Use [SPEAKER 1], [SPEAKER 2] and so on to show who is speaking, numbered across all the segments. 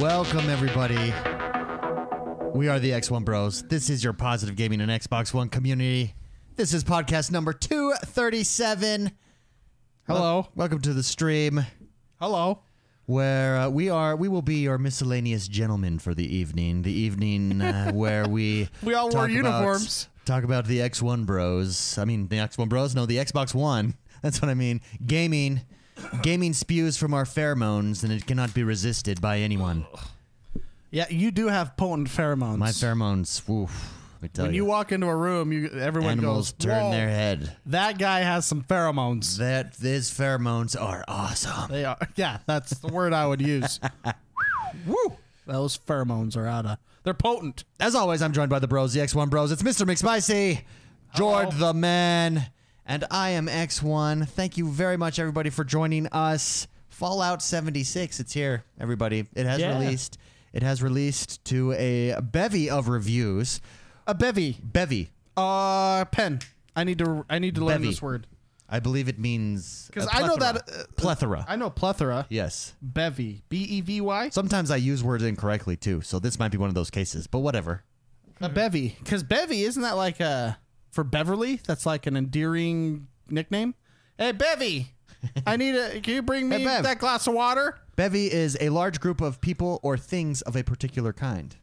[SPEAKER 1] Welcome, everybody. We are the X1 Bros. This is your positive gaming and Xbox One community. This is podcast number 237.
[SPEAKER 2] Hello.
[SPEAKER 1] Welcome to the stream
[SPEAKER 2] Hello.
[SPEAKER 1] where uh, we are we will be your miscellaneous gentlemen for the evening. The evening uh, where we
[SPEAKER 2] We all wore
[SPEAKER 1] talk about-
[SPEAKER 2] uniforms.
[SPEAKER 1] talk about the X1 Bros. I mean, the X1 Bros, no, the Xbox One. That's what I mean. Gaming gaming spews from our pheromones and it cannot be resisted by anyone.
[SPEAKER 2] Yeah, you do have potent pheromones.
[SPEAKER 1] My pheromones, woof. Let me tell
[SPEAKER 2] when
[SPEAKER 1] you,
[SPEAKER 2] you walk into a room, you everyone
[SPEAKER 1] animals
[SPEAKER 2] goes,
[SPEAKER 1] turn
[SPEAKER 2] "Whoa,
[SPEAKER 1] their head.
[SPEAKER 2] That guy has some pheromones.
[SPEAKER 1] That these pheromones are awesome.
[SPEAKER 2] They are. Yeah, that's the word I would use. Woo! Those pheromones are out of. They're potent.
[SPEAKER 1] As always, I'm joined by the Bros, the X1 Bros. It's Mr. McSpicy, George the Man, and I am X1. Thank you very much, everybody, for joining us. Fallout 76, it's here, everybody. It has
[SPEAKER 2] Yeah.
[SPEAKER 1] released. It has released to a bevy of reviews.
[SPEAKER 2] A bevy.
[SPEAKER 1] Bevy.
[SPEAKER 2] Uh, pen. I need to. I need to learn
[SPEAKER 1] Bevy.
[SPEAKER 2] this word
[SPEAKER 1] I believe it means
[SPEAKER 2] because
[SPEAKER 1] a
[SPEAKER 2] I know
[SPEAKER 1] plethora.
[SPEAKER 2] that. Uh,
[SPEAKER 1] plethora.
[SPEAKER 2] I know plethora.
[SPEAKER 1] yes.
[SPEAKER 2] Bevy. B e v y.
[SPEAKER 1] Sometimes I use words incorrectly too, so this might be one of those cases, but whatever.
[SPEAKER 2] A bevy. Because bevy, isn't that like a. For Beverly, that's like an endearing nickname? Hey, bevy! I need a. Can you bring me
[SPEAKER 1] Hey, Bev.
[SPEAKER 2] that glass of water?
[SPEAKER 1] Bevy is a large group of people or things of a particular kind.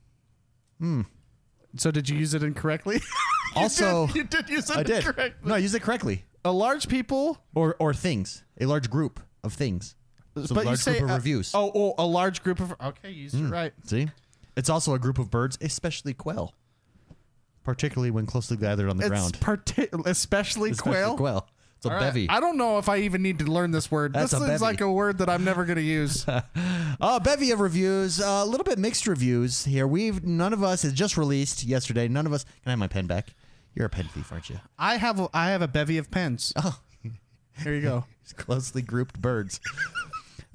[SPEAKER 2] So, did you use it incorrectly? You
[SPEAKER 1] Also-
[SPEAKER 2] did- you did use it
[SPEAKER 1] I did.
[SPEAKER 2] incorrectly.
[SPEAKER 1] No, I used it correctly.
[SPEAKER 2] A large people.
[SPEAKER 1] Or or things. A large group of things. So a
[SPEAKER 2] but
[SPEAKER 1] large
[SPEAKER 2] you say,
[SPEAKER 1] group of
[SPEAKER 2] uh,
[SPEAKER 1] reviews. Hmm.
[SPEAKER 2] Oh, oh, a large group of. Okay, you used it right.
[SPEAKER 1] See? It's also a group of birds, especially quail. Particularly when closely gathered on the
[SPEAKER 2] It's
[SPEAKER 1] ground.
[SPEAKER 2] parti- especially,
[SPEAKER 1] Especially
[SPEAKER 2] quail.
[SPEAKER 1] quail. It's a
[SPEAKER 2] All right.
[SPEAKER 1] bevy.
[SPEAKER 2] I don't know if I even need to learn this word.
[SPEAKER 1] That's
[SPEAKER 2] this
[SPEAKER 1] a
[SPEAKER 2] seems
[SPEAKER 1] bevy.
[SPEAKER 2] like a word that I'm never going to use.
[SPEAKER 1] Uh, bevy of reviews, uh, a little bit mixed reviews here. We've none of us has just released yesterday. None of us can I have my pen back. You're a pen thief, aren't you?
[SPEAKER 2] I have a, I have a bevy of pens.
[SPEAKER 1] Oh,
[SPEAKER 2] Here you go.
[SPEAKER 1] closely grouped birds.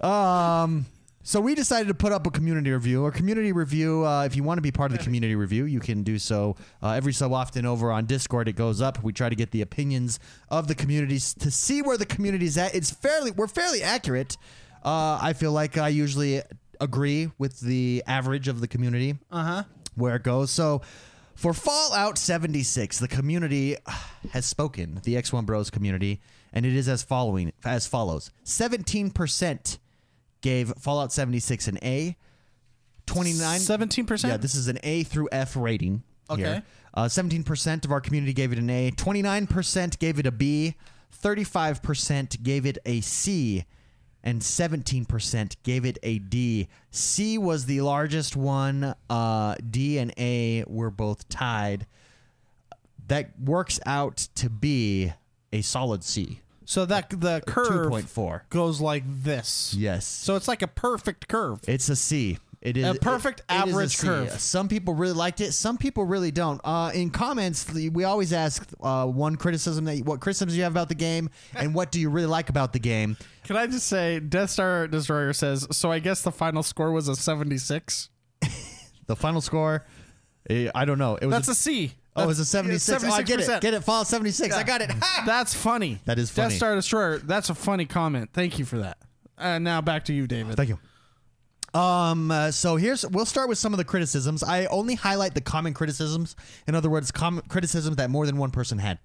[SPEAKER 1] um, so we decided to put up a community review. A community review. Uh, if you want to be part of the community review, you can do so uh, every so often over on Discord. It goes up. We try to get the opinions of the communities to see where the community's at. It's fairly we're fairly accurate. Uh, I feel like I usually agree with the average of the community
[SPEAKER 2] Uh huh.
[SPEAKER 1] where it goes. So for Fallout 76, the community has spoken, the X1 Bros community, and it is as following as follows. 17% gave Fallout 76 an A. 29
[SPEAKER 2] Seventeen percent.
[SPEAKER 1] Yeah, this is an A through F rating.
[SPEAKER 2] Okay.
[SPEAKER 1] here. Uh, 17% of our community gave it an A. 29% gave it a B. 35% gave it a C. And 17% gave it a D. C was the largest one. Uh, D and A were both tied. That works out to be a solid C.
[SPEAKER 2] so that the curve
[SPEAKER 1] 2.4.
[SPEAKER 2] goes like this.
[SPEAKER 1] Yes.
[SPEAKER 2] So it's like a perfect curve.
[SPEAKER 1] It's a C. It is
[SPEAKER 2] A perfect
[SPEAKER 1] it- it is a
[SPEAKER 2] average
[SPEAKER 1] C.
[SPEAKER 2] curve.
[SPEAKER 1] Some people really liked it. Some people really don't. Uh, in comments, the- we always ask uh, one criticism that what criticisms you have about the game, and what do you really like about the game.
[SPEAKER 2] Can I just say, Death Star Destroyer says. So I guess the final score was a seventy-six.
[SPEAKER 1] The final score, eh, I don't know. It was
[SPEAKER 2] That's a C.
[SPEAKER 1] oh, it was a
[SPEAKER 2] That's-
[SPEAKER 1] seventy six. Oh, I get it.
[SPEAKER 2] 76%.
[SPEAKER 1] Get it. Fallout seventy six. I got it. Ha!
[SPEAKER 2] That's funny.
[SPEAKER 1] That is funny.
[SPEAKER 2] Death Star Destroyer. That's a funny comment. Thank you for that. Uh, now back to you, David.
[SPEAKER 1] Thank you. Um, uh, so here's we'll start with some of the criticisms. I only highlight the common criticisms. In other words, com- criticisms that more than one person had.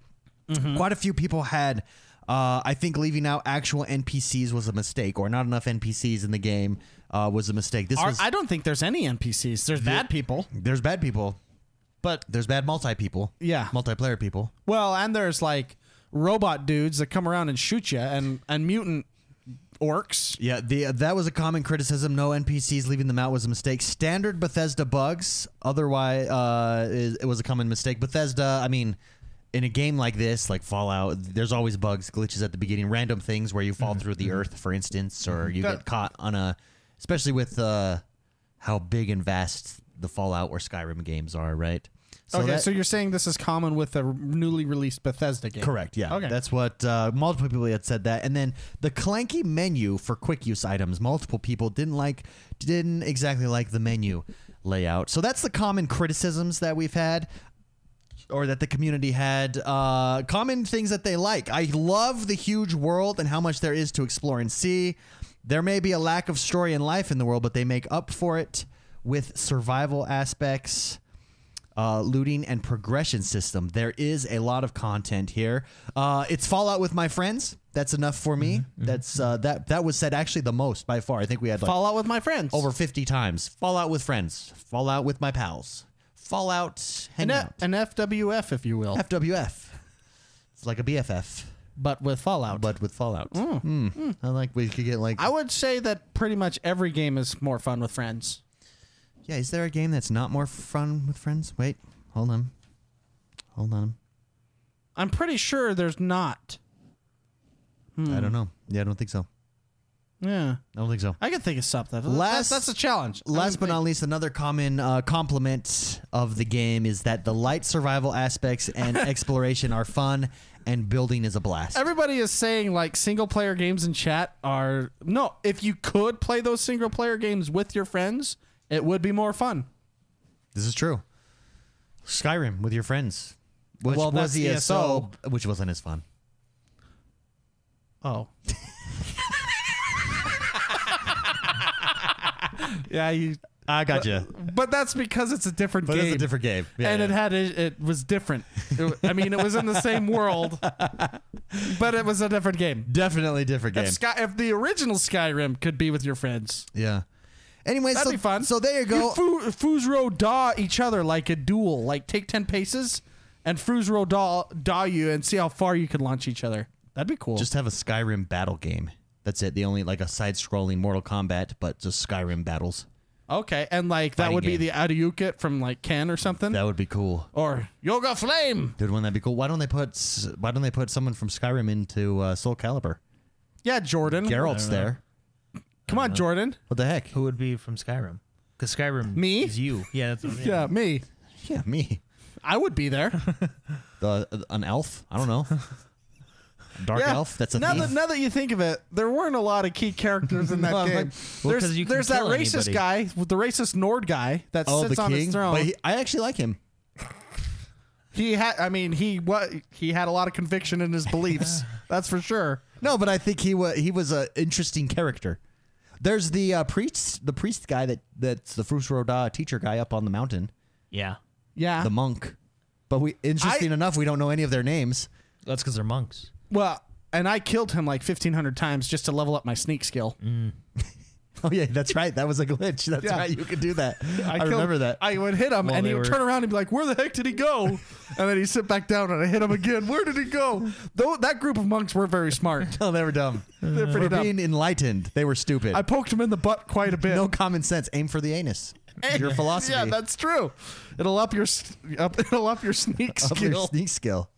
[SPEAKER 2] Mm-hmm.
[SPEAKER 1] Quite a few people had. Uh, I think leaving out actual NPCs was a mistake, or not enough NPCs in the game uh, was a mistake. This
[SPEAKER 2] Are-
[SPEAKER 1] was
[SPEAKER 2] I don't think there's any NPCs. There's bad people,
[SPEAKER 1] there's bad people,
[SPEAKER 2] but
[SPEAKER 1] there's bad multi people,
[SPEAKER 2] Yeah.
[SPEAKER 1] multiplayer people.
[SPEAKER 2] well, and there's like robot dudes that come around and shoot you, and and mutant orcs.
[SPEAKER 1] Yeah, the that was a common criticism. No NPCs leaving them out was a mistake. Standard Bethesda bugs. Otherwise, uh, is, it was a common mistake. Bethesda. I mean, in a game like this, like Fallout, there's always bugs, glitches at the beginning, random things where you fall
[SPEAKER 2] Mm-hmm.
[SPEAKER 1] through the earth, for instance, or you
[SPEAKER 2] That-
[SPEAKER 1] get caught on a. Especially with uh, how big and vast the Fallout or Skyrim games are, right?
[SPEAKER 2] okay,
[SPEAKER 1] that-
[SPEAKER 2] so you're saying this is common with a newly released Bethesda game?
[SPEAKER 1] Correct. Yeah.
[SPEAKER 2] Okay.
[SPEAKER 1] That's what uh, multiple people had said that, and then the clanky menu for quick use items. Multiple people didn't like, didn't exactly like the menu layout. So that's the common criticisms that we've had, or that the community had. Uh, common things that they like. I love the huge world and how much there is to explore and see. There may be a lack of story and life in the world, but they make up for it with survival aspects, uh, looting, and progression system. There is a lot of content here. Uh, it's Fallout with my friends. That's enough for me. That's uh, that that was said actually the most by far. I think we had like
[SPEAKER 2] Fallout with my friends.
[SPEAKER 1] over fifty times. Fallout with friends. Fallout with my pals. Fallout
[SPEAKER 2] an,
[SPEAKER 1] hang out.
[SPEAKER 2] an FWF, if you will,
[SPEAKER 1] FWF. It's like a BFF,
[SPEAKER 2] but with Fallout.
[SPEAKER 1] but with Fallout. Mm. I like we could get like.
[SPEAKER 2] I would say that pretty much every game is more fun with friends.
[SPEAKER 1] yeah, is there a game that's not more fun with friends? Wait, hold on, hold on.
[SPEAKER 2] I'm pretty sure there's not. Hmm.
[SPEAKER 1] I don't know. Yeah, I don't think so.
[SPEAKER 2] Yeah,
[SPEAKER 1] I don't think so.
[SPEAKER 2] I can think of something.
[SPEAKER 1] Last-
[SPEAKER 2] Last, that's, that's a challenge. I
[SPEAKER 1] Last
[SPEAKER 2] mean,
[SPEAKER 1] but not least, another common uh, compliment of the game is that the light survival aspects and exploration are fun, and building is a blast.
[SPEAKER 2] everybody is saying like single player games in chat are no. If you could play those single player games with your friends, it would be more fun.
[SPEAKER 1] This is true. Skyrim with your friends, which
[SPEAKER 2] Well,
[SPEAKER 1] was
[SPEAKER 2] that's E
[SPEAKER 1] ESO,
[SPEAKER 2] ESO.
[SPEAKER 1] which wasn't as fun.
[SPEAKER 2] Oh. yeah, you.
[SPEAKER 1] I gotcha.
[SPEAKER 2] But that's because it's a different
[SPEAKER 1] But
[SPEAKER 2] game.
[SPEAKER 1] it's a different game. Yeah,
[SPEAKER 2] and
[SPEAKER 1] yeah.
[SPEAKER 2] it had a, it was different. It, I mean, it was in the same world, but it was a different game.
[SPEAKER 1] definitely different game.
[SPEAKER 2] If, Sky, if the original Skyrim could be with your friends,
[SPEAKER 1] yeah. Anyway,
[SPEAKER 2] that'd
[SPEAKER 1] so,
[SPEAKER 2] be fun.
[SPEAKER 1] So there you go.
[SPEAKER 2] You fu- Fusro da each other like a duel. Like take ten paces, and Fusro da da you, and see how far you can launch each other. That'd be cool.
[SPEAKER 1] Just have a Skyrim battle game. That's it. The only like a side-scrolling Mortal Kombat, but just Skyrim battles.
[SPEAKER 2] okay, and like that
[SPEAKER 1] Fighting
[SPEAKER 2] would be
[SPEAKER 1] game.
[SPEAKER 2] the Adiuket from like Ken or something,
[SPEAKER 1] That would be cool.
[SPEAKER 2] or Yoga Flame.
[SPEAKER 1] Dude, wouldn't that be cool? Why don't they put s- Why don't they put someone from Skyrim into uh, Soul Calibur?
[SPEAKER 2] Yeah, Jordan.
[SPEAKER 1] Geralt's there.
[SPEAKER 2] Come
[SPEAKER 1] Uh,
[SPEAKER 2] on, Jordan.
[SPEAKER 1] What the heck?
[SPEAKER 3] Who would be from Skyrim? Because Skyrim
[SPEAKER 2] Me?
[SPEAKER 3] is you. Yeah, that's what I mean.
[SPEAKER 2] Yeah, me.
[SPEAKER 1] Yeah, me.
[SPEAKER 2] I would be there.
[SPEAKER 1] The uh, an elf? I don't know. Dark
[SPEAKER 2] Yeah.
[SPEAKER 1] elf. That's a
[SPEAKER 2] now
[SPEAKER 1] thief.
[SPEAKER 2] that now that you think of it, there weren't a lot of key characters in that
[SPEAKER 3] No,
[SPEAKER 2] game.
[SPEAKER 3] like- Well, 'cause
[SPEAKER 2] there's
[SPEAKER 3] you can
[SPEAKER 2] there's that
[SPEAKER 3] kill
[SPEAKER 2] racist
[SPEAKER 3] anybody.
[SPEAKER 2] guy, with the racist Nord guy that
[SPEAKER 1] oh,
[SPEAKER 2] sits
[SPEAKER 1] the
[SPEAKER 2] on
[SPEAKER 1] king.
[SPEAKER 2] his throne.
[SPEAKER 1] But
[SPEAKER 2] he,
[SPEAKER 1] he, I actually like him.
[SPEAKER 2] had, I mean, he what he had a lot of conviction in his beliefs. that's for sure.
[SPEAKER 1] No, but I think he was he was an interesting character. There's the uh, priest, the priest guy that that's the Fusroda teacher guy up on the mountain,
[SPEAKER 3] Yeah.
[SPEAKER 2] Yeah.
[SPEAKER 1] the monk. But we interesting enough, we don't know any of their names.
[SPEAKER 3] That's because they're monks.
[SPEAKER 2] well, and I killed him like 1500 times just to level up my sneak skill.
[SPEAKER 1] Mm-hmm. Oh yeah, that's right. That was a glitch. That's
[SPEAKER 2] Yeah.
[SPEAKER 1] right. You could do that. I,
[SPEAKER 2] killed-
[SPEAKER 1] remember that.
[SPEAKER 2] I would hit him,
[SPEAKER 3] While
[SPEAKER 2] and
[SPEAKER 3] they
[SPEAKER 2] he would
[SPEAKER 3] were-
[SPEAKER 2] turn around and be like, "Where the heck did he go?" and then he'd sit back down, and I hit him again. Where did he go? Though that group of monks were very smart.
[SPEAKER 1] no, they were dumb. They're
[SPEAKER 2] pretty dumb.
[SPEAKER 1] being enlightened. They were stupid.
[SPEAKER 2] I poked him in the butt quite a bit.
[SPEAKER 1] no common sense. Aim for the anus. Your
[SPEAKER 2] Yeah,
[SPEAKER 1] philosophy.
[SPEAKER 2] Yeah, that's true. It'll up your s- up, it'll up your sneak
[SPEAKER 1] Up your
[SPEAKER 2] skill.
[SPEAKER 1] sneak skill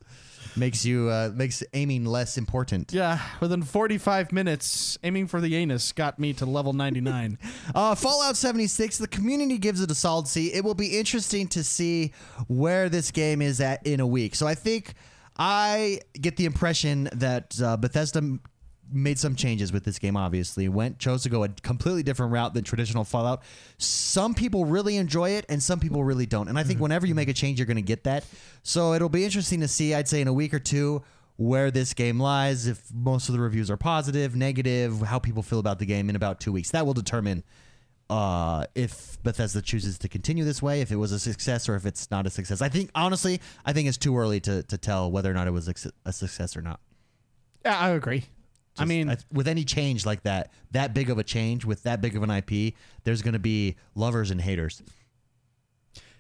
[SPEAKER 1] makes you uh, makes aiming less important.
[SPEAKER 2] yeah, within 45 minutes, aiming for the anus got me to level 99.
[SPEAKER 1] Uh, Fallout 76, the community gives it a solid C. It will be interesting to see where this game is at in a week. So I think I get the impression that uh, Bethesda m- made some changes with this game, obviously. Went, chose to go a completely different route than traditional Fallout. Some people really enjoy it, and some people really don't. And I think whenever you make a change, you're going to get that. So it'll be interesting to see, I'd say, in a week or two where this game lies, if most of the reviews are positive, negative, how people feel about the game in about two weeks. That will determine uh, if Bethesda chooses to continue this way, if it was a success or if it's not a success. I think, honestly, I think it's too early to, to tell whether or not it was a su- a success or not.
[SPEAKER 2] Yeah, I agree. I
[SPEAKER 1] Just-
[SPEAKER 2] mean,
[SPEAKER 1] with any change like that, that big of a change with that big of an IP, there's going to be lovers and haters.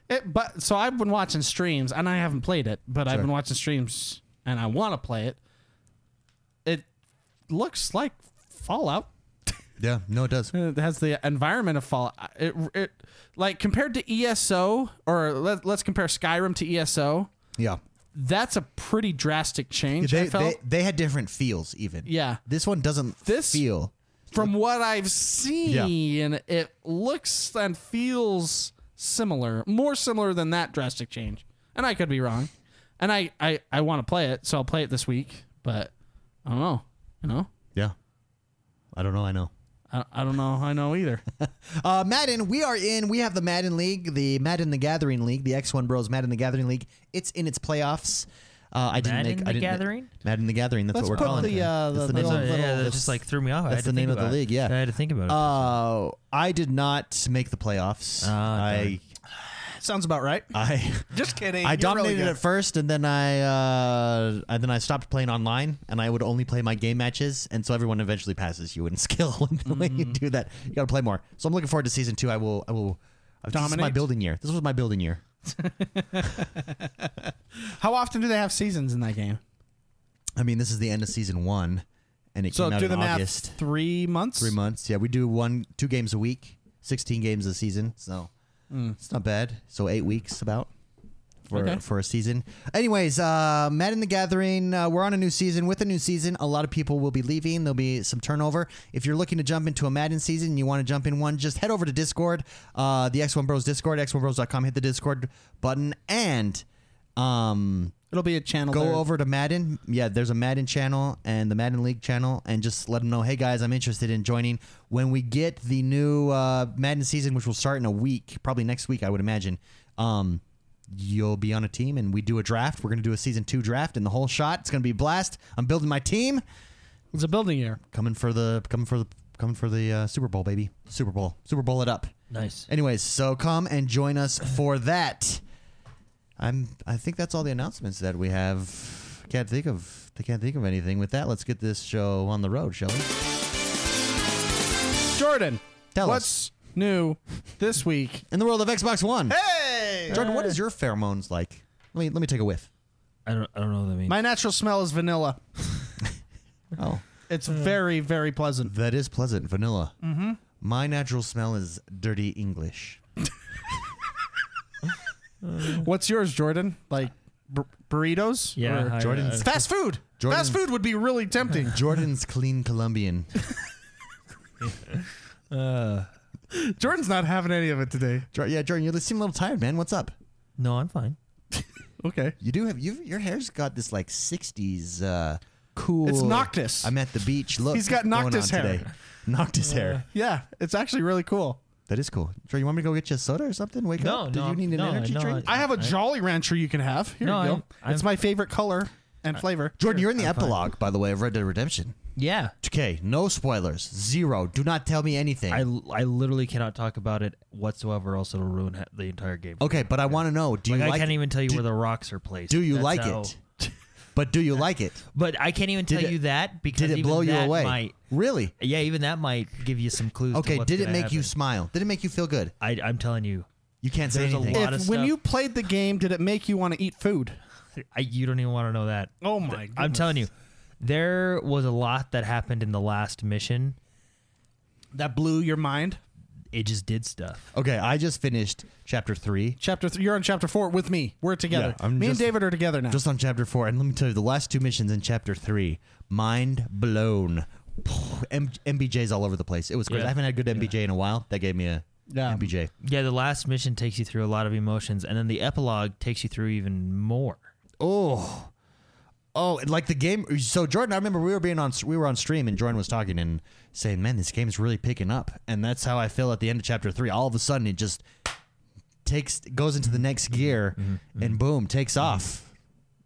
[SPEAKER 2] it, but so I've been watching streams, and I haven't played it, but I've been watching streams, and I want to play it. It looks like Fallout. Uh,
[SPEAKER 1] Yeah, no, it does.
[SPEAKER 2] It has the environment of Fallout. It, it like compared to ESO, or let, let's compare Skyrim to ESO.
[SPEAKER 1] Yeah.
[SPEAKER 2] that's a pretty drastic change.
[SPEAKER 1] They,
[SPEAKER 2] I felt
[SPEAKER 1] they, they had different feels, even.
[SPEAKER 2] Yeah.
[SPEAKER 1] This one doesn't
[SPEAKER 2] This-
[SPEAKER 1] feel.
[SPEAKER 2] from what I've seen, it looks and feels similar, more similar than that drastic change. And I could be wrong. And I I, I want to play it, so I'll play it this week. But I don't know. You know,
[SPEAKER 1] Yeah. I don't know. I know.
[SPEAKER 2] I, I don't know. how I know either.
[SPEAKER 1] Uh, Madden, we are in. We have the Madden League, the Madden the Gathering League, the X1 Bros Madden the Gathering League. It's in its playoffs. Uh, I didn't
[SPEAKER 3] Madden
[SPEAKER 1] make.
[SPEAKER 3] the
[SPEAKER 1] I didn't ma-
[SPEAKER 3] Gathering?
[SPEAKER 1] Madden the Gathering. That's
[SPEAKER 2] Let's
[SPEAKER 1] what we're
[SPEAKER 2] put
[SPEAKER 1] calling
[SPEAKER 2] the,
[SPEAKER 1] it.
[SPEAKER 2] uh,
[SPEAKER 1] That's
[SPEAKER 2] the
[SPEAKER 1] name
[SPEAKER 2] little-
[SPEAKER 1] of the
[SPEAKER 2] little-
[SPEAKER 3] yeah, that
[SPEAKER 2] that's-
[SPEAKER 3] just like threw me off. I
[SPEAKER 1] that's
[SPEAKER 3] had to
[SPEAKER 1] the
[SPEAKER 3] think
[SPEAKER 1] name of the
[SPEAKER 3] about it.
[SPEAKER 1] league, yeah.
[SPEAKER 3] I had to think about it.
[SPEAKER 1] Uh, I did not make the playoffs.
[SPEAKER 3] Ah,
[SPEAKER 1] I,
[SPEAKER 2] Sounds about right.
[SPEAKER 1] I,
[SPEAKER 2] Just kidding.
[SPEAKER 1] I
[SPEAKER 2] You're
[SPEAKER 1] dominated
[SPEAKER 2] really
[SPEAKER 1] at first, and then I, uh, and then I stopped playing online, and I would only play my game matches, and so everyone eventually passes you in skill. And the way you
[SPEAKER 2] Mm-hmm.
[SPEAKER 1] do that, you got to play more. So I'm looking forward to season two. I will, I will. This is my
[SPEAKER 2] Dominate?
[SPEAKER 1] building year. This was my building year.
[SPEAKER 2] good. How often do they have seasons in that game?
[SPEAKER 1] I mean, this is the end of season one, and it
[SPEAKER 2] So
[SPEAKER 1] came out
[SPEAKER 2] do
[SPEAKER 1] in
[SPEAKER 2] the math.
[SPEAKER 1] August.
[SPEAKER 2] Three months.
[SPEAKER 1] Three months. Yeah, we do one, two games a week, sixteen games a season. So it's not bad. So eight weeks about for
[SPEAKER 2] Okay.
[SPEAKER 1] for a season. Anyways, uh, Madden the Gathering. Uh, we're on a new season. With a new season, a lot of people will be leaving. There'll be some turnover. If you're looking to jump into a Madden season, and you want to jump in one, just head over to Discord, uh, the X1 Bros Discord, x1bros.com. Hit the Discord button and. Um,
[SPEAKER 2] It'll be a channel.
[SPEAKER 1] go
[SPEAKER 2] there.
[SPEAKER 1] over to Madden. Yeah, there's a Madden channel and the Madden League channel, and just let them know, hey guys, I'm interested in joining. When we get the new uh, Madden season, which will start in a week, probably next week, I would imagine. Um, you'll be on a team, and we do a draft. We're gonna do a season two draft, and the whole shot. It's gonna be a blast. I'm building my team.
[SPEAKER 2] It's a building year.
[SPEAKER 1] Coming for the coming for the coming for the uh, Super Bowl, baby. Super Bowl, Super Bowl it up.
[SPEAKER 3] nice.
[SPEAKER 1] Anyways, so come and join us for that. I'm. I think that's all the announcements that we have. Can't think of. I can't think of anything with that. Let's get this show on the road, shall we?
[SPEAKER 2] Jordan,
[SPEAKER 1] Tell us
[SPEAKER 2] what's new this week?
[SPEAKER 1] in the world of Xbox One.
[SPEAKER 2] Hey,
[SPEAKER 1] Jordan, what is your pheromones like? Let me let me take a whiff.
[SPEAKER 3] I don't. I don't know what that means.
[SPEAKER 2] my natural smell is vanilla.
[SPEAKER 1] Oh,
[SPEAKER 2] It's very, very pleasant.
[SPEAKER 1] that is pleasant, vanilla. Mm-hmm. My natural smell is dirty English.
[SPEAKER 2] What's yours, Jordan? Like bur- burritos?
[SPEAKER 3] yeah,
[SPEAKER 2] Or-
[SPEAKER 3] I- uh,
[SPEAKER 1] Jordan's-
[SPEAKER 2] fast food.
[SPEAKER 1] Jordan-
[SPEAKER 2] Fast food would be really tempting.
[SPEAKER 1] Jordan's clean Colombian.
[SPEAKER 3] I- uh,
[SPEAKER 2] Jordan's not having any of it today.
[SPEAKER 1] Jor- yeah, Jordan, you seem a little tired, man. What's up?
[SPEAKER 3] no, I'm fine.
[SPEAKER 2] Okay.
[SPEAKER 1] You do have you. Your hair's got this like '60s uh, cool.
[SPEAKER 2] It's Noctis.
[SPEAKER 1] I'm at the beach. Look,
[SPEAKER 2] He's got
[SPEAKER 1] going
[SPEAKER 2] Noctis
[SPEAKER 1] on
[SPEAKER 2] hair.
[SPEAKER 1] Today. Noctis hair.
[SPEAKER 2] Yeah, it's actually really cool.
[SPEAKER 1] That is cool. Trey, you want me to go get you a soda or something? Wake
[SPEAKER 3] No,
[SPEAKER 1] up. Do
[SPEAKER 3] no,
[SPEAKER 1] you need an
[SPEAKER 3] no,
[SPEAKER 1] energy
[SPEAKER 3] no,
[SPEAKER 1] drink?
[SPEAKER 2] I have a Jolly Rancher you can have. Here
[SPEAKER 3] No,
[SPEAKER 2] you go.
[SPEAKER 3] I'm-
[SPEAKER 2] it's
[SPEAKER 3] I'm-
[SPEAKER 2] my favorite color and flavor.
[SPEAKER 1] Jordan, you're in the epilogue, by the way, of Red Dead Redemption.
[SPEAKER 3] Yeah.
[SPEAKER 1] Okay, no spoilers. Zero. Do not tell me anything.
[SPEAKER 3] I, I literally cannot talk about it whatsoever, else it'll ruin ha- the entire game.
[SPEAKER 1] okay, but I want to know. Do you
[SPEAKER 3] Like,
[SPEAKER 1] like?
[SPEAKER 3] I can't
[SPEAKER 1] it?
[SPEAKER 3] even tell you
[SPEAKER 1] do-
[SPEAKER 3] where the rocks are placed.
[SPEAKER 1] do you
[SPEAKER 3] That's
[SPEAKER 1] like
[SPEAKER 3] how-
[SPEAKER 1] it? but do you like it?
[SPEAKER 3] But I can't even tell
[SPEAKER 1] Did it-
[SPEAKER 3] you that because
[SPEAKER 1] Did it
[SPEAKER 3] even
[SPEAKER 1] blow you
[SPEAKER 3] that
[SPEAKER 1] away?
[SPEAKER 3] Might,
[SPEAKER 1] Really?
[SPEAKER 3] yeah, even that might give you some clues. to
[SPEAKER 1] Okay.
[SPEAKER 3] what's
[SPEAKER 1] Did it
[SPEAKER 3] gonna
[SPEAKER 1] make you
[SPEAKER 3] happen.
[SPEAKER 1] smile? Did it make you feel good?
[SPEAKER 3] I, I'm telling you,
[SPEAKER 1] You can't
[SPEAKER 3] There's
[SPEAKER 1] say
[SPEAKER 3] a
[SPEAKER 1] anything.
[SPEAKER 3] lot
[SPEAKER 2] If
[SPEAKER 3] of
[SPEAKER 2] when
[SPEAKER 3] stuff.
[SPEAKER 2] you played the game, did it make you want to eat food?
[SPEAKER 3] I, you don't even want to know that.
[SPEAKER 2] Oh my!
[SPEAKER 3] I'm telling you, there was a lot that happened in the last mission.
[SPEAKER 2] that blew your mind.
[SPEAKER 3] It just did stuff.
[SPEAKER 1] Okay, I just finished chapter three.
[SPEAKER 2] Chapter three, you're on chapter four with me. We're together.
[SPEAKER 1] Yeah, I'm
[SPEAKER 2] me
[SPEAKER 1] just-
[SPEAKER 2] and David are together now.
[SPEAKER 1] Just on chapter four, and let me tell you, the last two missions in chapter three, mind blown. M- MBJ's all over the place. It was crazy.
[SPEAKER 3] Yeah.
[SPEAKER 1] I haven't had good MBJ in a while. That gave me a
[SPEAKER 2] Yeah.
[SPEAKER 1] MBJ.
[SPEAKER 3] Yeah, the last mission takes you through a lot of emotions, and then the epilogue takes you through even more.
[SPEAKER 1] Oh, oh, and like the game. So Jordan, I remember we were being on we were on stream, and Jordan was talking and saying, "Man, this game's really picking up." And that's how I feel at the end of chapter three. All of a sudden, it just takes goes into the next gear, and boom, takes off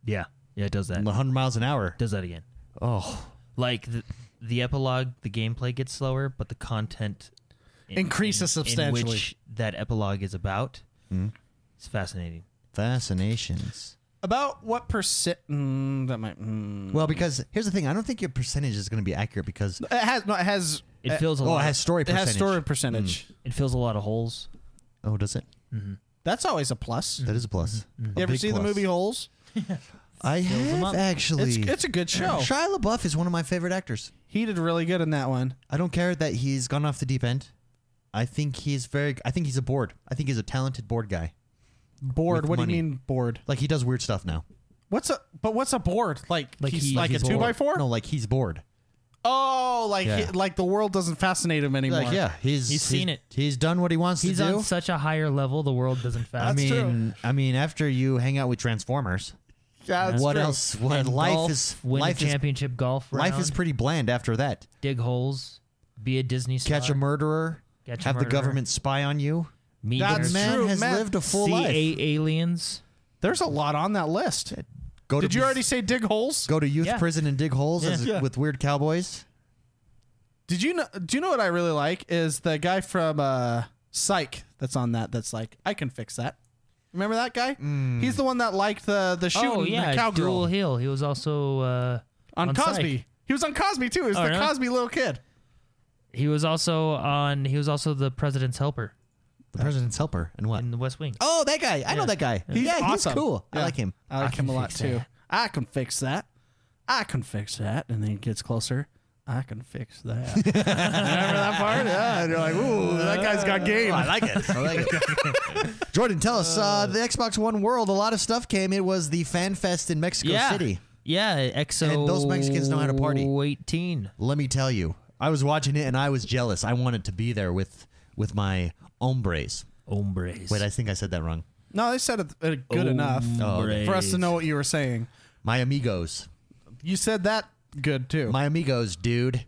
[SPEAKER 3] Yeah, yeah, it does that.
[SPEAKER 1] 100 miles an hour.
[SPEAKER 3] Does that again.
[SPEAKER 1] Oh,
[SPEAKER 3] Like the, the epilogue, the gameplay gets slower, but the content in-
[SPEAKER 2] Increases substantially.
[SPEAKER 3] In which that epilogue is about. It's fascinating.
[SPEAKER 1] fascinations.
[SPEAKER 2] About what percent? Mm, that might. Mm.
[SPEAKER 1] Well, because here's the thing, I don't think your percentage is going to be accurate because
[SPEAKER 2] It has no. It has.
[SPEAKER 3] It
[SPEAKER 2] uh,
[SPEAKER 3] fills a
[SPEAKER 1] oh,
[SPEAKER 3] lot.
[SPEAKER 1] it
[SPEAKER 3] of-
[SPEAKER 1] has story
[SPEAKER 2] It has
[SPEAKER 1] percentage. Hmm.
[SPEAKER 2] story percentage.
[SPEAKER 3] it fills a lot of holes.
[SPEAKER 1] Oh, does it?
[SPEAKER 2] That's always a plus.
[SPEAKER 1] That is a plus. A
[SPEAKER 2] You ever
[SPEAKER 1] big
[SPEAKER 2] see the
[SPEAKER 1] plus.
[SPEAKER 2] movie Holes?
[SPEAKER 1] I
[SPEAKER 3] them
[SPEAKER 1] have
[SPEAKER 3] up.
[SPEAKER 1] actually.
[SPEAKER 2] It's it's a good show.
[SPEAKER 1] Shia LaBeouf is one of my favorite actors.
[SPEAKER 2] He did really good in that one.
[SPEAKER 1] I don't care that he's gone off the deep end. I think he's very. I think he's a board. I think he's a talented board guy.
[SPEAKER 2] Bored.
[SPEAKER 1] With
[SPEAKER 2] what do
[SPEAKER 1] money.
[SPEAKER 2] you mean bored?
[SPEAKER 1] Like he does weird stuff now.
[SPEAKER 2] What's a but? What's a board? Like
[SPEAKER 3] Like
[SPEAKER 2] he's
[SPEAKER 3] he-
[SPEAKER 2] like
[SPEAKER 3] he's
[SPEAKER 2] a two
[SPEAKER 3] bored.
[SPEAKER 2] by four?
[SPEAKER 1] No, like he's bored.
[SPEAKER 2] Oh, like
[SPEAKER 1] Yeah.
[SPEAKER 2] he- like the world doesn't fascinate him anymore.
[SPEAKER 1] Like yeah, he's
[SPEAKER 3] He's seen it.
[SPEAKER 1] He's done what he wants
[SPEAKER 3] He's
[SPEAKER 1] to do.
[SPEAKER 3] on such a higher level, the world doesn't
[SPEAKER 1] I
[SPEAKER 3] fast.
[SPEAKER 2] That's
[SPEAKER 1] mean,
[SPEAKER 2] true.
[SPEAKER 1] I mean, after you hang out with Transformers,
[SPEAKER 2] Yeah, that's
[SPEAKER 1] what
[SPEAKER 2] true.
[SPEAKER 1] else? What life is
[SPEAKER 3] win
[SPEAKER 1] life
[SPEAKER 3] a
[SPEAKER 1] is
[SPEAKER 3] championship golf round,
[SPEAKER 1] life is pretty bland after that.
[SPEAKER 3] dig holes, be a Disney star,
[SPEAKER 1] catch a murderer,
[SPEAKER 3] Catch a
[SPEAKER 1] have the
[SPEAKER 3] murderer.
[SPEAKER 1] government spy on you.
[SPEAKER 3] meet
[SPEAKER 2] That's
[SPEAKER 3] your-
[SPEAKER 1] Man
[SPEAKER 2] true,
[SPEAKER 1] has
[SPEAKER 2] man.
[SPEAKER 1] lived a full
[SPEAKER 3] see
[SPEAKER 1] life.
[SPEAKER 3] a aliens.
[SPEAKER 2] There's a lot on that list.
[SPEAKER 1] Go
[SPEAKER 2] Did
[SPEAKER 1] to
[SPEAKER 2] you already say dig holes?
[SPEAKER 1] go to youth
[SPEAKER 3] Yeah.
[SPEAKER 1] prison and dig holes
[SPEAKER 3] Yeah.
[SPEAKER 1] as-
[SPEAKER 3] Yeah.
[SPEAKER 1] with weird cowboys?
[SPEAKER 2] Did you know? Do you know what I really like is the guy from uh, Psych that's on that. That's like I can fix that. Remember that guy? He's the one that liked the the shooting
[SPEAKER 3] oh
[SPEAKER 2] the
[SPEAKER 3] yeah,
[SPEAKER 2] cowgirl
[SPEAKER 3] Dual Hill. He was also uh,
[SPEAKER 2] on,
[SPEAKER 3] on
[SPEAKER 2] Cosby. He was on Cosby too. He was
[SPEAKER 3] Oh,
[SPEAKER 2] the
[SPEAKER 3] really?
[SPEAKER 2] Cosby little kid.
[SPEAKER 3] He was also on. He was also the president's helper
[SPEAKER 1] The president's helper and what?
[SPEAKER 3] in the West Wing.
[SPEAKER 1] Oh, that guy. I know
[SPEAKER 3] Yeah.
[SPEAKER 1] that guy.
[SPEAKER 2] He's
[SPEAKER 1] yeah,
[SPEAKER 2] awesome.
[SPEAKER 1] he's cool. I
[SPEAKER 2] Yeah.
[SPEAKER 1] like him.
[SPEAKER 2] I like him a
[SPEAKER 3] can
[SPEAKER 2] lot
[SPEAKER 3] fix
[SPEAKER 2] too.
[SPEAKER 3] that.
[SPEAKER 2] I can fix that. I can fix that. And then he gets closer. I can fix that. Remember that part? Yeah. And you're like, ooh, that guy's got game.
[SPEAKER 1] I like it. I like it. Jordan, tell us uh, the Xbox One World. A lot of stuff came. It was the Fan Fest in Mexico
[SPEAKER 3] yeah,
[SPEAKER 1] City.
[SPEAKER 3] yeah. EXO.
[SPEAKER 1] And those Mexicans know how to party.
[SPEAKER 3] Eighteen.
[SPEAKER 1] Let me tell you, I was watching it and I was jealous. I wanted to be there with with my hombres.
[SPEAKER 3] Hombres.
[SPEAKER 1] Wait, I think I said that wrong.
[SPEAKER 2] No, they said it uh, good enough
[SPEAKER 3] Hombres.
[SPEAKER 2] for us to know what you were saying.
[SPEAKER 1] My amigos.
[SPEAKER 2] You said that good too.
[SPEAKER 1] My amigos, dude.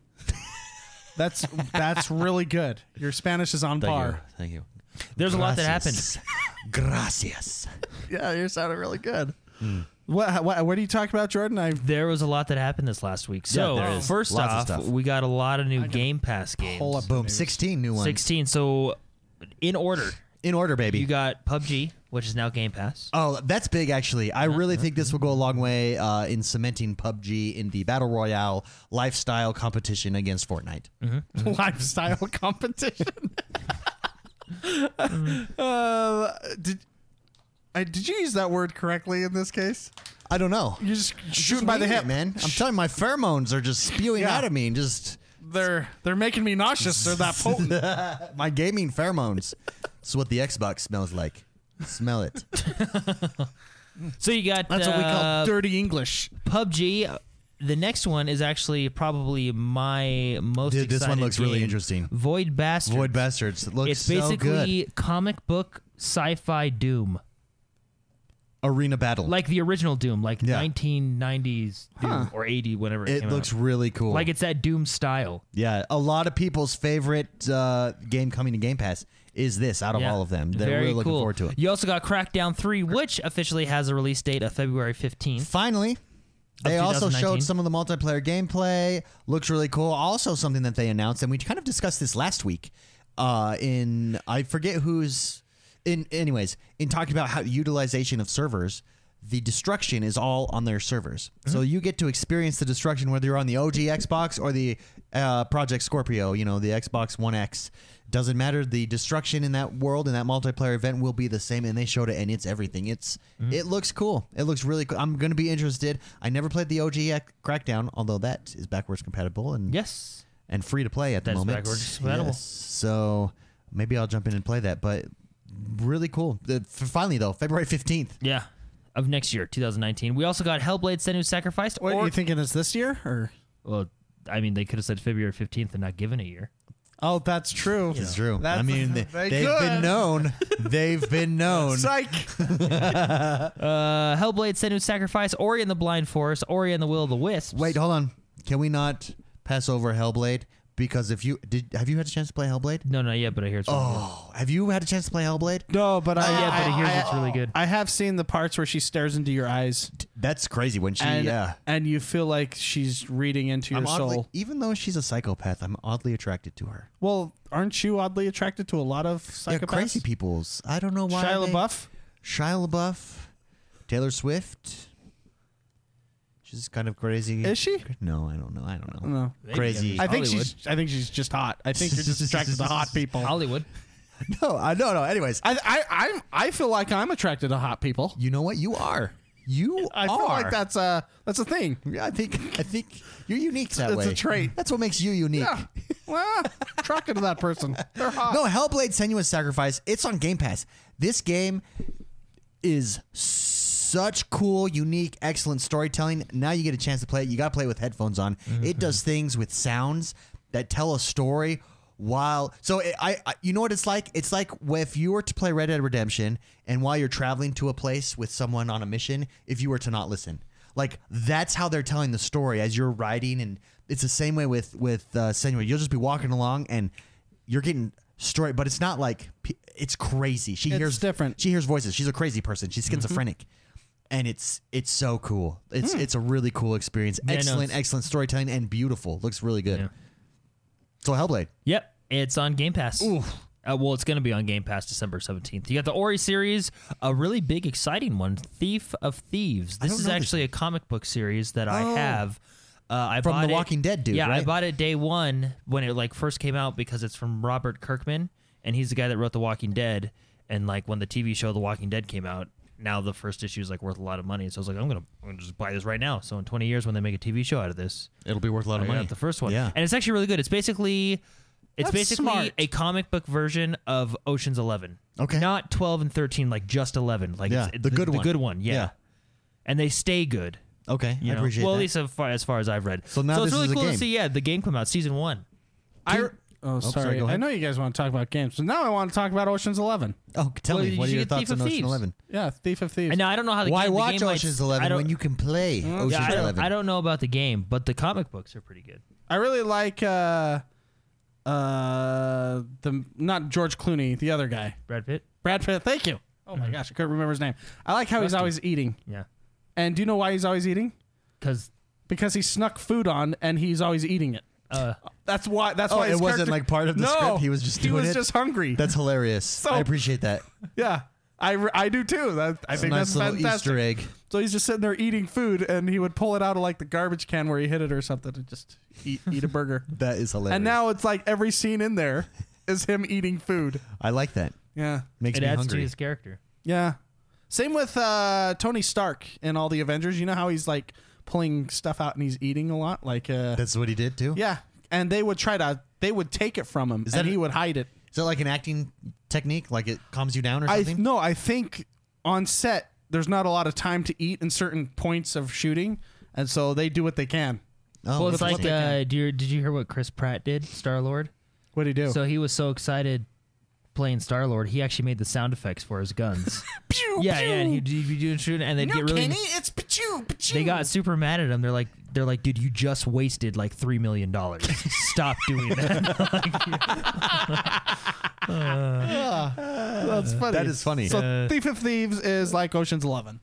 [SPEAKER 2] that's that's really good. Your Spanish is on
[SPEAKER 1] Thank
[SPEAKER 2] par.
[SPEAKER 1] you. Thank you.
[SPEAKER 3] There's a lot that
[SPEAKER 1] Gracias.
[SPEAKER 3] happened.
[SPEAKER 1] Gracias.
[SPEAKER 2] Yeah, you sounded really good. Hmm. What, what what are you talking about, Jordan? I
[SPEAKER 3] There was a lot that happened this last week. So
[SPEAKER 1] there is.
[SPEAKER 3] first
[SPEAKER 1] Lots of
[SPEAKER 3] off,
[SPEAKER 1] stuff.
[SPEAKER 3] we got a lot of new Game Pass games.
[SPEAKER 2] pull up
[SPEAKER 1] Boom. 16 new ones.
[SPEAKER 3] Sixteen. So in order,
[SPEAKER 1] In order, baby.
[SPEAKER 3] you got PUBG, which is now Game Pass.
[SPEAKER 1] Oh, that's big, actually. I really think this will go a long way uh, in cementing PUBG in the battle royale lifestyle competition against Fortnite.
[SPEAKER 3] Mm.
[SPEAKER 2] lifestyle competition. uh, did I did you use that word correctly in this case?
[SPEAKER 1] I don't know.
[SPEAKER 2] You're just shooting by the
[SPEAKER 1] Wing it,
[SPEAKER 2] hip,
[SPEAKER 1] man. I'm telling you, my pheromones are just spewing
[SPEAKER 2] Yeah.
[SPEAKER 1] out of me, and just
[SPEAKER 2] They're they're making me nauseous. They're that potent.
[SPEAKER 1] my gaming pheromones. it's what the Xbox smells like. Smell it.
[SPEAKER 3] So you got
[SPEAKER 2] That's what we
[SPEAKER 3] uh,
[SPEAKER 2] call dirty English.
[SPEAKER 3] PUBG. The next one is actually probably my most.
[SPEAKER 1] Dude, this one
[SPEAKER 3] excited
[SPEAKER 1] looks really
[SPEAKER 3] game.
[SPEAKER 1] interesting.
[SPEAKER 3] Void Bastard.
[SPEAKER 1] Void bastards. It looks
[SPEAKER 3] It's
[SPEAKER 1] so good.
[SPEAKER 3] basically comic book sci-fi Doom,
[SPEAKER 1] Arena battle.
[SPEAKER 3] like the original Doom, like
[SPEAKER 1] Yeah.
[SPEAKER 3] 1990s Doom or 80, whenever it,
[SPEAKER 1] it
[SPEAKER 3] came
[SPEAKER 1] looks
[SPEAKER 3] out.
[SPEAKER 1] really cool.
[SPEAKER 3] like it's that Doom style.
[SPEAKER 1] yeah, a lot of people's favorite uh, game coming to Game Pass is this out of
[SPEAKER 3] Yeah.
[SPEAKER 1] all of them. They're
[SPEAKER 3] Very
[SPEAKER 1] really looking
[SPEAKER 3] cool.
[SPEAKER 1] forward to it.
[SPEAKER 3] You also got Crackdown 3, which officially has a release date of February 15th.
[SPEAKER 1] Finally, they also
[SPEAKER 3] 2019.
[SPEAKER 1] showed some of the multiplayer gameplay. Looks really cool. Also, something that they announced, and we kind of discussed this last week. Uh, in I forget who's in. Anyways, in talking about how utilization of servers, the destruction is all on their servers. So you get to experience the destruction whether you're on the OG Xbox or the uh, Project Scorpio. You know the Xbox One X. Doesn't matter. The destruction in that world and that multiplayer event will be the same, and they showed it, and it's everything. It's
[SPEAKER 3] Mm-hmm.
[SPEAKER 1] it looks cool. It looks really. cool. I'm gonna be interested. I never played the OG X- Crackdown, although that is backwards compatible and
[SPEAKER 3] Yes.
[SPEAKER 1] and free to play at the
[SPEAKER 3] That's
[SPEAKER 1] moment.
[SPEAKER 3] backwards compatible.
[SPEAKER 1] Yes. So maybe I'll jump in and play that. But really cool. The- f- Finally though, February fifteenth.
[SPEAKER 3] Yeah. Of next year, 2019. We also got Hellblade: Senua's Sacrifice.
[SPEAKER 2] What
[SPEAKER 3] or-
[SPEAKER 2] are you thinking? Is this year or?
[SPEAKER 3] Well, I mean, they could have said February 15th and not given a year.
[SPEAKER 2] Oh, that's true.
[SPEAKER 1] It's true.
[SPEAKER 2] That's-
[SPEAKER 1] I mean, they,
[SPEAKER 2] they
[SPEAKER 1] have
[SPEAKER 2] could.
[SPEAKER 1] been known. They've been known.
[SPEAKER 2] Psych.
[SPEAKER 3] Uh, Hellblade: Senua's Sacrifice, Ori and the Blind Forest, Ori and the Will of the Wisps.
[SPEAKER 1] Wait, hold on. Can we not pass over Hellblade? Because if you did, have you had a chance to play Hellblade?
[SPEAKER 3] no, not yet, but I hear it's. really good.
[SPEAKER 1] Oh, have you had a chance to play Hellblade?
[SPEAKER 2] No, but I,
[SPEAKER 3] yeah, but
[SPEAKER 2] I,
[SPEAKER 3] I hear
[SPEAKER 2] Uh, I-
[SPEAKER 3] it's really good.
[SPEAKER 2] I have seen the parts where she stares into your eyes,
[SPEAKER 1] That's crazy. When she,
[SPEAKER 2] and
[SPEAKER 1] yeah,
[SPEAKER 2] and you feel like she's reading into your
[SPEAKER 1] I'm
[SPEAKER 2] soul.
[SPEAKER 1] oddly, even though she's a psychopath, I'm oddly attracted to her.
[SPEAKER 2] Well, aren't you oddly attracted to a lot of psychopaths?
[SPEAKER 1] Yeah, crazy people's. I don't know why.
[SPEAKER 2] Shia
[SPEAKER 1] they-
[SPEAKER 2] LaBeouf.
[SPEAKER 1] Shia LaBeouf, Taylor Swift. She's kind of crazy.
[SPEAKER 2] Is she?
[SPEAKER 1] No, I don't know. I don't know.
[SPEAKER 2] No.
[SPEAKER 3] Maybe,
[SPEAKER 1] Crazy.
[SPEAKER 3] mean,
[SPEAKER 2] I think
[SPEAKER 3] Hollywood.
[SPEAKER 2] she's. I think she's just hot. I think you're just attracted to hot people. I,
[SPEAKER 3] Hollywood.
[SPEAKER 1] no, I no, no. Anyways,
[SPEAKER 2] I I'm I feel like I'm attracted to hot people.
[SPEAKER 1] you know what? You are. You
[SPEAKER 2] I
[SPEAKER 1] are.
[SPEAKER 2] feel like that's a that's a thing.
[SPEAKER 1] Yeah, I think I think you're unique that
[SPEAKER 2] it's
[SPEAKER 1] way.
[SPEAKER 2] a trait.
[SPEAKER 1] That's what makes you unique.
[SPEAKER 2] Yeah. well, attracted to that person. They're hot.
[SPEAKER 1] No, Hellblade: Senua's Sacrifice. It's on Game Pass. This game is such cool, unique, excellent storytelling. Now you get a chance to play it. You got to play it with headphones on.
[SPEAKER 2] Mm-hmm.
[SPEAKER 1] It does things with sounds that tell a story while so it, I, I you know what it's like it's like if you were to play Red Dead Redemption and while you're traveling to a place with someone on a mission if you were to not listen like that's how they're telling the story as you're riding and it's the same way with with uh, Senua you'll just be walking along and you're getting story but it's not like p- it's crazy she
[SPEAKER 2] It's
[SPEAKER 1] hears
[SPEAKER 2] different.
[SPEAKER 3] Mm-hmm.
[SPEAKER 1] she hears voices. She's a crazy person. She's schizophrenic. and it's it's so cool. It's it's a really cool experience.
[SPEAKER 3] Hmm. I know,
[SPEAKER 1] excellent,
[SPEAKER 3] it's-
[SPEAKER 1] excellent storytelling and beautiful. Looks really good.
[SPEAKER 3] Yeah.
[SPEAKER 1] So Hellblade.
[SPEAKER 3] Yep, it's on Game Pass. Uh, well, it's going to be on Game Pass December 17th. You got the Ori series, a really big, exciting one Thief of Thieves. This
[SPEAKER 1] don't
[SPEAKER 3] is
[SPEAKER 1] know this
[SPEAKER 3] actually a comic book series that I
[SPEAKER 1] Oh.
[SPEAKER 3] have. Uh, I
[SPEAKER 1] From The
[SPEAKER 3] bought it-
[SPEAKER 1] Walking Dead dude,
[SPEAKER 3] Yeah, I
[SPEAKER 1] right?
[SPEAKER 3] bought it day one when it like first came out because it's from Robert Kirkman, and he's the guy that wrote The Walking Dead. And like when the TV show The Walking Dead came out, now the first issue is like worth a lot of money. So I was like, I'm gonna, I'm gonna just buy this right now. So in 20 years, when they make a TV show out of this,
[SPEAKER 1] It'll be worth a lot
[SPEAKER 3] I got The first one,
[SPEAKER 1] Yeah.
[SPEAKER 3] and it's actually really good. It's basically, it's
[SPEAKER 2] That's
[SPEAKER 3] basically
[SPEAKER 2] smart.
[SPEAKER 3] a comic book version of Ocean's Eleven.
[SPEAKER 1] Okay.
[SPEAKER 3] not twelve and thirteen, like just eleven, like
[SPEAKER 1] Yeah,
[SPEAKER 3] it's,
[SPEAKER 1] the good
[SPEAKER 3] the
[SPEAKER 1] one.
[SPEAKER 3] good one, yeah.
[SPEAKER 1] Yeah.
[SPEAKER 3] And they stay good.
[SPEAKER 1] okay,
[SPEAKER 3] You
[SPEAKER 1] I
[SPEAKER 3] know?
[SPEAKER 1] appreciate
[SPEAKER 3] well,
[SPEAKER 1] that.
[SPEAKER 3] at least as far, as far as I've read.
[SPEAKER 1] So now
[SPEAKER 3] it's
[SPEAKER 1] this
[SPEAKER 3] really
[SPEAKER 1] is a
[SPEAKER 3] cool to
[SPEAKER 1] game.
[SPEAKER 3] see. Yeah, the game come out season one.
[SPEAKER 2] I oh, sorry.
[SPEAKER 1] sorry, go ahead.
[SPEAKER 2] I know you guys want to talk about games, but now I want to talk about Ocean's Eleven.
[SPEAKER 1] oh, tell
[SPEAKER 3] well,
[SPEAKER 1] me
[SPEAKER 3] you
[SPEAKER 1] what are
[SPEAKER 3] should
[SPEAKER 1] your
[SPEAKER 3] get Thief
[SPEAKER 1] thoughts on
[SPEAKER 3] of
[SPEAKER 1] Ocean
[SPEAKER 3] Thieves.
[SPEAKER 1] Eleven?
[SPEAKER 2] Yeah, Thief of Thieves.
[SPEAKER 3] And now I don't know how the
[SPEAKER 1] Why
[SPEAKER 3] game, the
[SPEAKER 1] watch
[SPEAKER 3] game might-
[SPEAKER 1] Ocean's
[SPEAKER 3] I
[SPEAKER 1] Eleven
[SPEAKER 3] don't- Hmm?
[SPEAKER 1] when you can play Ocean's
[SPEAKER 3] yeah, I don't,
[SPEAKER 1] Eleven?
[SPEAKER 3] I don't know about the game, but the comic books are pretty good.
[SPEAKER 2] I really like uh, uh, the not George Clooney, the other guy,
[SPEAKER 3] Brad Pitt.
[SPEAKER 2] Brad Pitt. Thank you. Oh
[SPEAKER 1] Mm-hmm.
[SPEAKER 2] my gosh, I couldn't remember his name. I like how he's always eating.
[SPEAKER 3] Yeah,
[SPEAKER 2] And do you know why he's always eating?
[SPEAKER 3] because
[SPEAKER 2] Because he snuck food on, and he's always eating it.
[SPEAKER 3] uh,
[SPEAKER 2] That's why. That's
[SPEAKER 1] Oh,
[SPEAKER 2] why
[SPEAKER 1] it
[SPEAKER 2] his
[SPEAKER 1] wasn't
[SPEAKER 2] character-
[SPEAKER 1] like part of the
[SPEAKER 2] no,
[SPEAKER 1] script? He was just doing it?
[SPEAKER 2] He was just hungry.
[SPEAKER 1] That's hilarious. I
[SPEAKER 2] So-
[SPEAKER 1] appreciate that.
[SPEAKER 2] yeah, I, re- I do too. That I
[SPEAKER 1] It's a
[SPEAKER 2] think
[SPEAKER 1] nice
[SPEAKER 2] that's
[SPEAKER 1] little
[SPEAKER 2] fantastic.
[SPEAKER 1] Easter egg.
[SPEAKER 2] So he's just sitting there eating food, and he would pull it out of like the garbage can where he hid it or something, and just eat eat a burger.
[SPEAKER 1] That is hilarious.
[SPEAKER 2] and now it's like every scene in there is him eating food.
[SPEAKER 1] I like that.
[SPEAKER 2] Yeah,
[SPEAKER 1] Makes
[SPEAKER 3] it
[SPEAKER 1] me
[SPEAKER 3] adds
[SPEAKER 1] hungry.
[SPEAKER 3] to his character.
[SPEAKER 2] yeah. Same with uh, Tony Stark in all the Avengers. You know how he's like pulling stuff out and he's eating a lot. Like, uh,
[SPEAKER 1] That's what he did too.
[SPEAKER 2] yeah. And they would try to they would take it from him,
[SPEAKER 1] Is
[SPEAKER 2] and
[SPEAKER 1] that-
[SPEAKER 2] he would hide it.
[SPEAKER 1] Is that like an acting technique? Like it calms you down or
[SPEAKER 2] I
[SPEAKER 1] something?
[SPEAKER 2] no, I think on set there's not a lot of time to eat in certain points of shooting, and so they do what they can.
[SPEAKER 1] oh,
[SPEAKER 3] well, it's like,
[SPEAKER 1] interesting.
[SPEAKER 3] uh, do you, did you hear what Chris Pratt did, Star Lord?
[SPEAKER 2] What do you do?
[SPEAKER 3] So he was so excited playing Star Lord, he actually made the sound effects for his guns.
[SPEAKER 2] pew,
[SPEAKER 3] yeah,
[SPEAKER 2] pew.
[SPEAKER 3] yeah, and he'd be doing shooting, and they'd
[SPEAKER 2] no,
[SPEAKER 3] get really.
[SPEAKER 2] Kenny, it's pachu, pachu.
[SPEAKER 3] They got super mad at him. They're like, they're like, dude, you just wasted like three million dollars. Stop doing that.
[SPEAKER 2] that's funny.
[SPEAKER 1] That is funny.
[SPEAKER 2] So
[SPEAKER 3] Uh,
[SPEAKER 2] Thief of Thieves is like Ocean's Eleven.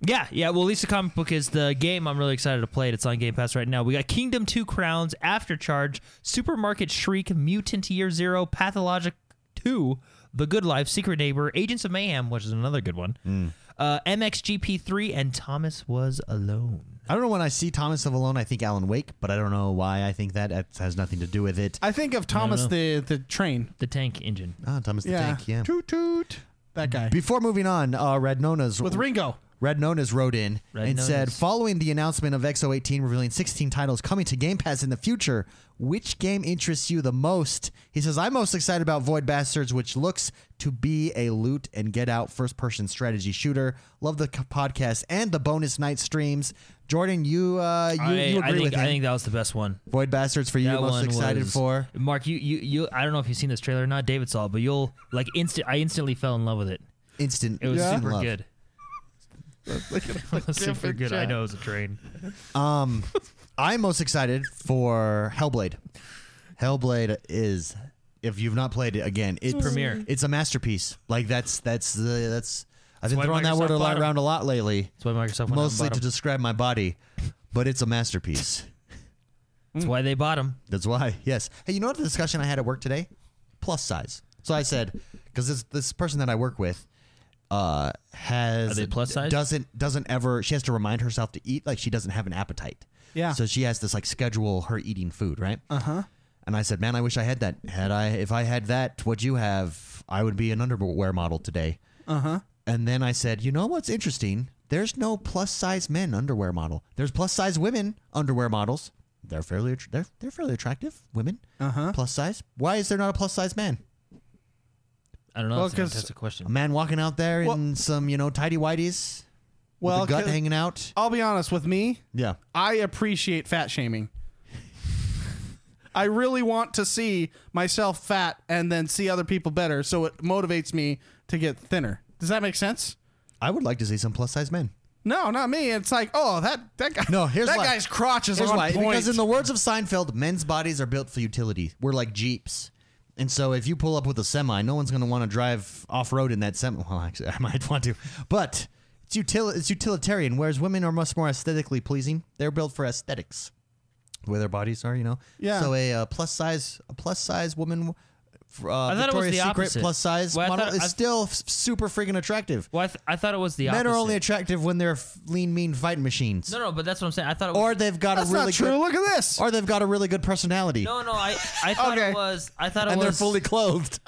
[SPEAKER 3] yeah, yeah. Well, at least the comic book is the game. I'm really excited to play it. It's on Game Pass right now. We got Kingdom Two Crowns, Aftercharge, Supermarket Shriek, Mutant Year Zero, Pathologic Two, The Good Life, Secret Neighbor, Agents of Mayhem, which is another good one. Uh, MXGP Three, and Thomas was alone.
[SPEAKER 1] I don't know when I see Thomas of Alone, I think Alan Wake, but I don't know why I think that. That has nothing to do with it.
[SPEAKER 2] I think of Thomas the the train.
[SPEAKER 3] The tank engine.
[SPEAKER 1] Ah, Thomas the
[SPEAKER 2] yeah.
[SPEAKER 1] Tank, yeah.
[SPEAKER 2] Toot toot. That guy
[SPEAKER 1] Before moving on, uh, Red Nona's
[SPEAKER 2] with Ringo.
[SPEAKER 1] Red Nona's wrote in
[SPEAKER 3] Red
[SPEAKER 1] and said,
[SPEAKER 3] Nona's.
[SPEAKER 1] following the announcement of XO18 revealing 16 titles coming to Game Pass in the future, which game interests you the most? He says, I'm most excited about Void Bastards, which looks to be a loot and get out first person strategy shooter. Love the c- podcast and the bonus night streams. Jordan, you uh, you,
[SPEAKER 3] I,
[SPEAKER 1] you agree
[SPEAKER 3] I think
[SPEAKER 1] with him.
[SPEAKER 3] I think that was the best one.
[SPEAKER 1] Void Bastards for you,
[SPEAKER 3] that
[SPEAKER 1] most
[SPEAKER 3] one
[SPEAKER 1] excited
[SPEAKER 3] was-
[SPEAKER 1] for.
[SPEAKER 3] Mark. You, you you I don't know if you've seen this trailer or not. David saw it, but you'll like instant. I instantly fell in love with it.
[SPEAKER 1] Instant.
[SPEAKER 3] It was
[SPEAKER 2] Yeah?
[SPEAKER 1] instant
[SPEAKER 3] super
[SPEAKER 1] love.
[SPEAKER 3] good. It was super good. I know it was a train.
[SPEAKER 1] Um, I'm most excited for Hellblade. Hellblade is, if you've not played it again, it's
[SPEAKER 3] Premiere.
[SPEAKER 1] It's a masterpiece. Like that's that's the that's. I've been
[SPEAKER 3] why
[SPEAKER 1] throwing that word
[SPEAKER 3] Microsoft
[SPEAKER 1] a lot,
[SPEAKER 3] bought 'em.
[SPEAKER 1] around a lot lately,
[SPEAKER 3] That's why Microsoft went
[SPEAKER 1] mostly
[SPEAKER 3] out
[SPEAKER 1] to
[SPEAKER 3] and bought 'em.
[SPEAKER 1] describe my body, but it's a masterpiece.
[SPEAKER 3] That's
[SPEAKER 1] Mm.
[SPEAKER 3] why they bought them.
[SPEAKER 1] That's why. Yes. Hey, you know what the discussion I had at work today? Plus size. So I said, because this this person that I work with uh has
[SPEAKER 3] Are they plus size?
[SPEAKER 1] doesn't doesn't ever she has to remind herself to eat like she doesn't have an appetite.
[SPEAKER 2] Yeah.
[SPEAKER 1] So she has this like schedule her eating food, right?
[SPEAKER 2] Uh huh.
[SPEAKER 1] And I said, "Man, I wish I had that. Had I if I had that, what you have, I would be an underwear model today."
[SPEAKER 2] Uh huh.
[SPEAKER 1] And then I said, you know what's interesting? There's no plus size men underwear model. There's plus size women underwear models. They're fairly attr- they're, they're fairly attractive women.
[SPEAKER 2] Uh-huh.
[SPEAKER 1] Plus size. Why is there not a plus size man?
[SPEAKER 3] I don't know.
[SPEAKER 2] Well,
[SPEAKER 3] that's a
[SPEAKER 2] 'cause-
[SPEAKER 3] fantastic
[SPEAKER 1] A
[SPEAKER 3] question.
[SPEAKER 1] man walking out there in
[SPEAKER 2] Well-
[SPEAKER 1] some you know tidy whities
[SPEAKER 2] Well,
[SPEAKER 1] with a gut
[SPEAKER 2] 'cause-
[SPEAKER 1] hanging out.
[SPEAKER 2] I'll be honest with me.
[SPEAKER 1] Yeah.
[SPEAKER 2] I appreciate fat shaming. I really want to see myself fat and then see other people better, so it motivates me to get thinner. Does that make sense?
[SPEAKER 1] I would like to see some plus size men.
[SPEAKER 2] No, not me. It's like, oh, that that guy.
[SPEAKER 1] No, here's
[SPEAKER 2] that
[SPEAKER 1] why.
[SPEAKER 2] guy's crotch is
[SPEAKER 1] Here's
[SPEAKER 2] on
[SPEAKER 1] why.
[SPEAKER 2] point.
[SPEAKER 1] Because in the words of Seinfeld, men's bodies are built for utility. We're like jeeps. And so if you pull up with a semi, no one's going to want to drive off road in that semi. Well, actually, I might want to, but It's, util- it's utilitarian, whereas women are much more aesthetically pleasing. They're built for aesthetics, the way their bodies are, you know.
[SPEAKER 2] Yeah.
[SPEAKER 1] So a uh, plus size, a plus size woman. f- Uh,
[SPEAKER 3] I thought it was
[SPEAKER 1] Victoria's
[SPEAKER 3] the
[SPEAKER 1] Secret
[SPEAKER 3] opposite.
[SPEAKER 1] plus size
[SPEAKER 3] Well, I
[SPEAKER 1] model
[SPEAKER 3] thought-
[SPEAKER 1] is
[SPEAKER 3] I-
[SPEAKER 1] still f- super freaking attractive.
[SPEAKER 3] Well, I, th- I thought it was the
[SPEAKER 1] Men
[SPEAKER 3] opposite.
[SPEAKER 1] are only attractive when they're f- lean, mean fight machines,
[SPEAKER 3] no, no, but that's what I'm saying. I thought it was
[SPEAKER 1] or they've got
[SPEAKER 2] That's
[SPEAKER 1] a really
[SPEAKER 2] not true.
[SPEAKER 1] good,
[SPEAKER 2] Look at this.
[SPEAKER 1] or they've got a really good personality,
[SPEAKER 3] No, no, I, I thought
[SPEAKER 2] Okay.
[SPEAKER 3] it was. I thought it
[SPEAKER 1] and
[SPEAKER 3] was.
[SPEAKER 1] they're fully clothed.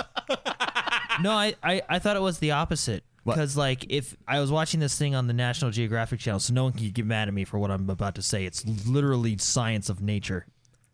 [SPEAKER 3] No, I, I, I thought it was the opposite.
[SPEAKER 1] What?
[SPEAKER 3] Because like if I was watching this thing on the National Geographic Channel, so no one can get mad at me for what I'm about to say. It's literally science of nature.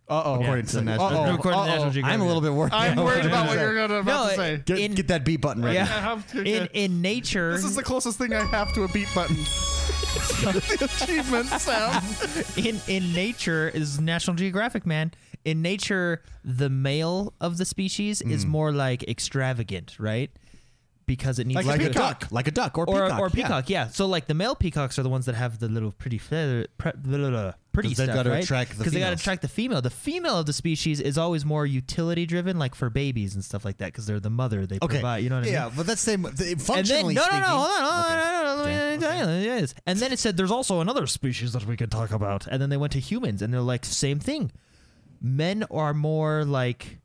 [SPEAKER 1] Uh oh,
[SPEAKER 3] Yeah,
[SPEAKER 1] according to
[SPEAKER 3] so-
[SPEAKER 1] the national.
[SPEAKER 3] uh-oh, According to the
[SPEAKER 1] Uh-oh.
[SPEAKER 3] National Geographic.
[SPEAKER 1] I'm a little bit worried.
[SPEAKER 2] I'm
[SPEAKER 1] now.
[SPEAKER 2] worried about what you're gonna about
[SPEAKER 3] No,
[SPEAKER 2] to say.
[SPEAKER 3] it-
[SPEAKER 1] Get,
[SPEAKER 3] In-
[SPEAKER 1] get that B button right.
[SPEAKER 3] Yeah.
[SPEAKER 1] now.
[SPEAKER 2] I'm-
[SPEAKER 3] In in nature,
[SPEAKER 2] This is the closest thing I have to a beat button. the achievement sound.
[SPEAKER 3] in in nature is National Geographic, man. In nature, the male of the species
[SPEAKER 1] Mm.
[SPEAKER 3] is more like extravagant, right? Because it needs
[SPEAKER 1] Like,
[SPEAKER 3] to
[SPEAKER 1] a duck, like a duck, or,
[SPEAKER 3] or
[SPEAKER 1] peacock,
[SPEAKER 3] or
[SPEAKER 1] yeah.
[SPEAKER 3] peacock, yeah. So like the male peacocks are the ones that have the little pretty feather, pre, blah, blah, blah, pretty
[SPEAKER 1] 'Cause they've
[SPEAKER 3] stuff,
[SPEAKER 1] gotta
[SPEAKER 3] right?
[SPEAKER 1] attract the
[SPEAKER 3] they got to
[SPEAKER 1] females.
[SPEAKER 3] attract the female. The female of the species is always more utility driven, like for babies and stuff like that, because they're the mother. They
[SPEAKER 1] Okay,
[SPEAKER 3] provide, you know what I
[SPEAKER 1] yeah,
[SPEAKER 3] mean?
[SPEAKER 1] but that's the the-
[SPEAKER 3] And then no,
[SPEAKER 1] functionally
[SPEAKER 3] no, no,
[SPEAKER 1] speaking-
[SPEAKER 3] hold on, hold on,
[SPEAKER 1] Okay.
[SPEAKER 3] no, no, no, let me
[SPEAKER 1] Okay.
[SPEAKER 3] tell you, yes. And then it said there's also another species that we could talk about. And then they went to humans, and they're like same thing. Men are more like.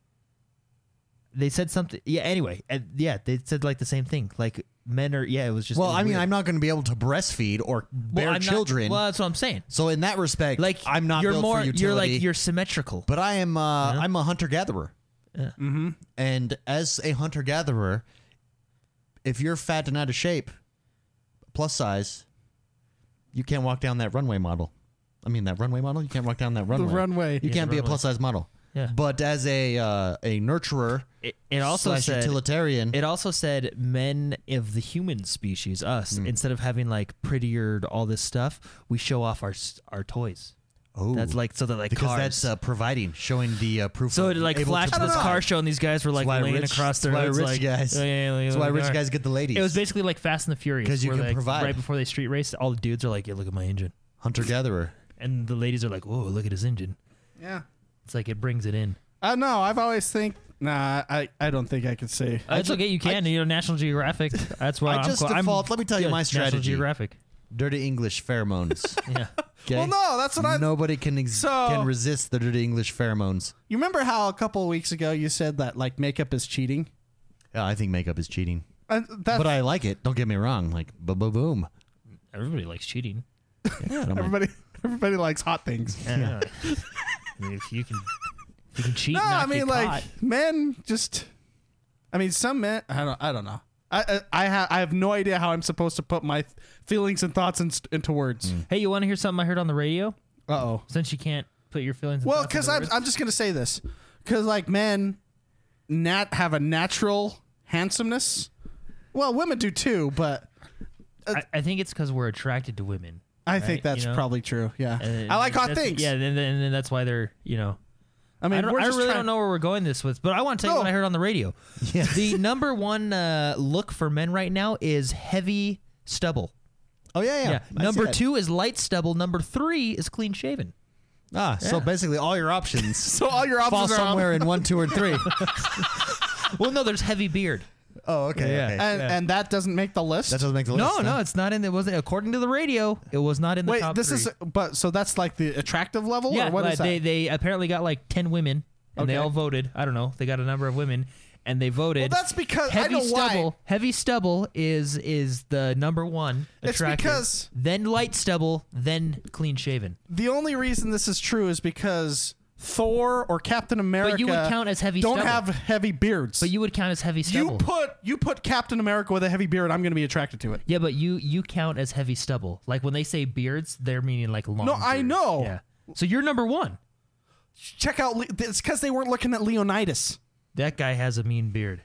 [SPEAKER 3] They said something. Yeah. Anyway, and yeah, they said like the same thing. Like men are. Yeah, it was just.
[SPEAKER 1] Well,
[SPEAKER 3] it was
[SPEAKER 1] I mean,
[SPEAKER 3] weird.
[SPEAKER 1] I'm not going to be able to breastfeed or
[SPEAKER 3] Well,
[SPEAKER 1] bear
[SPEAKER 3] I'm not-
[SPEAKER 1] children.
[SPEAKER 3] well, that's what I'm saying.
[SPEAKER 1] so in that respect,
[SPEAKER 3] Like
[SPEAKER 1] I'm not
[SPEAKER 3] You're
[SPEAKER 1] built
[SPEAKER 3] more.
[SPEAKER 1] for utility.
[SPEAKER 3] You're like you're symmetrical.
[SPEAKER 1] but I am. Uh, I'm a hunter gatherer. And as a hunter gatherer, if you're fat and out of shape, plus size, you can't walk down that runway model. I mean, that runway model. You can't walk down that runway.
[SPEAKER 2] runway.
[SPEAKER 1] You
[SPEAKER 3] Yeah,
[SPEAKER 1] can't
[SPEAKER 3] the
[SPEAKER 1] be a
[SPEAKER 3] runway.
[SPEAKER 1] plus size model.
[SPEAKER 3] Yeah.
[SPEAKER 1] But as a uh, a nurturer,
[SPEAKER 3] It, it also
[SPEAKER 1] slash
[SPEAKER 3] said.
[SPEAKER 1] utilitarian.
[SPEAKER 3] It also said men of the human species, us.
[SPEAKER 1] Hmm.
[SPEAKER 3] Instead of having like prettier all this stuff, we show off our s- our toys.
[SPEAKER 1] oh,
[SPEAKER 3] That's like so that like
[SPEAKER 1] because
[SPEAKER 3] cars.
[SPEAKER 1] that's uh, providing, showing the uh, proof.
[SPEAKER 3] so
[SPEAKER 1] of
[SPEAKER 3] it like
[SPEAKER 1] able
[SPEAKER 3] flashed
[SPEAKER 1] to
[SPEAKER 3] this
[SPEAKER 1] provide.
[SPEAKER 3] car show, and these guys were like
[SPEAKER 1] why
[SPEAKER 3] laying
[SPEAKER 1] rich-
[SPEAKER 3] across their
[SPEAKER 1] that's why
[SPEAKER 3] heads,
[SPEAKER 1] rich
[SPEAKER 3] like
[SPEAKER 1] guys-
[SPEAKER 3] Yeah, yeah, yeah,
[SPEAKER 1] That's why
[SPEAKER 3] like,
[SPEAKER 1] rich
[SPEAKER 3] alright.
[SPEAKER 1] guys get the ladies.
[SPEAKER 3] It was basically like Fast and the Furious,
[SPEAKER 1] 'Cause you
[SPEAKER 3] where,
[SPEAKER 1] can
[SPEAKER 3] like,
[SPEAKER 1] provide.
[SPEAKER 3] right before they street race. All the dudes are like, "Yeah, look at my engine,"
[SPEAKER 1] hunter gatherer.
[SPEAKER 3] and the ladies are like, "Whoa, look at his engine."
[SPEAKER 2] Yeah.
[SPEAKER 3] It's like it brings it in.
[SPEAKER 2] I know. I've always think. Nah, I, I don't think I could say.
[SPEAKER 3] Uh, it's okay. You can. you know, National Geographic. That's why
[SPEAKER 1] I
[SPEAKER 3] I'm
[SPEAKER 1] just
[SPEAKER 3] co- I'm-
[SPEAKER 1] default- let me tell you
[SPEAKER 3] yeah,
[SPEAKER 1] my strategy.
[SPEAKER 3] National Geographic.
[SPEAKER 1] Dirty English pheromones.
[SPEAKER 3] Yeah.
[SPEAKER 1] Okay.
[SPEAKER 2] Well, no, that's what I.
[SPEAKER 1] Nobody can ex-
[SPEAKER 2] So-
[SPEAKER 1] can resist the dirty English pheromones.
[SPEAKER 2] You remember how a couple of weeks ago you said that like makeup is cheating?
[SPEAKER 1] Yeah, I think makeup is cheating,
[SPEAKER 2] Uh, that
[SPEAKER 1] but I like it. Don't get me wrong. Like boom, boom, boom.
[SPEAKER 3] Everybody likes cheating.
[SPEAKER 1] Yeah, and I'm like,
[SPEAKER 2] everybody everybody likes hot things.
[SPEAKER 3] Yeah. I mean, if you can, if you can cheat.
[SPEAKER 2] No,
[SPEAKER 3] and not
[SPEAKER 2] I mean
[SPEAKER 3] get
[SPEAKER 2] like
[SPEAKER 3] caught.
[SPEAKER 2] men just. I mean, some men. I don't. I don't know. I I, I, ha- I have no idea how I'm supposed to put my feelings and thoughts in, into words.
[SPEAKER 3] Hey, you want to hear something I heard on the radio?
[SPEAKER 2] Uh oh.
[SPEAKER 3] Since you can't put your feelings. and
[SPEAKER 2] Well,
[SPEAKER 3] thoughts into
[SPEAKER 2] because I'm,
[SPEAKER 3] words.
[SPEAKER 2] I'm just gonna say this, because like men, nat have a natural handsomeness. Well, women do too, but uh,
[SPEAKER 3] I, I think it's because we're attracted to women.
[SPEAKER 2] I
[SPEAKER 3] right?
[SPEAKER 2] think that's
[SPEAKER 3] You know?
[SPEAKER 2] probably true. Yeah,
[SPEAKER 3] And
[SPEAKER 2] I like hot
[SPEAKER 3] that's-
[SPEAKER 2] things.
[SPEAKER 3] Yeah, and then, and then that's why they're you know.
[SPEAKER 2] I mean,
[SPEAKER 3] I, don't,
[SPEAKER 2] we're
[SPEAKER 3] I
[SPEAKER 2] just
[SPEAKER 3] really
[SPEAKER 2] trying-
[SPEAKER 3] don't know where we're going this with, but I want to tell you
[SPEAKER 2] No.
[SPEAKER 3] what I heard on the radio. The number one uh, look for men right now is heavy stubble.
[SPEAKER 1] oh yeah, yeah.
[SPEAKER 3] Yeah.
[SPEAKER 1] I see
[SPEAKER 3] Number
[SPEAKER 1] that.
[SPEAKER 3] two is light stubble. Number three is clean shaven.
[SPEAKER 1] Ah, so
[SPEAKER 3] Yeah.
[SPEAKER 1] basically all your options
[SPEAKER 2] So all your
[SPEAKER 1] fall
[SPEAKER 2] options are
[SPEAKER 1] somewhere in one, two, or three.
[SPEAKER 3] Well, no, there's heavy beard.
[SPEAKER 1] oh, okay.
[SPEAKER 3] Yeah.
[SPEAKER 1] okay.
[SPEAKER 2] and,
[SPEAKER 3] Yeah.
[SPEAKER 2] and that doesn't make the list.
[SPEAKER 1] that doesn't make the list.
[SPEAKER 3] No,
[SPEAKER 1] huh?
[SPEAKER 3] no, it's not in. It wasn't according to the radio. It was not in the
[SPEAKER 2] Wait,
[SPEAKER 3] top
[SPEAKER 2] this
[SPEAKER 3] three.
[SPEAKER 2] is but so that's like the attractive level,
[SPEAKER 3] yeah.
[SPEAKER 2] or what
[SPEAKER 3] like,
[SPEAKER 2] is
[SPEAKER 3] they
[SPEAKER 2] that?
[SPEAKER 3] they apparently got like ten women, and they
[SPEAKER 2] Okay.
[SPEAKER 3] all voted. I don't know. They got a number of women, and they voted.
[SPEAKER 2] well, that's because I
[SPEAKER 3] heavy
[SPEAKER 2] know
[SPEAKER 3] stubble.
[SPEAKER 2] why.
[SPEAKER 3] Heavy stubble is is the number one.
[SPEAKER 2] It's
[SPEAKER 3] attractive,
[SPEAKER 2] because-
[SPEAKER 3] then light stubble, then clean shaven.
[SPEAKER 2] The only reason this is true is because Thor or Captain America
[SPEAKER 3] you would count as heavy
[SPEAKER 2] Don't
[SPEAKER 3] stubble.
[SPEAKER 2] have heavy beards,
[SPEAKER 3] But you would count as heavy
[SPEAKER 2] You
[SPEAKER 3] stubble.
[SPEAKER 2] put you put Captain America with a heavy beard. I'm going to be attracted to it.
[SPEAKER 3] yeah, but you you count as heavy stubble. Like when they say beards, they're meaning like long.
[SPEAKER 2] No, I
[SPEAKER 3] beards.
[SPEAKER 2] know.
[SPEAKER 3] Yeah. So you're number one.
[SPEAKER 2] Check out. Le- It's because they weren't looking at Leonidas.
[SPEAKER 3] That guy has a mean beard.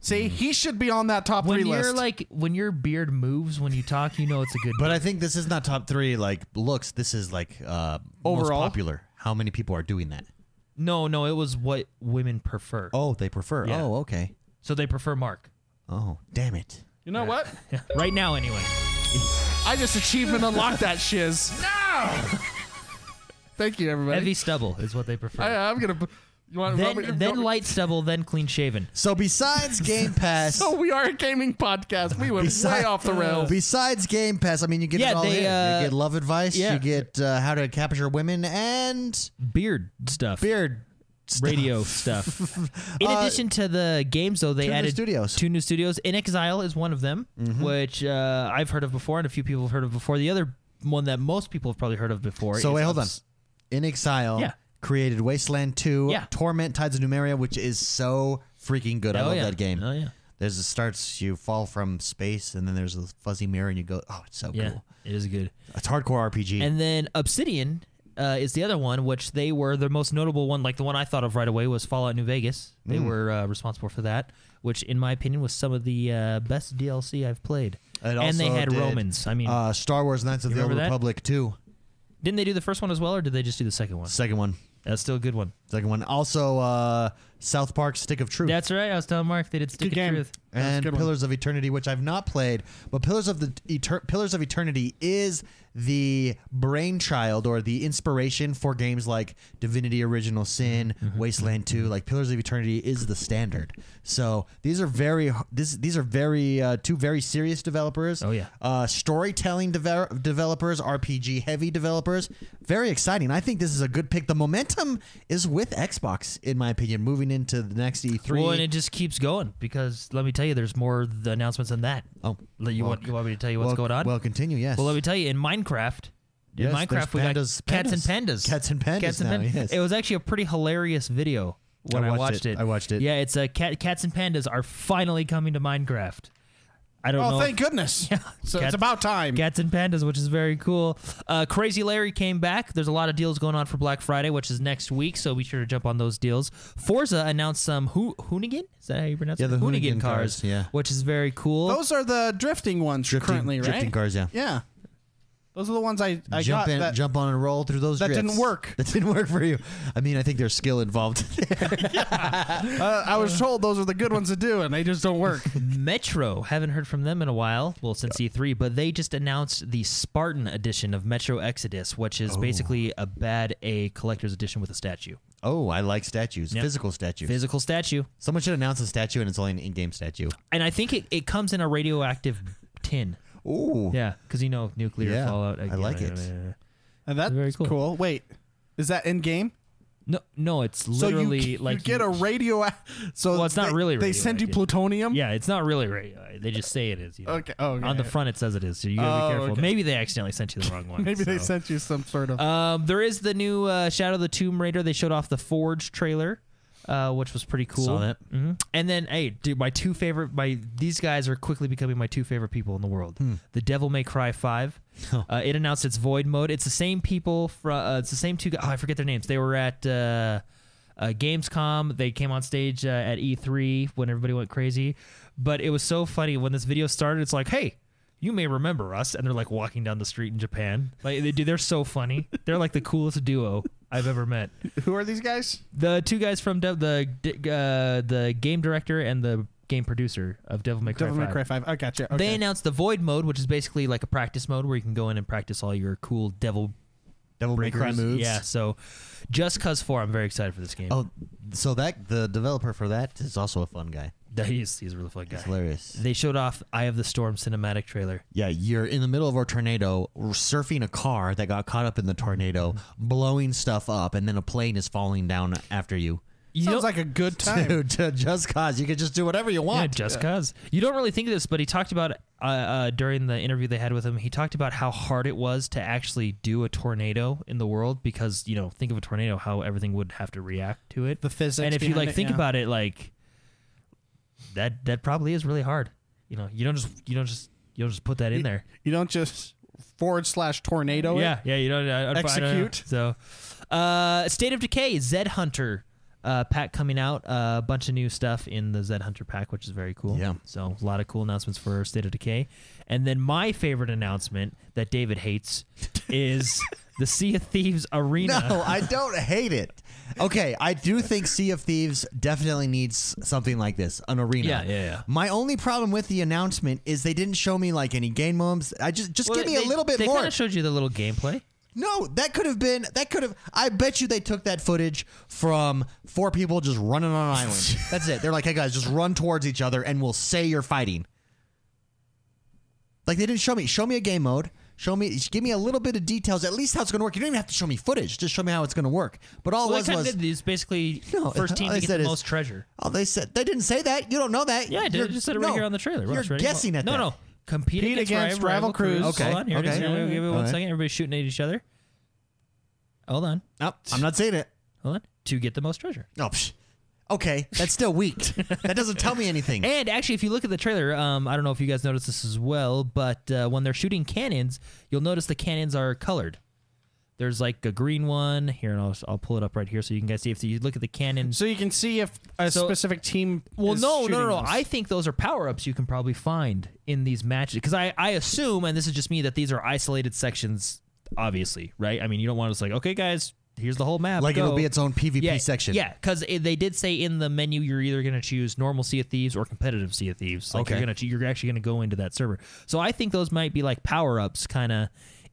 [SPEAKER 2] See, he should be on that top
[SPEAKER 3] When
[SPEAKER 2] three
[SPEAKER 3] you're
[SPEAKER 2] list.
[SPEAKER 3] like when your beard moves when you talk, you know it's a good.
[SPEAKER 1] But I think this is not top three like looks. This is like uh,
[SPEAKER 2] Overall?
[SPEAKER 1] most popular. How many people are doing that?
[SPEAKER 3] no, no, it was what women prefer.
[SPEAKER 1] Oh, they prefer.
[SPEAKER 3] Yeah.
[SPEAKER 1] Oh, okay.
[SPEAKER 3] So they prefer Mark.
[SPEAKER 1] Oh, damn it.
[SPEAKER 2] you know what?
[SPEAKER 3] right now, anyway.
[SPEAKER 2] I just achievement unlocked that shiz. No. Thank you, everybody.
[SPEAKER 3] Heavy stubble is what they prefer.
[SPEAKER 1] uh,
[SPEAKER 2] I, I'm gonna. You want
[SPEAKER 3] then
[SPEAKER 2] Robert-
[SPEAKER 3] then light stubble, then clean shaven.
[SPEAKER 1] So besides Game Pass,
[SPEAKER 2] So Oh, we are a gaming podcast. We went way
[SPEAKER 1] Besides-
[SPEAKER 2] off the rails.
[SPEAKER 1] Besides Game Pass, I mean, you get
[SPEAKER 3] Yeah,
[SPEAKER 1] it all
[SPEAKER 3] they,
[SPEAKER 1] in.
[SPEAKER 3] uh,
[SPEAKER 1] you get love advice.
[SPEAKER 3] yeah.
[SPEAKER 1] You get uh, how to capture women and
[SPEAKER 3] Beard stuff.
[SPEAKER 1] beard stuff.
[SPEAKER 3] Radio stuff. In
[SPEAKER 1] Uh,
[SPEAKER 3] addition to the games, though, they
[SPEAKER 1] two new
[SPEAKER 3] added
[SPEAKER 1] studios. Mm-hmm.
[SPEAKER 3] two new studios. In Exile is one of them, which uh, I've heard of before, and a few people have heard of before. The other one that most people have probably heard of before.
[SPEAKER 1] So
[SPEAKER 3] is
[SPEAKER 1] wait, hold on.
[SPEAKER 3] Obs-
[SPEAKER 1] In Exile
[SPEAKER 3] Yeah.
[SPEAKER 1] created Wasteland 2,
[SPEAKER 3] Yeah.
[SPEAKER 1] Torment Tides of Numeria, which is so freaking good. I
[SPEAKER 3] Oh,
[SPEAKER 1] love
[SPEAKER 3] yeah.
[SPEAKER 1] that game.
[SPEAKER 3] Oh yeah,
[SPEAKER 1] There's it starts you fall from space and then there's a fuzzy mirror and you go, "Oh, it's so
[SPEAKER 3] yeah,
[SPEAKER 1] cool."
[SPEAKER 3] it is good.
[SPEAKER 1] It's hardcore RPG.
[SPEAKER 3] And then Obsidian uh, is the other one, which they were the most notable one. Like the one I thought of right away was Fallout New Vegas. They were uh, responsible for that, which, in my opinion, was some of the uh, best DLC I've played.
[SPEAKER 1] It
[SPEAKER 3] and they
[SPEAKER 1] also
[SPEAKER 3] had
[SPEAKER 1] did,
[SPEAKER 3] Romans. I mean,
[SPEAKER 1] uh, Star Wars Knights of the Old
[SPEAKER 3] remember that?
[SPEAKER 1] Republic 2.
[SPEAKER 3] didn't they do the first one as well, or did they just do the second one?
[SPEAKER 1] Second one.
[SPEAKER 3] That's still a good one.
[SPEAKER 1] Second one. Also uh, South Park Stick of Truth.
[SPEAKER 3] That's right. I was telling Mark they did Stick
[SPEAKER 2] Good
[SPEAKER 3] of
[SPEAKER 2] game.
[SPEAKER 3] Truth.
[SPEAKER 2] That's a
[SPEAKER 1] and
[SPEAKER 2] good one.
[SPEAKER 1] Pillars of Eternity, which I've not played, but Pillars of the Eter- Pillars of Eternity is the brainchild or the inspiration for games like Divinity: Original Sin,
[SPEAKER 3] Mm-hmm.
[SPEAKER 1] Wasteland Two. Like Pillars of Eternity is the standard. So these are very this these are very uh, two very serious developers.
[SPEAKER 3] Oh, yeah.
[SPEAKER 1] uh, storytelling dever- developers, RPG heavy developers. Very exciting. I think this is a good pick. The momentum is with Xbox, in my opinion, moving into the next E E3.
[SPEAKER 3] Well, and it just keeps going because let me tell you, there's more the announcements than that.
[SPEAKER 1] oh.
[SPEAKER 3] Let You
[SPEAKER 1] Well,
[SPEAKER 3] want you want me to tell you what's
[SPEAKER 1] well,
[SPEAKER 3] going on?
[SPEAKER 1] Well, continue. Yes.
[SPEAKER 3] Well, let me tell you, in Minecraft,
[SPEAKER 1] Yes,
[SPEAKER 3] in
[SPEAKER 1] there's
[SPEAKER 3] Minecraft, we
[SPEAKER 1] pandas-
[SPEAKER 3] got cats and pandas.
[SPEAKER 1] Cats and pandas
[SPEAKER 3] Cats and
[SPEAKER 1] now,
[SPEAKER 3] pandas.
[SPEAKER 1] yes.
[SPEAKER 3] It was actually a pretty hilarious video when
[SPEAKER 1] I
[SPEAKER 3] I
[SPEAKER 1] watched
[SPEAKER 3] watched,
[SPEAKER 1] it.
[SPEAKER 3] it.
[SPEAKER 1] I watched it.
[SPEAKER 3] Yeah, it's a cat, cats and pandas are finally coming to Minecraft. I don't know.
[SPEAKER 2] Oh,
[SPEAKER 3] if-
[SPEAKER 2] thank goodness. So
[SPEAKER 3] Cat-
[SPEAKER 2] it's about time.
[SPEAKER 3] Cats and Pandas, which is very cool. Uh, Crazy Larry came back. There's a lot of deals going on for Black Friday, which is next week, so be sure to jump on those deals. Forza announced some Ho- Hoonigan. Is that how you pronounce
[SPEAKER 1] Yeah,
[SPEAKER 3] it?
[SPEAKER 1] the Hoonigan cars,
[SPEAKER 3] cars.
[SPEAKER 1] yeah.
[SPEAKER 3] which is very cool.
[SPEAKER 2] Those are the drifting ones
[SPEAKER 1] Drifting-
[SPEAKER 2] currently, right?
[SPEAKER 1] drifting cars, yeah.
[SPEAKER 2] Yeah. Those are the ones I, I
[SPEAKER 1] jump
[SPEAKER 2] got
[SPEAKER 1] in,
[SPEAKER 2] that-
[SPEAKER 1] jump on, and roll through those.
[SPEAKER 2] That
[SPEAKER 1] drifts.
[SPEAKER 2] didn't work.
[SPEAKER 1] That didn't work for you. I mean, I think there's skill involved.
[SPEAKER 2] uh, I was told those are the good ones to do, and they just don't work.
[SPEAKER 3] Metro, haven't heard from them in a while. Well, since E3, but they just announced the Spartan edition of Metro Exodus, which
[SPEAKER 2] Oh.
[SPEAKER 3] is basically a bad A collector's edition with a statue,
[SPEAKER 1] oh, I like statues,
[SPEAKER 3] Yep.
[SPEAKER 1] physical statues.
[SPEAKER 3] physical statue.
[SPEAKER 1] Someone should announce a statue, and it's only an in-game statue.
[SPEAKER 3] And I think it, it comes in a radioactive tin.
[SPEAKER 1] Ooh,
[SPEAKER 3] Yeah, because you know nuclear
[SPEAKER 1] Yeah,
[SPEAKER 3] fallout.
[SPEAKER 1] I like it.
[SPEAKER 2] And that's
[SPEAKER 3] Very
[SPEAKER 2] cool.
[SPEAKER 3] cool.
[SPEAKER 2] Wait, is that in game?
[SPEAKER 3] No, no, it's
[SPEAKER 2] So you
[SPEAKER 3] literally
[SPEAKER 2] g- you,
[SPEAKER 3] like
[SPEAKER 2] get a radio. So
[SPEAKER 3] Well, it's not
[SPEAKER 2] they-
[SPEAKER 3] really
[SPEAKER 2] They send you
[SPEAKER 3] radioactive.
[SPEAKER 2] plutonium.
[SPEAKER 3] yeah, it's not really radio. They just say it is. You know?
[SPEAKER 2] Okay. Oh, okay.
[SPEAKER 3] On the front, it says it is. So you gotta be
[SPEAKER 2] Oh,
[SPEAKER 3] careful.
[SPEAKER 2] okay.
[SPEAKER 3] Maybe they accidentally sent you the wrong one.
[SPEAKER 2] Maybe they
[SPEAKER 3] so.
[SPEAKER 2] sent you some sort of.
[SPEAKER 3] Um, there is the new uh, Shadow of the Tomb Raider. They showed off the Forge trailer, uh, which was pretty cool.
[SPEAKER 1] Saw that.
[SPEAKER 3] hmm And then, hey, dude, my two favorite. My these guys are quickly becoming my two favorite people in the world. The Devil May Cry Five. Uh, it announced its Void mode. It's the same people from. Uh, it's the same two. guys. Oh, I forget their names. They were at. Uh, uh, Gamescom. They came on stage uh, at E3 when everybody went crazy. But it was so funny when this video started. It's like, hey, you may remember us, and they're like walking down the street in Japan. Like they do. They're so funny. They're like the coolest duo I've ever met.
[SPEAKER 2] who are these guys?
[SPEAKER 3] The two guys from Dev the d- uh, the game director and the game producer of Devil May Cry.
[SPEAKER 2] Devil May
[SPEAKER 3] 5.
[SPEAKER 2] Cry Five. I gotcha. Okay.
[SPEAKER 3] They announced the Void mode, which is basically like a practice mode where you can go in and practice all your cool Devil
[SPEAKER 1] Devil May Cry
[SPEAKER 3] Breakers.
[SPEAKER 1] moves.
[SPEAKER 3] Yeah. So, just cause four, I'm very excited for this game.
[SPEAKER 1] Oh, so that the developer for that is also a fun guy.
[SPEAKER 3] That he's he's a really fun guy.
[SPEAKER 1] It's hilarious.
[SPEAKER 3] They showed off Eye of the Storm cinematic trailer.
[SPEAKER 1] Yeah, you're in the middle of a tornado, surfing a car that got caught up in the tornado, blowing stuff up, and then a plane is falling down after you.
[SPEAKER 3] You
[SPEAKER 2] Sounds
[SPEAKER 3] don't-
[SPEAKER 2] like a good time.
[SPEAKER 1] Dude, to just cause you could just do whatever you
[SPEAKER 3] yeah,
[SPEAKER 1] want.
[SPEAKER 3] just cause you don't really think of this, but he talked about uh, uh, during the interview they had with him. He talked about how hard it was to actually do a tornado in the world because you know think of a tornado how everything would have to react to it.
[SPEAKER 2] The physics.
[SPEAKER 3] and if you
[SPEAKER 2] behind
[SPEAKER 3] like
[SPEAKER 2] it,
[SPEAKER 3] think
[SPEAKER 2] yeah.
[SPEAKER 3] about it, like that that probably is really hard. You know, you don't just you don't just you don't just put that in there.
[SPEAKER 2] you don't just forward slash
[SPEAKER 1] Oh,
[SPEAKER 2] tornado. it.
[SPEAKER 3] Yeah, yeah, you don't I, I- I don't know.
[SPEAKER 2] Execute.
[SPEAKER 3] So, uh, State of Decay Zed Hunter uh, pack coming out. Uh, a bunch of new stuff in the Zed Hunter pack, which is very cool.
[SPEAKER 1] Yeah.
[SPEAKER 3] So a lot of cool announcements for State of Decay, and then my favorite announcement that David hates is the Sea of Thieves Arena.
[SPEAKER 1] No, I don't hate it. Okay, I do think Sea of Thieves definitely needs something like this, an arena.
[SPEAKER 3] Yeah, yeah, yeah.
[SPEAKER 1] My only problem with the announcement is they didn't show me like any game modes. I just just
[SPEAKER 3] Well,
[SPEAKER 1] give me
[SPEAKER 3] they-
[SPEAKER 1] a little bit
[SPEAKER 3] they
[SPEAKER 1] more.
[SPEAKER 3] kind of showed you the little gameplay.
[SPEAKER 1] No, that could have been. That could have. I bet you they took that footage from four people just running on an island. That's it. They're like, hey guys, just run towards each other, and we'll say you're fighting. Like they didn't show me. Show me a game mode. Show me. Give me a little bit of details. At least how it's going to work. You don't even have to show me footage. Just show me how it's going to work. But all
[SPEAKER 3] Well,
[SPEAKER 1] it
[SPEAKER 3] they kind
[SPEAKER 1] Oh, was was.
[SPEAKER 3] of did these basically
[SPEAKER 1] No,
[SPEAKER 3] first team
[SPEAKER 1] all
[SPEAKER 3] to
[SPEAKER 1] they
[SPEAKER 3] get
[SPEAKER 1] said
[SPEAKER 3] the
[SPEAKER 1] is-
[SPEAKER 3] most treasure.
[SPEAKER 1] Oh, they said they didn't say that. You don't know that.
[SPEAKER 3] Yeah, I did. I just said it right
[SPEAKER 1] no,
[SPEAKER 3] here on the trailer.
[SPEAKER 1] You're
[SPEAKER 3] Watch, ready?
[SPEAKER 1] guessing
[SPEAKER 3] Well,
[SPEAKER 1] at
[SPEAKER 3] no,
[SPEAKER 1] that.
[SPEAKER 3] no. Compete
[SPEAKER 2] Compete
[SPEAKER 3] against,
[SPEAKER 2] against
[SPEAKER 3] rival,
[SPEAKER 2] Rival
[SPEAKER 3] Crews.
[SPEAKER 2] Crews.
[SPEAKER 1] Okay,
[SPEAKER 3] Hold on. Here it is.
[SPEAKER 1] okay.
[SPEAKER 3] Here, wait, give it
[SPEAKER 1] All
[SPEAKER 3] one
[SPEAKER 1] right.
[SPEAKER 3] second. Everybody's shooting at each other. Hold on.
[SPEAKER 1] no. I'm not saying it.
[SPEAKER 3] Hold on. To get the most treasure.
[SPEAKER 1] Oh, psh. okay. That's still weak. that doesn't tell me anything.
[SPEAKER 3] And actually, if you look at the trailer, um, I don't know if you guys noticed this as well, but uh, when they're shooting cannons, you'll notice the cannons are colored. There's like a green one here, and I'll, I'll pull it up right here so you can guys see. If you look at the cannon,
[SPEAKER 2] So you can see if a
[SPEAKER 3] So-
[SPEAKER 2] specific team.
[SPEAKER 3] well,
[SPEAKER 2] is
[SPEAKER 3] no, no,
[SPEAKER 2] shooting
[SPEAKER 3] no, no.
[SPEAKER 2] those.
[SPEAKER 3] I think those are power ups you can probably find in these matches because I, I assume, and this is just me, that these are isolated sections. Obviously, right? I mean, you don't want to just like, okay, guys, here's the whole map.
[SPEAKER 1] like it'll
[SPEAKER 3] go."
[SPEAKER 1] be its own PvP
[SPEAKER 3] yeah,
[SPEAKER 1] section.
[SPEAKER 3] Yeah, because they did say in the menu you're either going to choose normal Sea of Thieves or competitive Sea of Thieves. Like you're
[SPEAKER 1] Okay.
[SPEAKER 3] gonna ch- you're actually going to go into that server. So I think those might be like power ups, kind of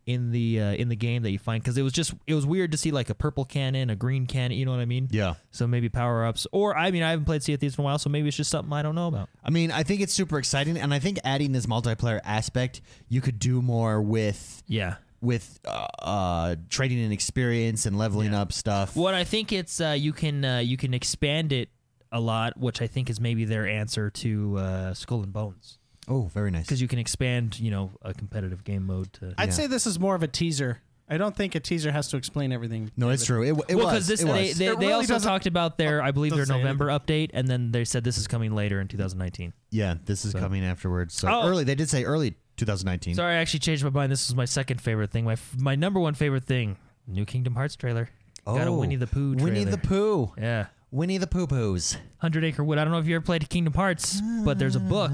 [SPEAKER 3] in the uh, in the game that you find because it was just it was weird to see like a purple cannon, a green cannon. You know what I mean?
[SPEAKER 1] Yeah.
[SPEAKER 3] So maybe power ups, or I mean I haven't played Sea of Thieves in a while, so maybe it's just something I don't know about.
[SPEAKER 1] I mean, I think it's super exciting, and I think adding this multiplayer aspect, you could do more with
[SPEAKER 3] Yeah.
[SPEAKER 1] with uh, uh, trading in experience and leveling up stuff.
[SPEAKER 3] What I think it's uh, you can uh, you can expand it a lot, which I think is maybe their answer to uh, Skull and Bones
[SPEAKER 1] oh, very nice.
[SPEAKER 3] because you can expand you know a competitive game mode to.
[SPEAKER 2] I'd
[SPEAKER 1] Yeah.
[SPEAKER 2] say this is more of a teaser. I don't think a teaser has to explain everything.
[SPEAKER 1] No, it's true. It, it
[SPEAKER 3] well,
[SPEAKER 1] was.
[SPEAKER 3] this
[SPEAKER 1] it Oh,
[SPEAKER 3] they,
[SPEAKER 1] was.
[SPEAKER 3] they,
[SPEAKER 2] It
[SPEAKER 3] they
[SPEAKER 2] really
[SPEAKER 3] also
[SPEAKER 2] doesn't-
[SPEAKER 3] talked about their I believe their
[SPEAKER 2] doesn't say
[SPEAKER 3] November update, and then they said this is coming later in 2019.
[SPEAKER 1] yeah, this is coming afterwards. So
[SPEAKER 3] Oh.
[SPEAKER 1] early, they did say early 2019.
[SPEAKER 3] Sorry, I actually changed my mind. This is my second favorite thing. My f- my number one favorite thing: New Kingdom Hearts trailer. Got a
[SPEAKER 1] Oh,
[SPEAKER 3] Winnie the Pooh. Trailer.
[SPEAKER 1] Winnie the Pooh.
[SPEAKER 3] Yeah,
[SPEAKER 1] Winnie the Pooh Poohs.
[SPEAKER 3] Hundred Acre Wood. I don't know if you ever played Kingdom Hearts, but there's a book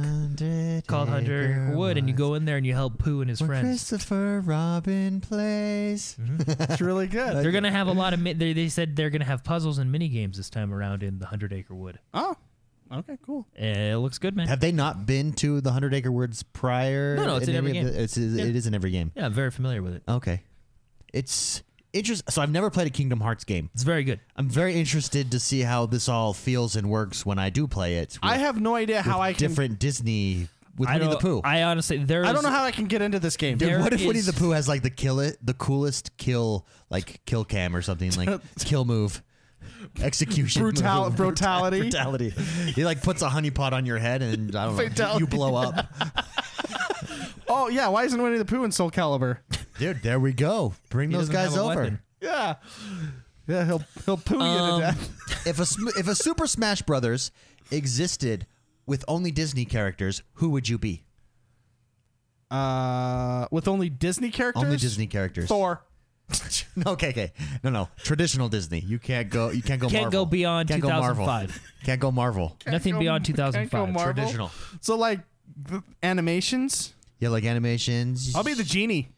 [SPEAKER 3] called Hundred Acre Wood, and you go in there and you help Pooh and his
[SPEAKER 1] where
[SPEAKER 3] friends. Mm-hmm.
[SPEAKER 1] Christopher Robin plays.
[SPEAKER 2] It's really
[SPEAKER 1] uh,
[SPEAKER 2] good.
[SPEAKER 3] They're gonna have a lot of. Mi- they, they said they're gonna have puzzles and mini games this time around in the Hundred Acre Wood.
[SPEAKER 2] oh, okay, cool.
[SPEAKER 3] Eh, It looks good, man.
[SPEAKER 1] Have they not been to the Hundred Acre Woods prior?
[SPEAKER 3] No, no, it's in every
[SPEAKER 1] any of
[SPEAKER 3] game.
[SPEAKER 1] the- it's, It is in every game.
[SPEAKER 3] Yeah, I'm very familiar with it.
[SPEAKER 1] Okay. It's interesting. So I've never played a Kingdom Hearts game.
[SPEAKER 3] It's very good.
[SPEAKER 1] I'm very interested to see how this all feels and works when I do play it. with-
[SPEAKER 2] I have no idea how
[SPEAKER 1] with
[SPEAKER 2] I can.
[SPEAKER 1] different Disney with
[SPEAKER 3] I
[SPEAKER 1] Winnie the
[SPEAKER 3] don't-
[SPEAKER 1] Pooh.
[SPEAKER 3] I honestly, there.
[SPEAKER 2] I don't
[SPEAKER 3] is-
[SPEAKER 2] know how I can get into this game.
[SPEAKER 3] There-
[SPEAKER 1] what if Winnie
[SPEAKER 3] is-
[SPEAKER 1] the Pooh has like the kill it, the coolest kill, like kill cam or something, like kill move, execution,
[SPEAKER 2] Brutal-
[SPEAKER 1] move,
[SPEAKER 2] brutality.
[SPEAKER 1] brutality. He like puts a honey pot on your head and I don't know,
[SPEAKER 2] Fatality.
[SPEAKER 1] you blow up,
[SPEAKER 2] Oh yeah, why isn't Winnie the Pooh in Soul Calibur?
[SPEAKER 1] dude. There we go. Bring
[SPEAKER 3] He
[SPEAKER 1] those
[SPEAKER 3] doesn't have
[SPEAKER 1] guys
[SPEAKER 3] a
[SPEAKER 1] over.
[SPEAKER 3] weapon.
[SPEAKER 2] Yeah, yeah, he'll he'll poo you to
[SPEAKER 3] Um,
[SPEAKER 2] death.
[SPEAKER 1] if a sm- if a Super Smash Brothers existed with only Disney characters, who would you be?
[SPEAKER 2] Uh, with only Disney characters.
[SPEAKER 1] Only Disney characters.
[SPEAKER 2] Thor.
[SPEAKER 1] No, okay, okay. No, no. Traditional Disney. You can't go. You can't go.
[SPEAKER 3] Can't
[SPEAKER 1] Marvel.
[SPEAKER 3] go beyond
[SPEAKER 1] Can't go Marvel.
[SPEAKER 3] 2005.
[SPEAKER 1] Can't go Marvel.
[SPEAKER 3] Nothing
[SPEAKER 2] go-
[SPEAKER 3] beyond
[SPEAKER 2] can't go
[SPEAKER 3] 2005.
[SPEAKER 2] Marvel.
[SPEAKER 1] Traditional.
[SPEAKER 2] So like the animations.
[SPEAKER 1] Yeah, like animations.
[SPEAKER 2] I'll be the genie.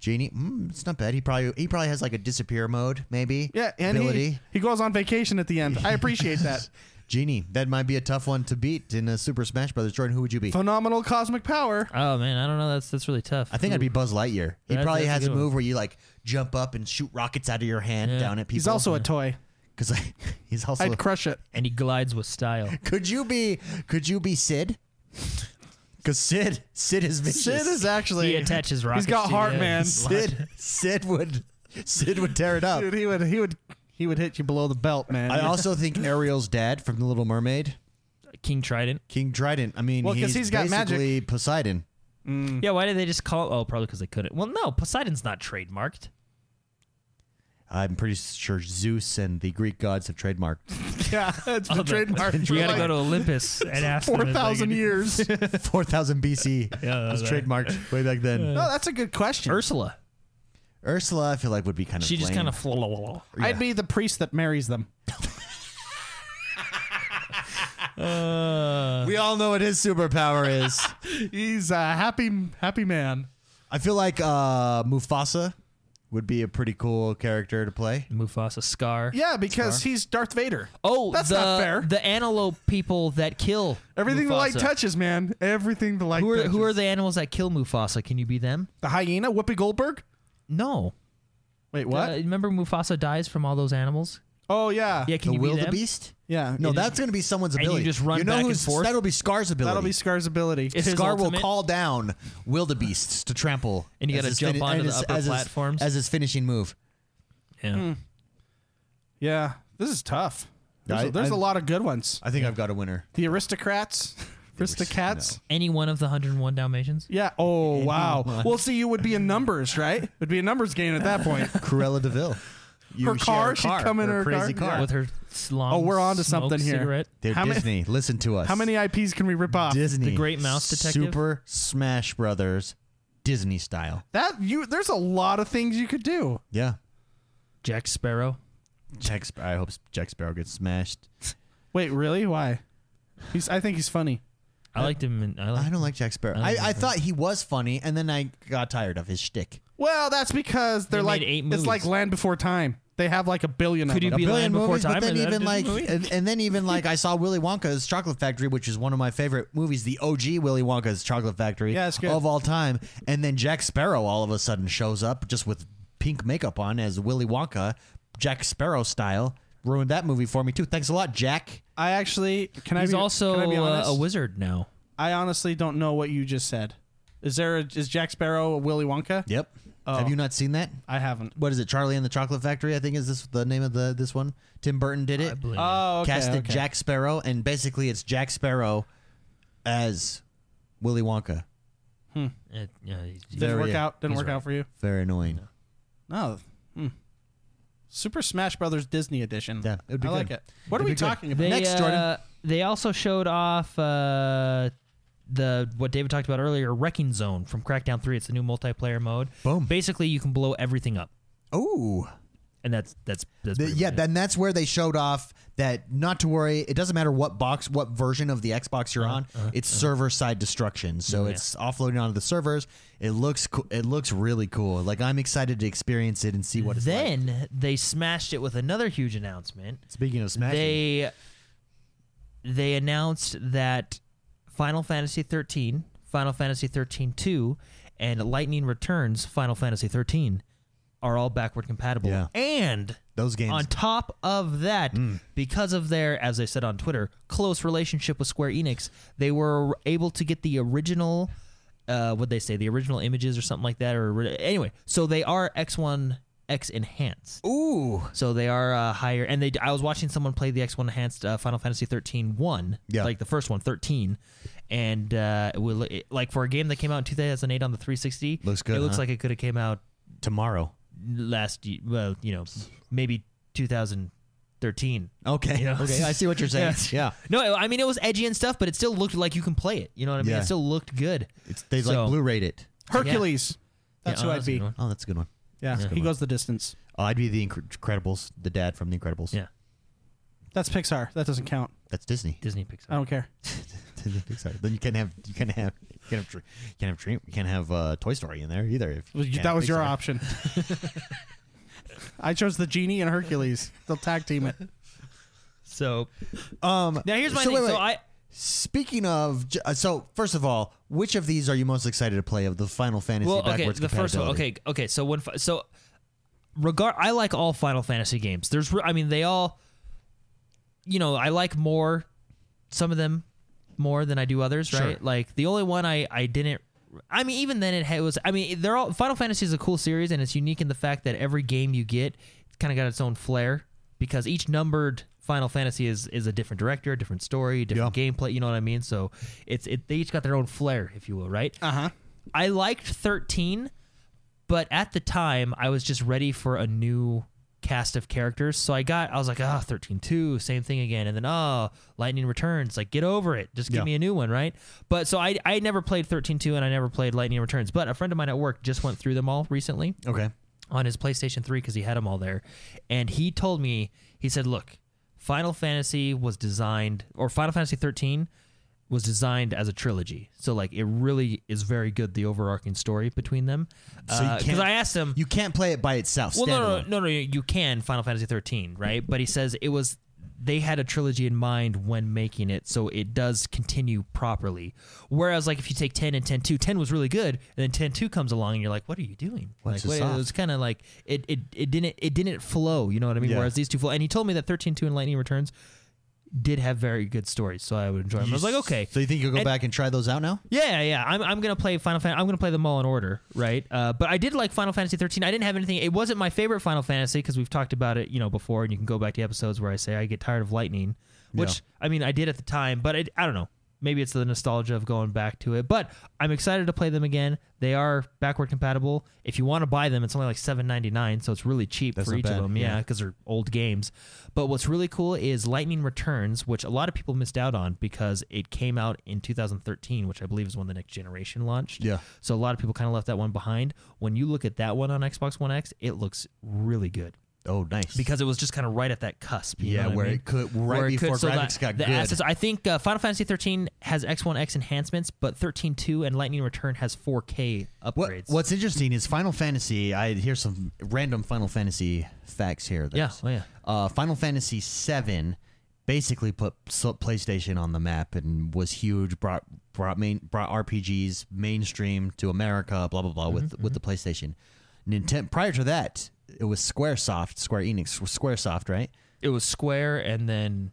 [SPEAKER 1] genie. Mm, it's not bad. He probably he probably has like a disappear mode, maybe.
[SPEAKER 2] Yeah, and he,
[SPEAKER 1] ability.
[SPEAKER 2] he goes on vacation at the end. I appreciate that.
[SPEAKER 1] Genie. That might be a tough one to beat in a Super Smash Brothers. Jordan, who would you be?
[SPEAKER 2] Phenomenal cosmic power.
[SPEAKER 3] Oh man, I don't know. That's that's really tough.
[SPEAKER 1] I think I'd be Buzz Lightyear. He
[SPEAKER 3] That-
[SPEAKER 1] probably
[SPEAKER 3] that's a
[SPEAKER 1] has a
[SPEAKER 3] good
[SPEAKER 1] move
[SPEAKER 3] one.
[SPEAKER 1] where you like jump up and shoot rockets out of your hand
[SPEAKER 3] Yeah.
[SPEAKER 1] down at people.
[SPEAKER 2] He's also a toy.
[SPEAKER 1] because he's also
[SPEAKER 2] I'd crush it.
[SPEAKER 3] and he glides with style.
[SPEAKER 1] Could you be? Could you be Sid? Because Sid, Sid is vicious.
[SPEAKER 2] Sid is actually
[SPEAKER 3] He attaches rockets.
[SPEAKER 2] He's got
[SPEAKER 3] to
[SPEAKER 2] heart,
[SPEAKER 3] the-
[SPEAKER 2] man.
[SPEAKER 1] Sid, Sid would, Sid would tear it up.
[SPEAKER 2] Dude, he would he would he would hit you below the belt, man.
[SPEAKER 1] I also think Ariel's dad from The Little Mermaid,
[SPEAKER 3] King Trident.
[SPEAKER 1] King Trident. I mean,
[SPEAKER 2] Well, 'cause
[SPEAKER 1] he's,
[SPEAKER 2] he's got magic.
[SPEAKER 1] basically Poseidon.
[SPEAKER 2] Mm.
[SPEAKER 3] Yeah, why did they just call? Oh, probably because they couldn't. Well, no, Poseidon's not trademarked.
[SPEAKER 1] I'm pretty sure Zeus and the Greek gods have trademarked.
[SPEAKER 2] yeah, it's been
[SPEAKER 3] Oh, the-
[SPEAKER 2] trademarked.
[SPEAKER 3] You
[SPEAKER 2] for
[SPEAKER 3] got to
[SPEAKER 2] like
[SPEAKER 3] go to Olympus and ask them if
[SPEAKER 2] four
[SPEAKER 3] they
[SPEAKER 2] thousand
[SPEAKER 3] could-
[SPEAKER 2] years. Oh, no,
[SPEAKER 1] 4000 BC
[SPEAKER 3] Yeah,
[SPEAKER 1] was
[SPEAKER 3] that-
[SPEAKER 1] trademarked way back then.
[SPEAKER 2] that's a good question.
[SPEAKER 3] Ursula.
[SPEAKER 1] Ursula, I feel like would be kind of.
[SPEAKER 3] She just
[SPEAKER 1] lame.
[SPEAKER 3] kind of. Oh,
[SPEAKER 2] I'd be the priest that marries them.
[SPEAKER 1] We all know what his superpower is.
[SPEAKER 2] He's a happy happy man.
[SPEAKER 1] I feel like uh, Mufasa would be a pretty cool character to play.
[SPEAKER 3] Mufasa, Scar.
[SPEAKER 2] Yeah, because he's Darth Vader.
[SPEAKER 3] Oh,
[SPEAKER 2] That's
[SPEAKER 3] the,
[SPEAKER 2] not fair.
[SPEAKER 3] The antelope people that kill
[SPEAKER 2] Everything the light
[SPEAKER 3] Mufasa.
[SPEAKER 2] touches, man. Everything the light
[SPEAKER 3] Who are
[SPEAKER 2] touches.
[SPEAKER 3] who are the animals that kill Mufasa? Can you be them?
[SPEAKER 2] The hyena, Whoopi Goldberg.
[SPEAKER 3] No.
[SPEAKER 2] Wait, what?
[SPEAKER 3] Uh, remember Mufasa dies from all those animals?
[SPEAKER 2] oh yeah.
[SPEAKER 3] Yeah, can
[SPEAKER 1] the
[SPEAKER 3] you be them?
[SPEAKER 1] wildebeest?
[SPEAKER 2] Yeah.
[SPEAKER 1] No,
[SPEAKER 3] It is-
[SPEAKER 1] that's going to be someone's
[SPEAKER 3] and you
[SPEAKER 1] ability.
[SPEAKER 3] just run
[SPEAKER 1] know
[SPEAKER 3] back and
[SPEAKER 1] who's,
[SPEAKER 3] forth?
[SPEAKER 1] That'll be Scar's ability.
[SPEAKER 2] That'll be Scar's ability.
[SPEAKER 3] It's his
[SPEAKER 1] Scar will
[SPEAKER 3] ultimate.
[SPEAKER 1] call down wildebeests to trample,
[SPEAKER 3] And you
[SPEAKER 1] as
[SPEAKER 3] gotta
[SPEAKER 1] his
[SPEAKER 3] jump
[SPEAKER 1] and
[SPEAKER 3] onto the
[SPEAKER 1] his-
[SPEAKER 3] upper
[SPEAKER 1] as his-
[SPEAKER 3] platforms.
[SPEAKER 1] as his finishing move.
[SPEAKER 3] Yeah.
[SPEAKER 2] Yeah. This is tough. There's,
[SPEAKER 1] I-
[SPEAKER 2] a, there's
[SPEAKER 1] I-
[SPEAKER 2] a lot of good ones.
[SPEAKER 1] I think I've got a winner.
[SPEAKER 2] The aristocrats. Aristocats.
[SPEAKER 3] Any one of the 101 Dalmatians?
[SPEAKER 2] Yeah. Oh wow.
[SPEAKER 1] Anyone.
[SPEAKER 2] Well, see, you would be in numbers, right? It would be a numbers game at that point.
[SPEAKER 1] Cruella Deville. You
[SPEAKER 2] Her
[SPEAKER 1] share
[SPEAKER 2] car,
[SPEAKER 1] a
[SPEAKER 2] she'd come in her
[SPEAKER 1] crazy
[SPEAKER 2] car. Yeah.
[SPEAKER 3] With her s- long.
[SPEAKER 2] Oh, we're onto
[SPEAKER 3] smoked
[SPEAKER 2] something here.
[SPEAKER 3] Cigarette.
[SPEAKER 1] They're
[SPEAKER 2] How many-
[SPEAKER 1] Disney. Listen to us.
[SPEAKER 2] How many IPs can we rip off?
[SPEAKER 1] Disney?
[SPEAKER 3] The Great Mouse Detective?
[SPEAKER 1] Super Smash Brothers, Disney style.
[SPEAKER 2] That you. There's a lot of things you could do.
[SPEAKER 1] Yeah.
[SPEAKER 3] Jack Sparrow.
[SPEAKER 1] Jack Sp- I hope Jack Sparrow gets smashed.
[SPEAKER 2] Wait, really? Why? He's. I think he's funny. Uh,
[SPEAKER 3] I liked him. In, I
[SPEAKER 1] I
[SPEAKER 3] liked
[SPEAKER 1] don't like Jack Sparrow.
[SPEAKER 3] I
[SPEAKER 1] I,
[SPEAKER 3] don't
[SPEAKER 1] I
[SPEAKER 3] either.
[SPEAKER 1] thought he was funny, and then I got tired of his shtick.
[SPEAKER 2] Well, that's because they're
[SPEAKER 3] They made
[SPEAKER 2] like
[SPEAKER 3] eight
[SPEAKER 2] it's like
[SPEAKER 3] movies.
[SPEAKER 2] Land Before Time. They have like a billion
[SPEAKER 3] Could
[SPEAKER 2] of
[SPEAKER 3] you
[SPEAKER 2] them.
[SPEAKER 3] be- Land Before Time
[SPEAKER 1] but then
[SPEAKER 3] is that a
[SPEAKER 1] even
[SPEAKER 3] Disney
[SPEAKER 1] like,
[SPEAKER 3] movie?
[SPEAKER 1] and, and then even like, I saw Willy Wonka's Chocolate Factory, which is one of my favorite movies, the OG Willy Wonka's Chocolate Factory
[SPEAKER 2] Yeah, it's good.
[SPEAKER 1] of all time. And then Jack Sparrow all of a sudden shows up just with pink makeup on as Willy Wonka, Jack Sparrow style. Ruined that movie for me too. Thanks a lot, Jack.
[SPEAKER 2] I actually can I
[SPEAKER 3] He's
[SPEAKER 2] be,
[SPEAKER 3] also
[SPEAKER 2] can I be
[SPEAKER 3] uh,
[SPEAKER 2] honest?
[SPEAKER 3] a wizard now.
[SPEAKER 2] I honestly don't know what you just said. Is there a, is Jack Sparrow a Willy Wonka?
[SPEAKER 1] Yep.
[SPEAKER 2] Oh.
[SPEAKER 1] Have you not seen that?
[SPEAKER 2] I haven't.
[SPEAKER 1] What is it? Charlie and the Chocolate Factory. I think is this the name of the this one. Tim Burton did it.
[SPEAKER 3] I believe.
[SPEAKER 2] Oh, okay,
[SPEAKER 1] casted
[SPEAKER 2] okay.
[SPEAKER 1] Jack Sparrow, and basically it's Jack Sparrow as Willy Wonka.
[SPEAKER 3] It- Uh, yeah, he's-
[SPEAKER 2] Didn't
[SPEAKER 1] There
[SPEAKER 2] work
[SPEAKER 1] you-
[SPEAKER 2] out. Didn't
[SPEAKER 3] he's
[SPEAKER 2] work
[SPEAKER 3] right.
[SPEAKER 2] out for you.
[SPEAKER 1] Very annoying.
[SPEAKER 2] No. Hmm. Super Smash Brothers Disney Edition.
[SPEAKER 1] Yeah, it would be
[SPEAKER 2] I like
[SPEAKER 1] good.
[SPEAKER 2] it. What
[SPEAKER 1] It'd
[SPEAKER 2] are we
[SPEAKER 1] be good.
[SPEAKER 2] talking
[SPEAKER 3] They,
[SPEAKER 2] about?
[SPEAKER 1] Next, Jordan.
[SPEAKER 3] uh, They also showed off uh, the what David talked about earlier, Wrecking Zone from Crackdown Three. It's the new multiplayer mode.
[SPEAKER 1] Boom.
[SPEAKER 3] Basically, you can blow everything up,
[SPEAKER 1] Oh,
[SPEAKER 3] and that's that's that's pretty
[SPEAKER 1] yeah.
[SPEAKER 3] much it.
[SPEAKER 1] Then that's where they showed off that not to worry. It doesn't matter what box, what version of the Xbox you're on. it's server side destruction, so
[SPEAKER 3] Yeah.
[SPEAKER 1] it's offloading onto the servers. It looks co- it looks really cool. Like I'm excited to experience it and see what it's like.
[SPEAKER 3] then they smashed it with another huge announcement.
[SPEAKER 1] Speaking of smashing,
[SPEAKER 3] They they announced that Final Fantasy 13, Final Fantasy 13 2, and Lightning Returns Final Fantasy 13 are all backward compatible.
[SPEAKER 1] Yeah.
[SPEAKER 3] And
[SPEAKER 1] those games.
[SPEAKER 3] on top of that,
[SPEAKER 1] Hmm.
[SPEAKER 3] because of their, as they said on Twitter, close relationship with Square Enix, they were able to get the original, uh, what they say, the original images or something like that, or ri- anyway. So they are X One X enhanced.
[SPEAKER 1] Ooh,
[SPEAKER 3] So they are uh, higher, and they. I was watching someone play the X One enhanced uh, Final Fantasy 13 one,
[SPEAKER 1] Yeah.
[SPEAKER 3] like the first one, 13, and uh, it will, it- like for a game that came out in 2008 on the 360,
[SPEAKER 1] Looks good,
[SPEAKER 3] It looks
[SPEAKER 1] huh?
[SPEAKER 3] like it could have came out
[SPEAKER 1] tomorrow.
[SPEAKER 3] last year, well, you know, maybe 2013.
[SPEAKER 1] Okay,
[SPEAKER 3] You know?
[SPEAKER 1] okay. I see what you're saying. yeah.
[SPEAKER 3] No, I mean it was edgy and stuff, but it still looked like you can play it. You know what I mean?
[SPEAKER 1] Yeah.
[SPEAKER 3] It still looked good.
[SPEAKER 1] It's, they like
[SPEAKER 3] So-
[SPEAKER 1] Blu-rayed it.
[SPEAKER 2] Hercules. That's
[SPEAKER 3] Yeah,
[SPEAKER 2] who
[SPEAKER 3] oh,
[SPEAKER 2] I'd
[SPEAKER 3] that's a
[SPEAKER 2] be.
[SPEAKER 3] good one.
[SPEAKER 1] Oh, that's a good one.
[SPEAKER 2] Yeah,
[SPEAKER 3] Yeah.
[SPEAKER 2] he goes the distance.
[SPEAKER 1] Oh, I'd be the Incre- Incredibles, the dad from the Incredibles.
[SPEAKER 3] Yeah,
[SPEAKER 2] That's Pixar. That doesn't count.
[SPEAKER 1] that's Disney.
[SPEAKER 3] Disney
[SPEAKER 2] I
[SPEAKER 3] Pixar.
[SPEAKER 2] don't care.
[SPEAKER 1] Disney Pixar. Then you can't have you can't have you can't have Dr- you can't have Dream you can't have uh, Toy Story in there either. If you
[SPEAKER 2] Well, you-
[SPEAKER 1] can't
[SPEAKER 2] that
[SPEAKER 1] have
[SPEAKER 2] was your
[SPEAKER 1] Pixar.
[SPEAKER 2] option. I chose the genie and Hercules. They'll tag team it.
[SPEAKER 3] So
[SPEAKER 1] Um,
[SPEAKER 3] now here's my
[SPEAKER 1] so
[SPEAKER 3] thing.
[SPEAKER 1] wait,
[SPEAKER 3] So
[SPEAKER 1] wait.
[SPEAKER 3] I
[SPEAKER 1] Speaking of, j- uh, so first of all, which of these are you most excited to play of the Final Fantasy
[SPEAKER 3] well, okay,
[SPEAKER 1] backwards
[SPEAKER 3] the first one.
[SPEAKER 1] compatibility?
[SPEAKER 3] Okay, okay. So when fi- so regard, I like all Final Fantasy games. There's, re- I mean, they all, you know, I like more some of them more than I do others,
[SPEAKER 1] Sure.
[SPEAKER 3] right? Like the only one I I didn't. I mean, even then it ha- was. I mean, they're all Final Fantasy is a cool series, and it's unique in the fact that every game you get, it's kind of got its own flair because each numbered Final Fantasy is is a different director, different story, different gameplay. You know what I mean? So it's it. They each got their own flair, if you will, right?
[SPEAKER 2] Uh
[SPEAKER 1] Uh-huh.
[SPEAKER 2] huh.
[SPEAKER 3] I liked 13, but at the time I was just ready for a new cast of characters. So I got I was like, ah, 13 2, same thing again. And then oh, Lightning Returns. Like, get over it. Just give
[SPEAKER 1] Yeah.
[SPEAKER 3] me a new one, right? But so I I never played 13 2 and I never played Lightning Returns. But a friend of mine at work just went through them all recently
[SPEAKER 1] okay,
[SPEAKER 3] on his PlayStation 3 because he had them all there. And he told me, he said, look, Final Fantasy was designed, or Final Fantasy 13 was designed as a trilogy. So, like, it really is very good, the overarching story between them.
[SPEAKER 1] So you
[SPEAKER 3] Because
[SPEAKER 1] can't-
[SPEAKER 3] I asked him,
[SPEAKER 1] you can't play it by itself.
[SPEAKER 3] well, no, no,
[SPEAKER 1] standalone.
[SPEAKER 3] no, no, no, you can Final Fantasy 13, right? But he says it was they had a trilogy in mind when making it, so it does continue properly. Whereas, like if you take ten and 10 2, 10 was really good, and then 10 2 comes along, and you're like, "What are you doing?"
[SPEAKER 1] What's
[SPEAKER 3] like,
[SPEAKER 1] this
[SPEAKER 3] wait,
[SPEAKER 1] off?
[SPEAKER 3] it was kind of like it, it it didn't it didn't flow. You know what I mean?
[SPEAKER 1] Yeah.
[SPEAKER 3] Whereas these two flow. And he told me that 13 2 and Lightning Returns did have very good stories, so I would enjoy them. I was like, okay,
[SPEAKER 1] So you think you'll go
[SPEAKER 3] And-
[SPEAKER 1] back and try those out now?
[SPEAKER 3] yeah, yeah. I'm, I'm gonna play Final Fantasy. I'm gonna play them all in order, right? Uh, but I did like Final Fantasy 13. I didn't have anything. It wasn't my favorite Final Fantasy because we've talked about it, you know, before. And you can go back to episodes where I say I get tired of lightning, which I mean I did at the time. But I, I don't know. Maybe it's the nostalgia of going back to it. But I'm excited to play them again. They are backward compatible. If you want to buy them, it's only like 7.99, so it's really cheap
[SPEAKER 1] That's
[SPEAKER 3] for
[SPEAKER 1] not
[SPEAKER 3] each
[SPEAKER 1] bad,
[SPEAKER 3] of them. Yeah,
[SPEAKER 1] yeah.
[SPEAKER 3] because they're old games. But what's really cool is Lightning Returns, which a lot of people missed out on because it came out in 2013, which I believe is when the next generation launched.
[SPEAKER 1] Yeah.
[SPEAKER 3] So a lot of people kind of left that one behind. When you look at that one on Xbox One X, it looks really good
[SPEAKER 1] Oh, nice.
[SPEAKER 3] because it was just kind of right at that cusp. you
[SPEAKER 1] yeah,
[SPEAKER 3] know what I
[SPEAKER 1] where
[SPEAKER 3] mean?
[SPEAKER 1] it could right
[SPEAKER 3] Where it
[SPEAKER 1] before
[SPEAKER 3] could- so
[SPEAKER 1] graphics
[SPEAKER 3] that-
[SPEAKER 1] got
[SPEAKER 3] the
[SPEAKER 1] good.
[SPEAKER 3] assets- I think uh, Final Fantasy 13 has X1X enhancements, but 13.2 and Lightning Return has 4K upgrades.
[SPEAKER 1] What, what's interesting is Final Fantasy. I hear some random Final Fantasy facts here.
[SPEAKER 3] Yeah,
[SPEAKER 1] There's-
[SPEAKER 3] oh yeah.
[SPEAKER 1] Uh, Final Fantasy VII basically put s- PlayStation on the map and was huge. Brought brought main brought RPGs mainstream to America. Blah blah blah with
[SPEAKER 3] Mm-hmm,
[SPEAKER 1] with the PlayStation. Nintendo. Prior to that, it was SquareSoft, Square Enix, SquareSoft, right?
[SPEAKER 3] It was Square and then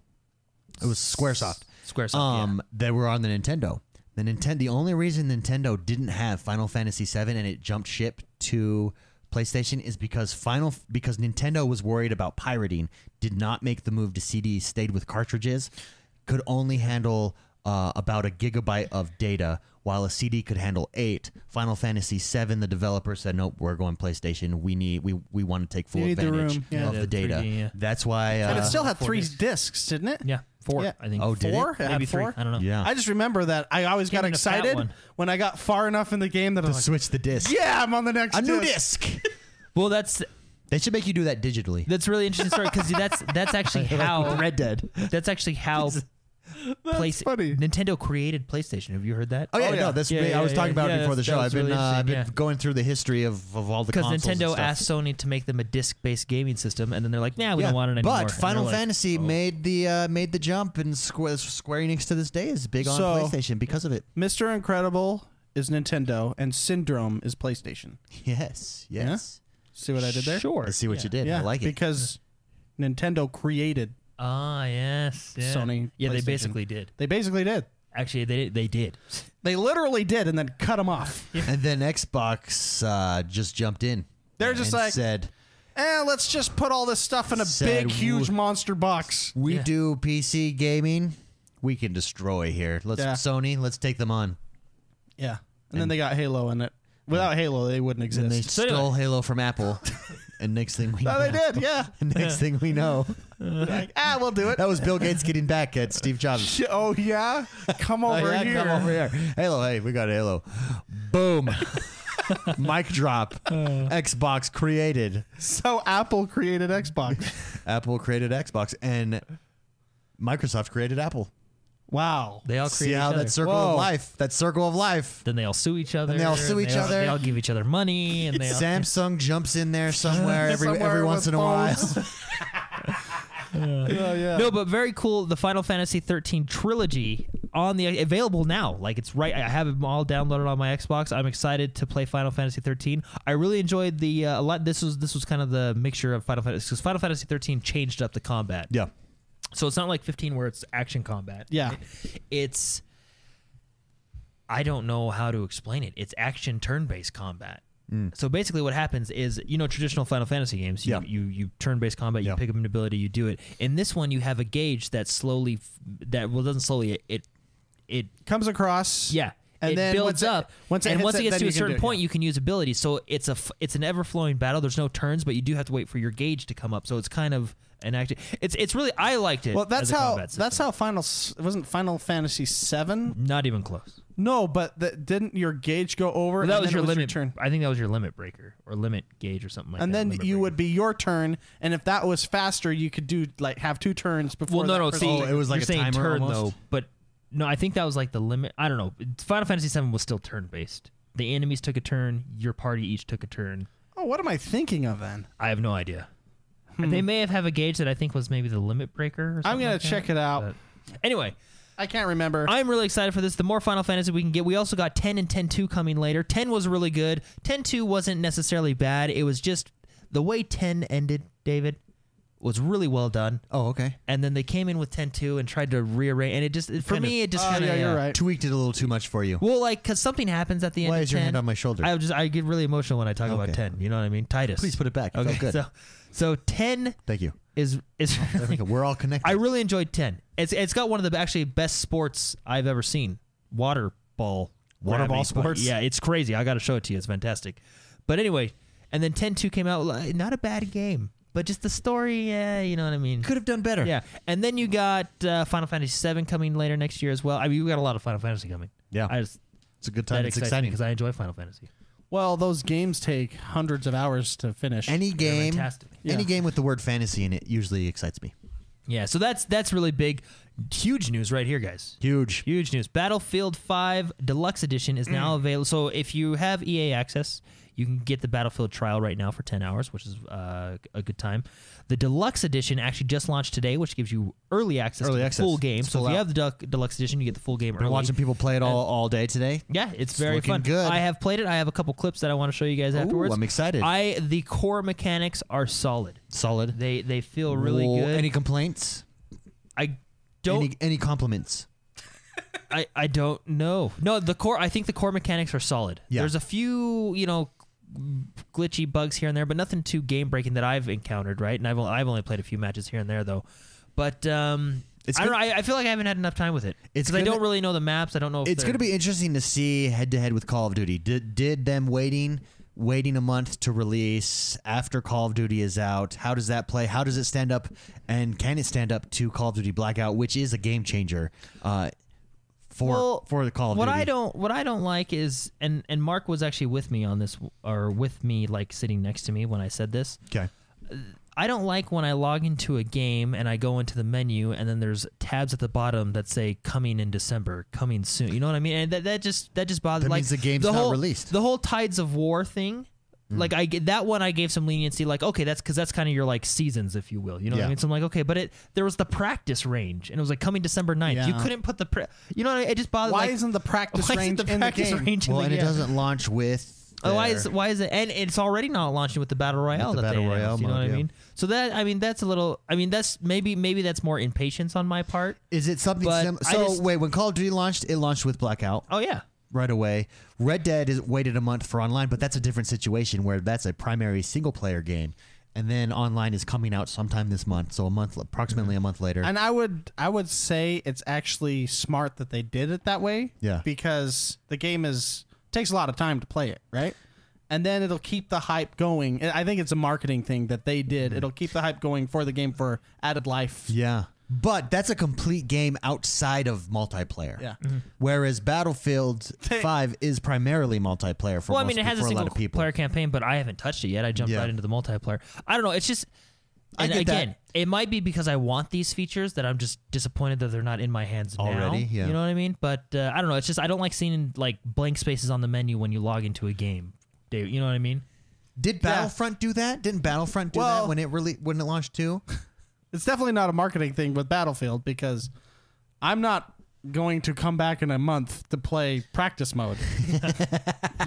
[SPEAKER 1] It was SquareSoft.
[SPEAKER 3] Squaresoft. yeah.
[SPEAKER 1] Um, they were on the Nintendo. The Nintendo. The only reason Nintendo didn't have Final Fantasy VII and it jumped ship to PlayStation is because Final because Nintendo was worried about pirating, did not make the move to CD, stayed with cartridges, could only handle uh, about a gigabyte of data, while a CD could handle eight. Final Fantasy VII, the developer said, "Nope, we're going PlayStation. We need we we want to take full
[SPEAKER 2] need the
[SPEAKER 1] advantage
[SPEAKER 2] room, yeah.
[SPEAKER 1] of
[SPEAKER 3] Yeah,
[SPEAKER 1] the data."
[SPEAKER 3] 3D, yeah.
[SPEAKER 1] That's why. Uh,
[SPEAKER 2] and it still had
[SPEAKER 3] four
[SPEAKER 2] three
[SPEAKER 3] discs.
[SPEAKER 2] discs, didn't it?
[SPEAKER 3] Yeah, four.
[SPEAKER 2] Yeah.
[SPEAKER 3] I think.
[SPEAKER 1] Oh, did
[SPEAKER 2] four.
[SPEAKER 1] it?
[SPEAKER 2] It had
[SPEAKER 3] Maybe three.
[SPEAKER 2] four.
[SPEAKER 3] I don't know.
[SPEAKER 1] yeah.
[SPEAKER 2] I just remember that I always got
[SPEAKER 3] in a fat
[SPEAKER 2] excited
[SPEAKER 3] one.
[SPEAKER 2] when I got far enough in the game that I
[SPEAKER 1] to
[SPEAKER 2] was like,
[SPEAKER 1] switch the disc.
[SPEAKER 2] "Yeah, I'm on the next."
[SPEAKER 1] A new
[SPEAKER 2] disc.
[SPEAKER 1] disc.
[SPEAKER 3] Well, that's
[SPEAKER 1] They should make you do that digitally.
[SPEAKER 3] that's really interesting story because that's that's actually
[SPEAKER 1] Like
[SPEAKER 3] how
[SPEAKER 1] with Red Dead.
[SPEAKER 3] that's actually how place
[SPEAKER 2] funny.
[SPEAKER 3] Nintendo created PlayStation. Have you heard that?
[SPEAKER 1] Oh yeah,
[SPEAKER 2] yeah.
[SPEAKER 1] no, that's
[SPEAKER 3] Yeah,
[SPEAKER 1] I was
[SPEAKER 3] yeah,
[SPEAKER 1] talking
[SPEAKER 3] yeah,
[SPEAKER 1] about
[SPEAKER 3] yeah,
[SPEAKER 1] it before the
[SPEAKER 3] that's-
[SPEAKER 1] show.
[SPEAKER 3] that
[SPEAKER 1] I've
[SPEAKER 3] was
[SPEAKER 1] been
[SPEAKER 3] really
[SPEAKER 1] uh, I've been
[SPEAKER 3] interesting, yeah.
[SPEAKER 1] going through the history of, of all the
[SPEAKER 3] Because
[SPEAKER 1] consoles and
[SPEAKER 3] Nintendo
[SPEAKER 1] stuff.
[SPEAKER 3] asked Sony to make them a disc based gaming system, and then they're like, "Nah, we
[SPEAKER 1] Yeah,
[SPEAKER 3] don't want it anymore." And
[SPEAKER 1] but
[SPEAKER 3] they're
[SPEAKER 1] Final
[SPEAKER 3] like, "Oh."
[SPEAKER 1] Fantasy made the uh, made the jump, and Square, Square Enix to this day is big on
[SPEAKER 2] So-
[SPEAKER 1] PlayStation because of it.
[SPEAKER 2] Mr. Incredible is Nintendo, and Syndrome is PlayStation.
[SPEAKER 1] Yes, yes.
[SPEAKER 2] See what I did there?
[SPEAKER 3] Sure.
[SPEAKER 1] I see what you did.
[SPEAKER 2] Yeah,
[SPEAKER 1] I like it.
[SPEAKER 2] because Nintendo created.
[SPEAKER 3] Ah, yes. yeah.
[SPEAKER 2] Sony,
[SPEAKER 3] Yeah, they
[SPEAKER 2] PlayStation.
[SPEAKER 3] basically did.
[SPEAKER 2] They basically did.
[SPEAKER 3] Actually, they did- they did.
[SPEAKER 2] They literally did, and then cut them off.
[SPEAKER 1] And then Xbox uh, just jumped in.
[SPEAKER 2] They're just
[SPEAKER 1] and
[SPEAKER 2] like-
[SPEAKER 1] said,
[SPEAKER 2] Eh, let's just put all this stuff in a
[SPEAKER 1] Said
[SPEAKER 2] big, huge
[SPEAKER 1] wo-
[SPEAKER 2] monster box.
[SPEAKER 1] "We
[SPEAKER 3] Yeah.
[SPEAKER 1] do PC gaming. We can destroy here. Let's
[SPEAKER 2] Yeah.
[SPEAKER 1] Sony. Let's take them on."
[SPEAKER 2] Yeah, and, then they got Halo in it. Without Halo, they wouldn't
[SPEAKER 1] And
[SPEAKER 2] exist.
[SPEAKER 1] they
[SPEAKER 3] So anyway-
[SPEAKER 1] stole Halo from Apple. and next thing we
[SPEAKER 2] no,
[SPEAKER 1] know,
[SPEAKER 2] they did. Yeah.
[SPEAKER 1] And next thing we know,
[SPEAKER 2] Like, ah, we'll do it.
[SPEAKER 1] that was Bill Gates getting back at Steve Jobs.
[SPEAKER 2] Oh yeah, come
[SPEAKER 3] Oh,
[SPEAKER 2] over
[SPEAKER 1] Yeah,
[SPEAKER 2] here.
[SPEAKER 1] Come over here. Halo, hey, we got Halo. Boom. Mic drop.
[SPEAKER 2] Uh.
[SPEAKER 1] Xbox created.
[SPEAKER 2] So Apple created Xbox.
[SPEAKER 1] Apple created Xbox and Microsoft created Apple.
[SPEAKER 2] wow.
[SPEAKER 3] They all
[SPEAKER 1] See
[SPEAKER 3] created.
[SPEAKER 1] how
[SPEAKER 3] each other.
[SPEAKER 1] that circle
[SPEAKER 2] Whoa.
[SPEAKER 1] of life, that circle of life.
[SPEAKER 3] Then they all sue each other.
[SPEAKER 1] they all sue each
[SPEAKER 3] they
[SPEAKER 1] other.
[SPEAKER 3] They all give each other money, and they all,
[SPEAKER 1] Samsung jumps in there somewhere every
[SPEAKER 2] Somewhere
[SPEAKER 1] every once
[SPEAKER 2] with
[SPEAKER 1] in a
[SPEAKER 2] phones.
[SPEAKER 1] while.
[SPEAKER 2] Oh yeah.
[SPEAKER 3] No, but very cool. The Final Fantasy 13 trilogy on the available now. Like it's right. I have them all downloaded on my Xbox. I'm excited to play Final Fantasy 13. I really enjoyed the uh, a lot. This was this was kind of the mixture of Final Fantasy because Final Fantasy 13 changed up the combat.
[SPEAKER 1] yeah.
[SPEAKER 3] So it's not like 15 where it's action combat.
[SPEAKER 2] Yeah.
[SPEAKER 3] It's I don't know how to explain it. It's action turn-based combat.
[SPEAKER 2] Mm.
[SPEAKER 3] So basically what happens is, you know, traditional Final Fantasy games, you
[SPEAKER 1] Yeah.
[SPEAKER 3] you, you turn-based combat,
[SPEAKER 1] Yeah.
[SPEAKER 3] you pick up an ability, you do it. In this one you have a gauge that slowly f- that well doesn't slowly it it, it
[SPEAKER 2] Comes across.
[SPEAKER 3] yeah.
[SPEAKER 2] And
[SPEAKER 3] it
[SPEAKER 2] then once
[SPEAKER 3] builds
[SPEAKER 2] it-
[SPEAKER 3] up,
[SPEAKER 2] once it
[SPEAKER 3] and
[SPEAKER 2] hits
[SPEAKER 3] once
[SPEAKER 2] it,
[SPEAKER 3] it gets
[SPEAKER 2] then
[SPEAKER 3] to
[SPEAKER 2] you
[SPEAKER 3] a
[SPEAKER 2] can do
[SPEAKER 3] certain
[SPEAKER 2] it,
[SPEAKER 3] point,
[SPEAKER 2] yeah.
[SPEAKER 3] you can use abilities. So it's a f- it's an ever flowing battle. There's no turns, but you do have to wait for your gauge to come up. So it's kind of an active. It's it's really I liked it.
[SPEAKER 2] Well, that's
[SPEAKER 3] as a
[SPEAKER 2] how
[SPEAKER 3] combat system.
[SPEAKER 2] that's how Final s- it wasn't Final Fantasy VII.
[SPEAKER 3] Not even close.
[SPEAKER 2] No, but that didn't your gauge go over?
[SPEAKER 3] Well,
[SPEAKER 2] and
[SPEAKER 3] that
[SPEAKER 2] then
[SPEAKER 3] was
[SPEAKER 2] it
[SPEAKER 3] your limit.
[SPEAKER 2] turn,
[SPEAKER 3] I think that was your limit breaker or limit gauge or something like
[SPEAKER 2] and
[SPEAKER 3] that.
[SPEAKER 2] then
[SPEAKER 3] limit
[SPEAKER 2] you
[SPEAKER 3] breaker.
[SPEAKER 2] would be your turn. And if that was faster, you could do like have two turns before.
[SPEAKER 3] Well, no,
[SPEAKER 2] that
[SPEAKER 3] no.
[SPEAKER 2] person-
[SPEAKER 3] See,
[SPEAKER 1] Oh, it was like
[SPEAKER 3] you're
[SPEAKER 1] a
[SPEAKER 3] saying
[SPEAKER 1] timer
[SPEAKER 3] turn
[SPEAKER 1] almost?
[SPEAKER 3] though, but no, I think that was like the limit. I don't know. Final Fantasy VII was still turn based. The enemies took a turn. Your party each took a turn.
[SPEAKER 2] oh, what am I thinking of then?
[SPEAKER 3] I have no idea. They may have have a gauge that I think was maybe the limit breaker. Or
[SPEAKER 2] Hmm. I'm
[SPEAKER 3] something
[SPEAKER 2] gonna
[SPEAKER 3] like
[SPEAKER 2] check
[SPEAKER 3] that.
[SPEAKER 2] it out.
[SPEAKER 3] But anyway,
[SPEAKER 2] I can't remember.
[SPEAKER 3] I'm really excited for this. The more Final Fantasy we can get, we also got 10 and 10-2 coming later. 10 was really good. 10-2 wasn't necessarily bad. It was just the way 10 ended, David, was really well done.
[SPEAKER 1] Oh, okay.
[SPEAKER 3] And then they came in with 10-2 and tried to rearrange, and it just for
[SPEAKER 1] Kinda-
[SPEAKER 3] me it just
[SPEAKER 2] Oh,
[SPEAKER 3] kind of
[SPEAKER 2] yeah, you're right.
[SPEAKER 1] Tweaked it a little too much for you.
[SPEAKER 3] Well, like because something happens at the end.
[SPEAKER 1] Why
[SPEAKER 3] of
[SPEAKER 1] is your
[SPEAKER 3] 10.
[SPEAKER 1] hand on my shoulder?
[SPEAKER 3] I just I get really emotional when I talk about
[SPEAKER 1] Okay.
[SPEAKER 3] 10. You know what I mean? Titus,
[SPEAKER 1] Please put it back. It felt
[SPEAKER 3] Okay,
[SPEAKER 1] good.
[SPEAKER 3] so so 10
[SPEAKER 1] Thank you.
[SPEAKER 3] is is
[SPEAKER 1] I think We're all connected.
[SPEAKER 3] I really enjoyed 10. It's it's got one of the actually best sports I've ever seen. Water ball.
[SPEAKER 1] Water
[SPEAKER 3] grabbing.
[SPEAKER 1] ball sports?
[SPEAKER 3] Yeah, it's crazy. I got to show it to you. It's fantastic. But anyway, and then 10-2 came out like, not a bad game, but just the story, yeah, you know what I mean.
[SPEAKER 1] could have done better.
[SPEAKER 3] Yeah. And then you got uh, Final Fantasy 7 coming later next year as well. I mean, we got a lot of Final Fantasy coming.
[SPEAKER 1] Yeah.
[SPEAKER 3] I just
[SPEAKER 1] It's a good
[SPEAKER 3] that
[SPEAKER 1] time. It's
[SPEAKER 3] excites
[SPEAKER 1] exciting.
[SPEAKER 3] because I enjoy Final Fantasy.
[SPEAKER 2] well, those games take hundreds of hours to finish.
[SPEAKER 1] Any game,
[SPEAKER 3] fantastic.
[SPEAKER 1] any
[SPEAKER 2] Yeah.
[SPEAKER 1] game with the word fantasy in it usually excites me.
[SPEAKER 3] Yeah, so that's that's really big huge news right here, guys.
[SPEAKER 1] Huge.
[SPEAKER 3] Huge news. Battlefield 5 Deluxe Edition is
[SPEAKER 1] Mm.
[SPEAKER 3] now available. So if you have EA access, you can get the Battlefield trial right now for 10 hours, which is uh, a good time. The Deluxe Edition actually just launched today, which gives you early access
[SPEAKER 1] Early
[SPEAKER 3] to the
[SPEAKER 1] access.
[SPEAKER 3] full game.
[SPEAKER 1] It's
[SPEAKER 3] So
[SPEAKER 1] full
[SPEAKER 3] if you
[SPEAKER 1] out.
[SPEAKER 3] have the Duck- Deluxe Edition, you get the full game
[SPEAKER 1] Been
[SPEAKER 3] early.
[SPEAKER 1] watching people play it all, all day today.
[SPEAKER 3] yeah, it's, very
[SPEAKER 1] looking
[SPEAKER 3] fun.
[SPEAKER 1] good.
[SPEAKER 3] I have played it. I have a couple clips that I want to show you guys afterwards.
[SPEAKER 1] I'm excited.
[SPEAKER 3] I the core mechanics are solid.
[SPEAKER 1] Solid.
[SPEAKER 3] They they feel really
[SPEAKER 1] Whoa.
[SPEAKER 3] good.
[SPEAKER 1] Any complaints?
[SPEAKER 3] I don't
[SPEAKER 1] Any, any compliments?
[SPEAKER 3] I, I don't know. No, the core. I think the core mechanics are solid.
[SPEAKER 1] Yeah.
[SPEAKER 3] There's a few you know glitchy bugs here and there, but nothing too game breaking that I've encountered. Right, and I've only, I've only played a few matches here and there though. But um,
[SPEAKER 1] It's
[SPEAKER 3] I don't. Know,
[SPEAKER 1] gonna-
[SPEAKER 3] I, I feel like I haven't had enough time with it.
[SPEAKER 1] It's
[SPEAKER 3] 'Cause I
[SPEAKER 1] gonna-
[SPEAKER 3] don't really know the maps. I don't know. If
[SPEAKER 1] It's
[SPEAKER 3] they're-
[SPEAKER 1] going to be interesting to see head to head with Call of Duty. Did did them waiting waiting a month to release after Call of Duty is out? How does that play? How does it stand up? And can it stand up to Call of Duty Blackout, which is a game changer uh, for
[SPEAKER 3] Well,
[SPEAKER 1] for the Call of
[SPEAKER 3] what
[SPEAKER 1] Duty?
[SPEAKER 3] I don't what I don't like is and and Mark was actually with me on this or with me like sitting next to me when I said this.
[SPEAKER 1] Okay.
[SPEAKER 3] I don't like when I log into a game and I go into the menu and then there's tabs at the bottom that say coming in December, coming soon. You know what I mean? And that, that just that just bothers
[SPEAKER 1] That
[SPEAKER 3] like
[SPEAKER 1] means the game's not
[SPEAKER 3] whole,
[SPEAKER 1] released. Mm.
[SPEAKER 3] The whole Tides of War thing. Like I get that one I gave some leniency like okay that's cuz that's kind of your like seasons if you will. You know what
[SPEAKER 1] Yeah.
[SPEAKER 3] I mean? So I'm like okay, but it there was the practice range and it was like coming December 9th. You
[SPEAKER 2] Yeah.
[SPEAKER 3] couldn't put the pra- You know what I mean? it just bothered
[SPEAKER 2] Why
[SPEAKER 3] like,
[SPEAKER 2] isn't the practice
[SPEAKER 3] why
[SPEAKER 2] range
[SPEAKER 3] isn't the
[SPEAKER 2] in
[SPEAKER 3] practice
[SPEAKER 2] the game?
[SPEAKER 3] range in
[SPEAKER 1] Well,
[SPEAKER 3] the
[SPEAKER 1] and it
[SPEAKER 3] game?
[SPEAKER 1] doesn't launch with.
[SPEAKER 3] Oh, why is
[SPEAKER 1] their-
[SPEAKER 3] why is it and it's already not launching with the battle royale
[SPEAKER 1] the
[SPEAKER 3] that
[SPEAKER 1] Battle
[SPEAKER 3] they
[SPEAKER 1] Royale
[SPEAKER 3] announced, you know
[SPEAKER 1] mode,
[SPEAKER 3] what
[SPEAKER 1] yeah.
[SPEAKER 3] I mean? So that I mean that's a little I mean that's maybe maybe that's more impatience on my part.
[SPEAKER 1] is it something?
[SPEAKER 3] But
[SPEAKER 1] Sim-
[SPEAKER 3] I
[SPEAKER 1] so
[SPEAKER 3] just-
[SPEAKER 1] wait, when Call of Duty launched, it launched with Blackout.
[SPEAKER 3] Oh yeah.
[SPEAKER 1] right away. Red Dead is waited a month for online, but that's a different situation where that's a primary single player game, and then online is coming out sometime this month, so a month, approximately a month later.
[SPEAKER 2] And I would I would say it's actually smart that they did it that way.
[SPEAKER 1] Yeah.
[SPEAKER 2] Because the game is takes a lot of time to play it, right? And then it'll keep the hype going. I I think it's a marketing thing that they
[SPEAKER 1] Mm-hmm.
[SPEAKER 2] did. It'll keep the hype going for the game for added life.
[SPEAKER 1] yeah, but that's a complete game outside of multiplayer.
[SPEAKER 2] Yeah.
[SPEAKER 1] Whereas Battlefield Five is primarily multiplayer for
[SPEAKER 3] Well, I
[SPEAKER 1] most
[SPEAKER 3] mean it
[SPEAKER 1] peop-
[SPEAKER 3] has a
[SPEAKER 1] for a lot
[SPEAKER 3] single
[SPEAKER 1] of people.
[SPEAKER 3] player campaign, but I haven't touched it yet. I jumped
[SPEAKER 1] Yeah.
[SPEAKER 3] right into the multiplayer. I don't know. It's just
[SPEAKER 1] I
[SPEAKER 3] and
[SPEAKER 1] get that.
[SPEAKER 3] again, it might be because I want these features that I'm just disappointed that they're not in my hands now.
[SPEAKER 1] Already, yeah.
[SPEAKER 3] You know what I mean? But uh, I don't know. It's just I don't like seeing like blank spaces on the menu when you log into a game. Dave, you know what I mean?
[SPEAKER 1] Did Battlefront do that? Didn't Battlefront do that
[SPEAKER 2] Well-
[SPEAKER 1] when it really when it launched too?
[SPEAKER 2] It's definitely not a marketing thing with Battlefield because I'm not going to come back in a month to play practice mode.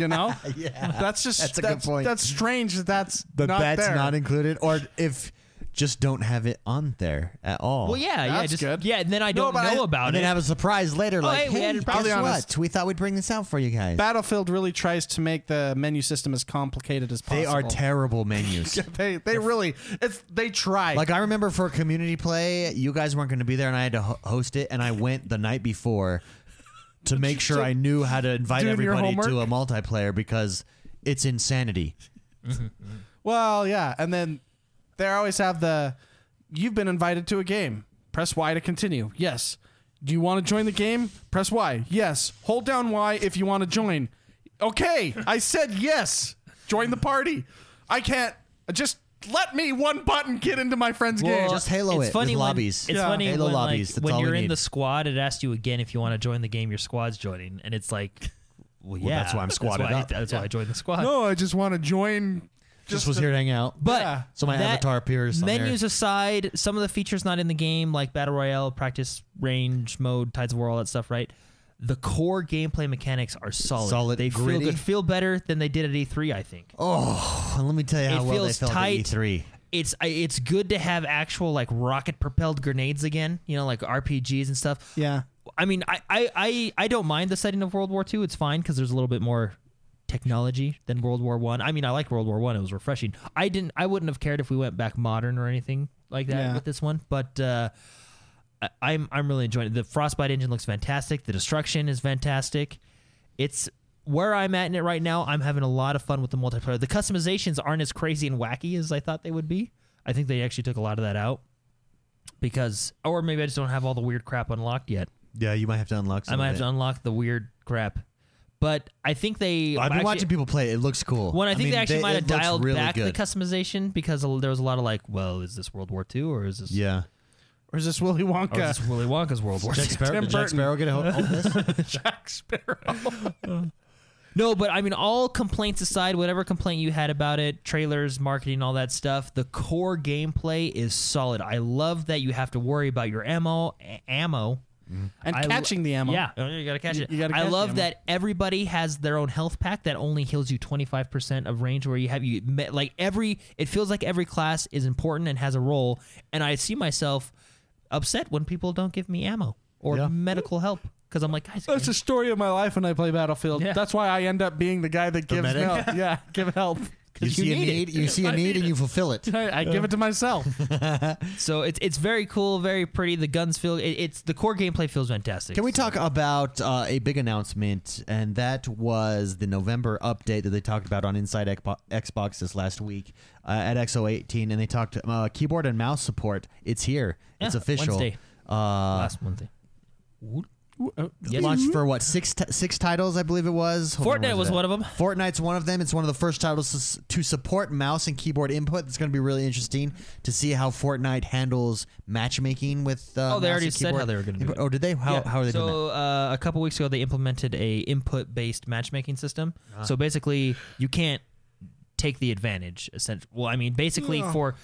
[SPEAKER 2] you know? Yeah. That's just
[SPEAKER 1] That's a good point.
[SPEAKER 2] That's strange that that's
[SPEAKER 1] But
[SPEAKER 2] not
[SPEAKER 1] that's
[SPEAKER 2] there.
[SPEAKER 1] not included, or if just don't have it on there at all.
[SPEAKER 3] Well, yeah, yeah,
[SPEAKER 2] That's
[SPEAKER 3] just
[SPEAKER 2] good.
[SPEAKER 3] yeah. And then I
[SPEAKER 2] No,
[SPEAKER 3] don't
[SPEAKER 2] but I-
[SPEAKER 3] know about
[SPEAKER 1] and
[SPEAKER 3] it. Oh,
[SPEAKER 1] then have a surprise later, like,
[SPEAKER 3] hey,
[SPEAKER 1] hey,
[SPEAKER 3] we added
[SPEAKER 1] guess
[SPEAKER 2] Probably
[SPEAKER 1] what?
[SPEAKER 2] honest.
[SPEAKER 1] We thought we'd bring this out for you guys.
[SPEAKER 2] Battlefield really tries to make the menu system as complicated as possible.
[SPEAKER 1] they are terrible menus.
[SPEAKER 2] They they really it's they try.
[SPEAKER 1] like I remember for community play, you guys weren't going to be there, and I had to ho- host it, and I went the night before to make sure I knew how to invite
[SPEAKER 2] Doing your
[SPEAKER 1] everybody to a
[SPEAKER 2] homework?
[SPEAKER 1] multiplayer because it's insanity.
[SPEAKER 2] well, yeah, and then they always have the you've been invited to a game. Press Y to continue. Yes. Do you want to join the game? Press Y. Yes. Hold down Y if you want to join. Okay, I said yes. Join the party. I can't just let me one button get into my friend's game.
[SPEAKER 1] Just Halo
[SPEAKER 3] it's
[SPEAKER 1] it
[SPEAKER 3] funny
[SPEAKER 1] with
[SPEAKER 3] when-
[SPEAKER 1] lobbies.
[SPEAKER 3] It's
[SPEAKER 1] Yeah.
[SPEAKER 3] funny
[SPEAKER 1] Halo
[SPEAKER 3] when, like,
[SPEAKER 1] lobbies, that's
[SPEAKER 3] when
[SPEAKER 1] all we
[SPEAKER 3] you're in
[SPEAKER 1] need.
[SPEAKER 3] the squad, it asks you again if you want to join the game. Your squad's joining, and it's like, well, yeah,
[SPEAKER 1] that's why I'm squadded
[SPEAKER 3] that's why I,
[SPEAKER 1] up.
[SPEAKER 3] that's why I joined the squad.
[SPEAKER 2] no, I just want to join
[SPEAKER 1] just was here to hang out.
[SPEAKER 3] But
[SPEAKER 2] Yeah.
[SPEAKER 1] So my
[SPEAKER 3] that-
[SPEAKER 1] avatar appears on there.
[SPEAKER 3] Menus aside, some of the features not in the game, like battle royale, practice, range, mode, tides of war, all that stuff, right? The core gameplay mechanics are solid.
[SPEAKER 1] Solid,
[SPEAKER 3] They feel
[SPEAKER 1] gritty.
[SPEAKER 3] good. Feel better than they did at E3, I think.
[SPEAKER 1] oh, let me tell you how
[SPEAKER 3] It
[SPEAKER 1] well
[SPEAKER 3] feels
[SPEAKER 1] they felt
[SPEAKER 3] tight.
[SPEAKER 1] at E E3.
[SPEAKER 3] It's I- it's good to have actual like rocket propelled grenades again. You know, like RPGs and stuff.
[SPEAKER 2] Yeah.
[SPEAKER 3] I mean, I I I, I don't mind the setting of World War II. It's fine because there's a little bit more technology than World War One. I. I mean, I like World War One. It was refreshing. I didn't. I wouldn't have cared if we went back modern or anything like that
[SPEAKER 2] Yeah.
[SPEAKER 3] with this one. But uh, I- I'm I'm really enjoying it. The Frostbite engine looks fantastic. The destruction is fantastic. It's where I'm at in it right now. I'm having a lot of fun with the multiplayer. The customizations aren't as crazy and wacky as I thought they would be. I think they actually took a lot of that out because, or maybe I just don't have all the weird crap unlocked yet.
[SPEAKER 1] Yeah, you might have to unlock. Some
[SPEAKER 3] I might
[SPEAKER 1] of
[SPEAKER 3] have
[SPEAKER 1] it.
[SPEAKER 3] to unlock the weird crap. But I think they.
[SPEAKER 1] I've been
[SPEAKER 3] actually-
[SPEAKER 1] watching people play. It It looks cool.
[SPEAKER 3] When I think
[SPEAKER 1] mean,
[SPEAKER 3] they actually might
[SPEAKER 1] it
[SPEAKER 3] have
[SPEAKER 1] looks
[SPEAKER 3] dialed
[SPEAKER 1] really
[SPEAKER 3] back the
[SPEAKER 1] good.
[SPEAKER 3] customization because a- there was a lot of like, well, is this World War II or is this,
[SPEAKER 1] Yeah.
[SPEAKER 2] Or is this Willy
[SPEAKER 3] or
[SPEAKER 2] Wonka?
[SPEAKER 3] is Oh, this Willy Wonka's World War II?
[SPEAKER 1] Jack Sparrow,
[SPEAKER 2] Tim
[SPEAKER 1] did Jack
[SPEAKER 2] Burton.
[SPEAKER 1] Sparrow get a hold hold of this?
[SPEAKER 2] Jack Sparrow.
[SPEAKER 3] No, but I mean, all complaints aside, whatever complaint you had about it, trailers, marketing, all that stuff, the core gameplay is solid. I love that you have to worry about your ammo, a- ammo,
[SPEAKER 2] And
[SPEAKER 3] I lo-
[SPEAKER 2] catching the ammo.
[SPEAKER 3] Yeah, Oh, you gotta catch
[SPEAKER 2] You-
[SPEAKER 3] it.
[SPEAKER 2] you gotta
[SPEAKER 3] I
[SPEAKER 2] catch
[SPEAKER 3] love
[SPEAKER 2] them.
[SPEAKER 3] that everybody has their own health pack that only heals you twenty five percent of range. Where you have you me- like every, it feels like every class is important and has a role. And I see myself upset when people don't give me ammo or
[SPEAKER 1] Yeah.
[SPEAKER 3] medical help because I'm like, guys,
[SPEAKER 2] That's the story of my life when I play Battlefield.
[SPEAKER 3] Yeah.
[SPEAKER 2] That's why I end up being the guy that gives
[SPEAKER 1] medic?
[SPEAKER 2] help. Yeah, give help.
[SPEAKER 1] You
[SPEAKER 3] you
[SPEAKER 1] see a
[SPEAKER 3] need it.
[SPEAKER 1] need, you see a need, and you fulfill it.
[SPEAKER 2] I, I give it to myself.
[SPEAKER 3] so it's it's very cool, very pretty. The guns feel it, it's the core gameplay feels fantastic.
[SPEAKER 1] Can we talk about uh, a big announcement? And that was the November update that they talked about on Inside Expo- Xbox this last week uh, at XO18. And they talked uh, keyboard and mouse support. It's here. it's
[SPEAKER 3] Yeah,
[SPEAKER 1] official.
[SPEAKER 3] Wednesday.
[SPEAKER 1] Uh,
[SPEAKER 3] last one thing?
[SPEAKER 2] uh,
[SPEAKER 3] Yes.
[SPEAKER 1] launched for what six ti- six titles I believe it was. Hold on,
[SPEAKER 3] Fortnite
[SPEAKER 1] what
[SPEAKER 3] was
[SPEAKER 1] is it?
[SPEAKER 3] one of 'em.
[SPEAKER 1] Fortnite's one of them. It's one of the first titles to s- to support mouse and keyboard input. It's going to be really interesting to see how Fortnite handles matchmaking with. Uh,
[SPEAKER 3] Oh, they
[SPEAKER 1] mouse
[SPEAKER 3] already
[SPEAKER 1] and
[SPEAKER 3] said how
[SPEAKER 1] keyboard
[SPEAKER 3] they were gonna do
[SPEAKER 1] input.
[SPEAKER 3] it.
[SPEAKER 1] Oh, did they? How,
[SPEAKER 3] Yeah.
[SPEAKER 1] how are they
[SPEAKER 3] so,
[SPEAKER 1] doing that?
[SPEAKER 3] uh, a couple weeks ago, they implemented a input-based matchmaking system. So basically, you can't take the advantage. Essentially, well, I mean, basically
[SPEAKER 2] Yeah.
[SPEAKER 3] for,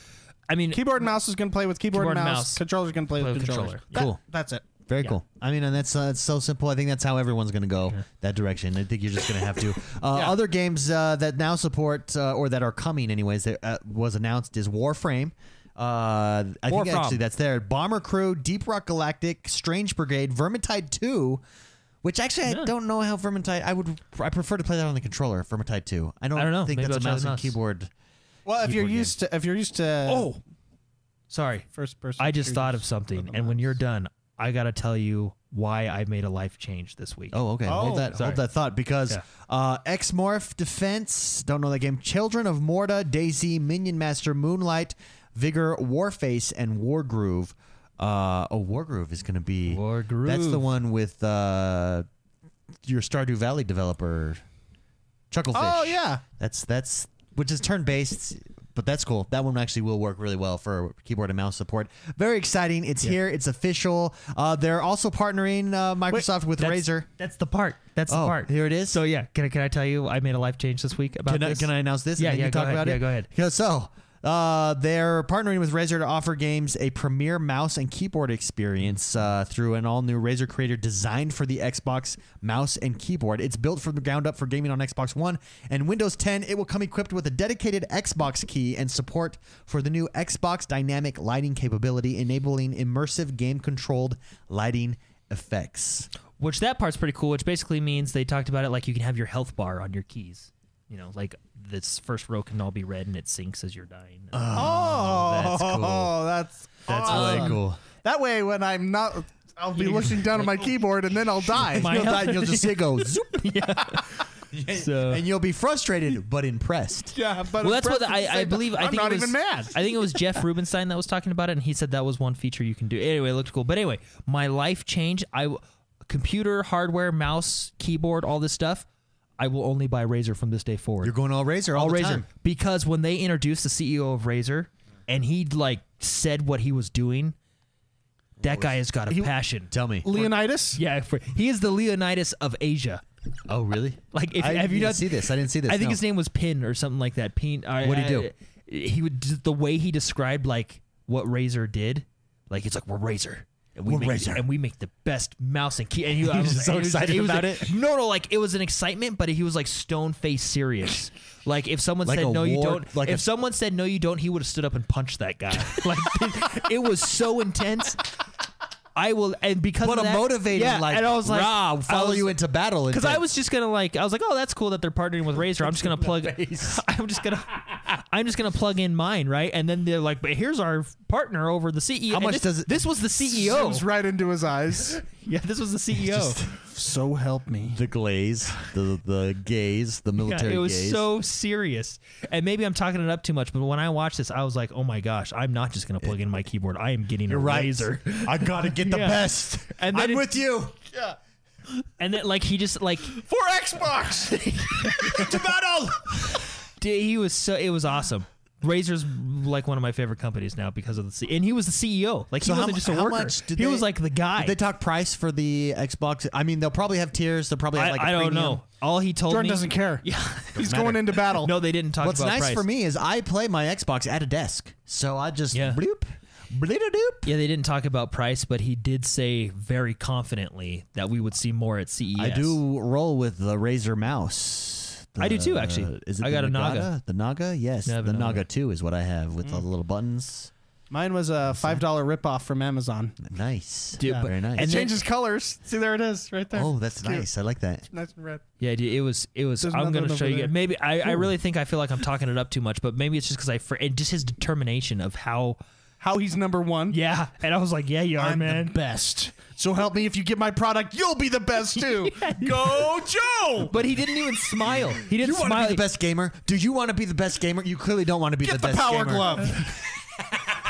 [SPEAKER 3] I mean,
[SPEAKER 2] Keyboard and mouse is going to play with keyboard,
[SPEAKER 3] Keyboard
[SPEAKER 2] and
[SPEAKER 3] and
[SPEAKER 2] mouse.
[SPEAKER 3] mouse.
[SPEAKER 2] Controller's going to play
[SPEAKER 3] Play
[SPEAKER 2] with
[SPEAKER 3] with
[SPEAKER 2] controller.
[SPEAKER 3] controller.
[SPEAKER 2] That-
[SPEAKER 1] Cool.
[SPEAKER 2] That's it.
[SPEAKER 1] Very
[SPEAKER 3] yeah.
[SPEAKER 1] cool. I mean, and that's uh, it's so simple. I think that's how everyone's going to go that direction. I think you're just going to have to. Uh,
[SPEAKER 2] Yeah.
[SPEAKER 1] Other games uh, that now support uh, or that are coming, anyways, that uh, was announced is Warframe. Uh, I think
[SPEAKER 3] Warframe.
[SPEAKER 1] actually that's there. Bomber Crew, Deep Rock Galactic, Strange Brigade, Vermintide Two, which actually I don't know how Vermintide. I would I prefer to play that on the controller. Vermintide Two. I don't,
[SPEAKER 3] I don't know.
[SPEAKER 1] think
[SPEAKER 3] Maybe
[SPEAKER 1] that's
[SPEAKER 3] I'll
[SPEAKER 1] a
[SPEAKER 3] try the
[SPEAKER 1] mouse and
[SPEAKER 3] mouse.
[SPEAKER 1] keyboard.
[SPEAKER 2] Well, if you're
[SPEAKER 1] Keyboard
[SPEAKER 2] used to if you're used to
[SPEAKER 3] oh, sorry,
[SPEAKER 2] first person,
[SPEAKER 3] I just thought of
[SPEAKER 2] shooters.
[SPEAKER 3] something, and when you're done, I gotta tell you why I made a life change this week.
[SPEAKER 1] Oh, okay.
[SPEAKER 2] Oh,
[SPEAKER 1] hold that.
[SPEAKER 3] sorry.
[SPEAKER 1] Hold that thought because
[SPEAKER 3] Yeah.
[SPEAKER 1] uh, Exmorph Defense. Don't know that game. Children of Morta, Daisy, Minion Master, Moonlight, Vigor, Warface, and Wargroove. Uh, oh, Wargroove is going to be.
[SPEAKER 3] Wargroove.
[SPEAKER 1] That's the one with uh, your Stardew Valley developer, Chucklefish.
[SPEAKER 2] Oh yeah.
[SPEAKER 1] That's that's which is turn based, but that's cool. That one actually will work really well for keyboard and mouse support. Very exciting. It's here. It's official. Uh, they're also partnering uh, Microsoft with
[SPEAKER 3] That's-
[SPEAKER 1] Razer.
[SPEAKER 3] That's the part. That's
[SPEAKER 1] Oh,
[SPEAKER 3] the part.
[SPEAKER 1] here it is.
[SPEAKER 3] So yeah, can I can I tell you I made a life change this week about
[SPEAKER 1] Can I,
[SPEAKER 3] this?
[SPEAKER 1] can I announce this?
[SPEAKER 3] Yeah,
[SPEAKER 1] and then
[SPEAKER 3] yeah,
[SPEAKER 1] you
[SPEAKER 3] go
[SPEAKER 1] talk
[SPEAKER 3] ahead.
[SPEAKER 1] about
[SPEAKER 3] Yeah,
[SPEAKER 1] it.
[SPEAKER 3] go ahead.
[SPEAKER 1] Yeah, so uh, they're partnering with Razer to offer games a premier mouse and keyboard experience uh, through an all-new Razer Creator designed for the Xbox mouse and keyboard. It's built from the ground up for gaming on Xbox One and Windows 10. It will come equipped with a dedicated Xbox key and support for the new Xbox Dynamic lighting capability, enabling immersive game-controlled lighting effects.
[SPEAKER 3] Which that part's pretty cool, which basically means they talked about it like you can have your health bar on your keys. You know, like this first row can all be red and it sinks as you're dying.
[SPEAKER 2] Oh,
[SPEAKER 3] that's cool.
[SPEAKER 2] That's
[SPEAKER 1] That's
[SPEAKER 2] awesome.
[SPEAKER 1] really cool.
[SPEAKER 2] That way, when I'm not, I'll be
[SPEAKER 3] You-
[SPEAKER 2] looking down at my keyboard and then I'll die.
[SPEAKER 3] My-
[SPEAKER 1] You'll, die, and you'll just see it go zoop,
[SPEAKER 3] so
[SPEAKER 1] and you'll be frustrated but impressed.
[SPEAKER 2] yeah, but
[SPEAKER 3] well, that's
[SPEAKER 2] impressed
[SPEAKER 3] what
[SPEAKER 2] at the
[SPEAKER 3] I, I
[SPEAKER 2] same
[SPEAKER 3] believe.
[SPEAKER 2] time.
[SPEAKER 3] I
[SPEAKER 2] I'm
[SPEAKER 3] think
[SPEAKER 2] not
[SPEAKER 3] it was,
[SPEAKER 2] even mad.
[SPEAKER 3] I think it was Jeff Rubenstein that was talking about it, and he said that was one feature you can do. Anyway, it looked cool. But anyway, my life changed. I w- computer, hardware, mouse, keyboard, all this stuff. I will only buy Razer from this day forward.
[SPEAKER 1] You're going all Razer all,
[SPEAKER 3] all
[SPEAKER 1] the
[SPEAKER 3] Razer
[SPEAKER 1] time.
[SPEAKER 3] because when they introduced the CEO of Razer and he like said what he was doing, that guy has got a passion.
[SPEAKER 1] Tell me.
[SPEAKER 2] Leonidas.
[SPEAKER 3] Yeah, for, he is the Leonidas of Asia.
[SPEAKER 1] Oh, really?
[SPEAKER 3] Like, if,
[SPEAKER 1] I
[SPEAKER 3] have you
[SPEAKER 1] didn't
[SPEAKER 3] not
[SPEAKER 1] see this? I didn't see this.
[SPEAKER 3] I think
[SPEAKER 1] no.
[SPEAKER 3] his name was Pin or something like that. Pin. I,
[SPEAKER 1] What'd he
[SPEAKER 3] I-
[SPEAKER 1] do?
[SPEAKER 3] he would just the way he described like what Razor did. Like it's like we're Razor. And we
[SPEAKER 1] We're
[SPEAKER 3] make
[SPEAKER 1] Razor."
[SPEAKER 3] and we make the best mouse and key. And he, I
[SPEAKER 1] was so
[SPEAKER 3] and
[SPEAKER 1] excited
[SPEAKER 3] he was
[SPEAKER 1] about
[SPEAKER 3] like- No, no, like it was an excitement, but he was like stone face serious. Like if someone
[SPEAKER 1] Like
[SPEAKER 3] said
[SPEAKER 1] a
[SPEAKER 3] no, you
[SPEAKER 1] war-
[SPEAKER 3] don't.
[SPEAKER 1] like
[SPEAKER 3] if
[SPEAKER 1] a-
[SPEAKER 3] someone said no, you don't, he would have stood up and punched that guy. like it, it was so intense. I will, and because
[SPEAKER 1] But
[SPEAKER 3] of
[SPEAKER 1] a
[SPEAKER 3] that-
[SPEAKER 1] motivating,
[SPEAKER 3] yeah,
[SPEAKER 1] like,
[SPEAKER 3] and I was like,
[SPEAKER 1] rah,
[SPEAKER 3] I
[SPEAKER 1] follow
[SPEAKER 3] was-
[SPEAKER 1] you into battle. and
[SPEAKER 3] because I
[SPEAKER 1] then-
[SPEAKER 3] was just gonna like I was like, oh, that's cool that they're partnering with Razor. I'm just gonna plug. I'm just gonna I'm just gonna plug in mine, right? And then they're like, but here's our partner over the CEO.
[SPEAKER 1] How
[SPEAKER 3] And
[SPEAKER 1] much
[SPEAKER 3] this,
[SPEAKER 1] does it-
[SPEAKER 3] This was the CEO.
[SPEAKER 2] Zooms right into his eyes.
[SPEAKER 3] Yeah, this was the E CEO.
[SPEAKER 2] so help me.
[SPEAKER 1] the glaze, the the gaze, the
[SPEAKER 3] Yeah,
[SPEAKER 1] military
[SPEAKER 3] it was
[SPEAKER 1] gaze.
[SPEAKER 3] so serious. And maybe I'm talking it up too much, but when I watched this, I was like, oh my gosh, I'm not just gonna plug in my keyboard. I am getting a Razor.
[SPEAKER 1] I gotta get the
[SPEAKER 3] Yeah.
[SPEAKER 1] best.
[SPEAKER 3] And then
[SPEAKER 1] I'm
[SPEAKER 3] it-
[SPEAKER 1] with you.
[SPEAKER 3] And then like he just like
[SPEAKER 1] For Xbox. to battle.
[SPEAKER 3] Dude, he was so it was awesome. Razor's like one of my favorite companies now because of the C- and he was the CEO. Like
[SPEAKER 1] So
[SPEAKER 3] he
[SPEAKER 1] how
[SPEAKER 3] wasn't
[SPEAKER 1] mu-
[SPEAKER 3] just a
[SPEAKER 1] how
[SPEAKER 3] worker.
[SPEAKER 1] much did
[SPEAKER 3] he
[SPEAKER 1] they-
[SPEAKER 3] was like the guy.
[SPEAKER 1] Did they talk price for the Xbox? I mean, they'll probably have tiers. They'll probably
[SPEAKER 3] I,
[SPEAKER 1] have like. a
[SPEAKER 3] I don't
[SPEAKER 1] premium.
[SPEAKER 3] know. All he told
[SPEAKER 2] Jordan
[SPEAKER 3] me
[SPEAKER 2] doesn't care.
[SPEAKER 3] Yeah.
[SPEAKER 2] He's going into battle.
[SPEAKER 3] No, they didn't talk
[SPEAKER 1] What's
[SPEAKER 3] about
[SPEAKER 1] nice
[SPEAKER 3] price.
[SPEAKER 1] for me is I play my Xbox at a desk, so I just
[SPEAKER 3] Yeah.
[SPEAKER 1] bloop, bleep, doop.
[SPEAKER 3] Yeah, they didn't talk about price, but he did say very confidently that we would see more at E CES.
[SPEAKER 1] I do roll with the Razer mouse.
[SPEAKER 3] I do too,
[SPEAKER 1] The-
[SPEAKER 3] actually.
[SPEAKER 1] Is it
[SPEAKER 3] I
[SPEAKER 1] the
[SPEAKER 3] got a
[SPEAKER 1] Nagata?
[SPEAKER 3] Naga.
[SPEAKER 1] The Naga, yes.
[SPEAKER 3] Yeah, I have
[SPEAKER 1] the
[SPEAKER 3] a Naga. Mm.
[SPEAKER 1] Naga two is what I have with all the little buttons.
[SPEAKER 2] Mine was a five dollar ripoff from Amazon.
[SPEAKER 1] Nice,
[SPEAKER 3] Dude, but-
[SPEAKER 1] very nice.
[SPEAKER 3] and
[SPEAKER 2] It
[SPEAKER 3] then-
[SPEAKER 2] changes colors. See, there it is, right there.
[SPEAKER 1] oh, that's
[SPEAKER 2] Cute.
[SPEAKER 1] nice. I like that.
[SPEAKER 2] Nice and red.
[SPEAKER 3] Yeah, dude, it was it was.
[SPEAKER 2] There's
[SPEAKER 3] I'm
[SPEAKER 2] another
[SPEAKER 3] gonna
[SPEAKER 2] one
[SPEAKER 3] show
[SPEAKER 2] over
[SPEAKER 3] you.
[SPEAKER 2] there.
[SPEAKER 3] Maybe I, I really think I feel like I'm talking it up too much, but maybe it's just because I fr- and just his determination of how.
[SPEAKER 2] How he's number one.
[SPEAKER 3] Yeah, and I was like, yeah, you are,
[SPEAKER 2] I'm
[SPEAKER 3] man.
[SPEAKER 2] the best. So help me if you get my product, you'll be the best too. Go Joe!
[SPEAKER 3] But he didn't even smile. He
[SPEAKER 1] You
[SPEAKER 3] didn't
[SPEAKER 1] want to
[SPEAKER 3] smile.
[SPEAKER 1] be the best gamer? Do you want to be the best gamer? You clearly don't want to be
[SPEAKER 2] Get
[SPEAKER 1] the
[SPEAKER 2] the,
[SPEAKER 1] best
[SPEAKER 2] power
[SPEAKER 1] gamer.
[SPEAKER 2] glove.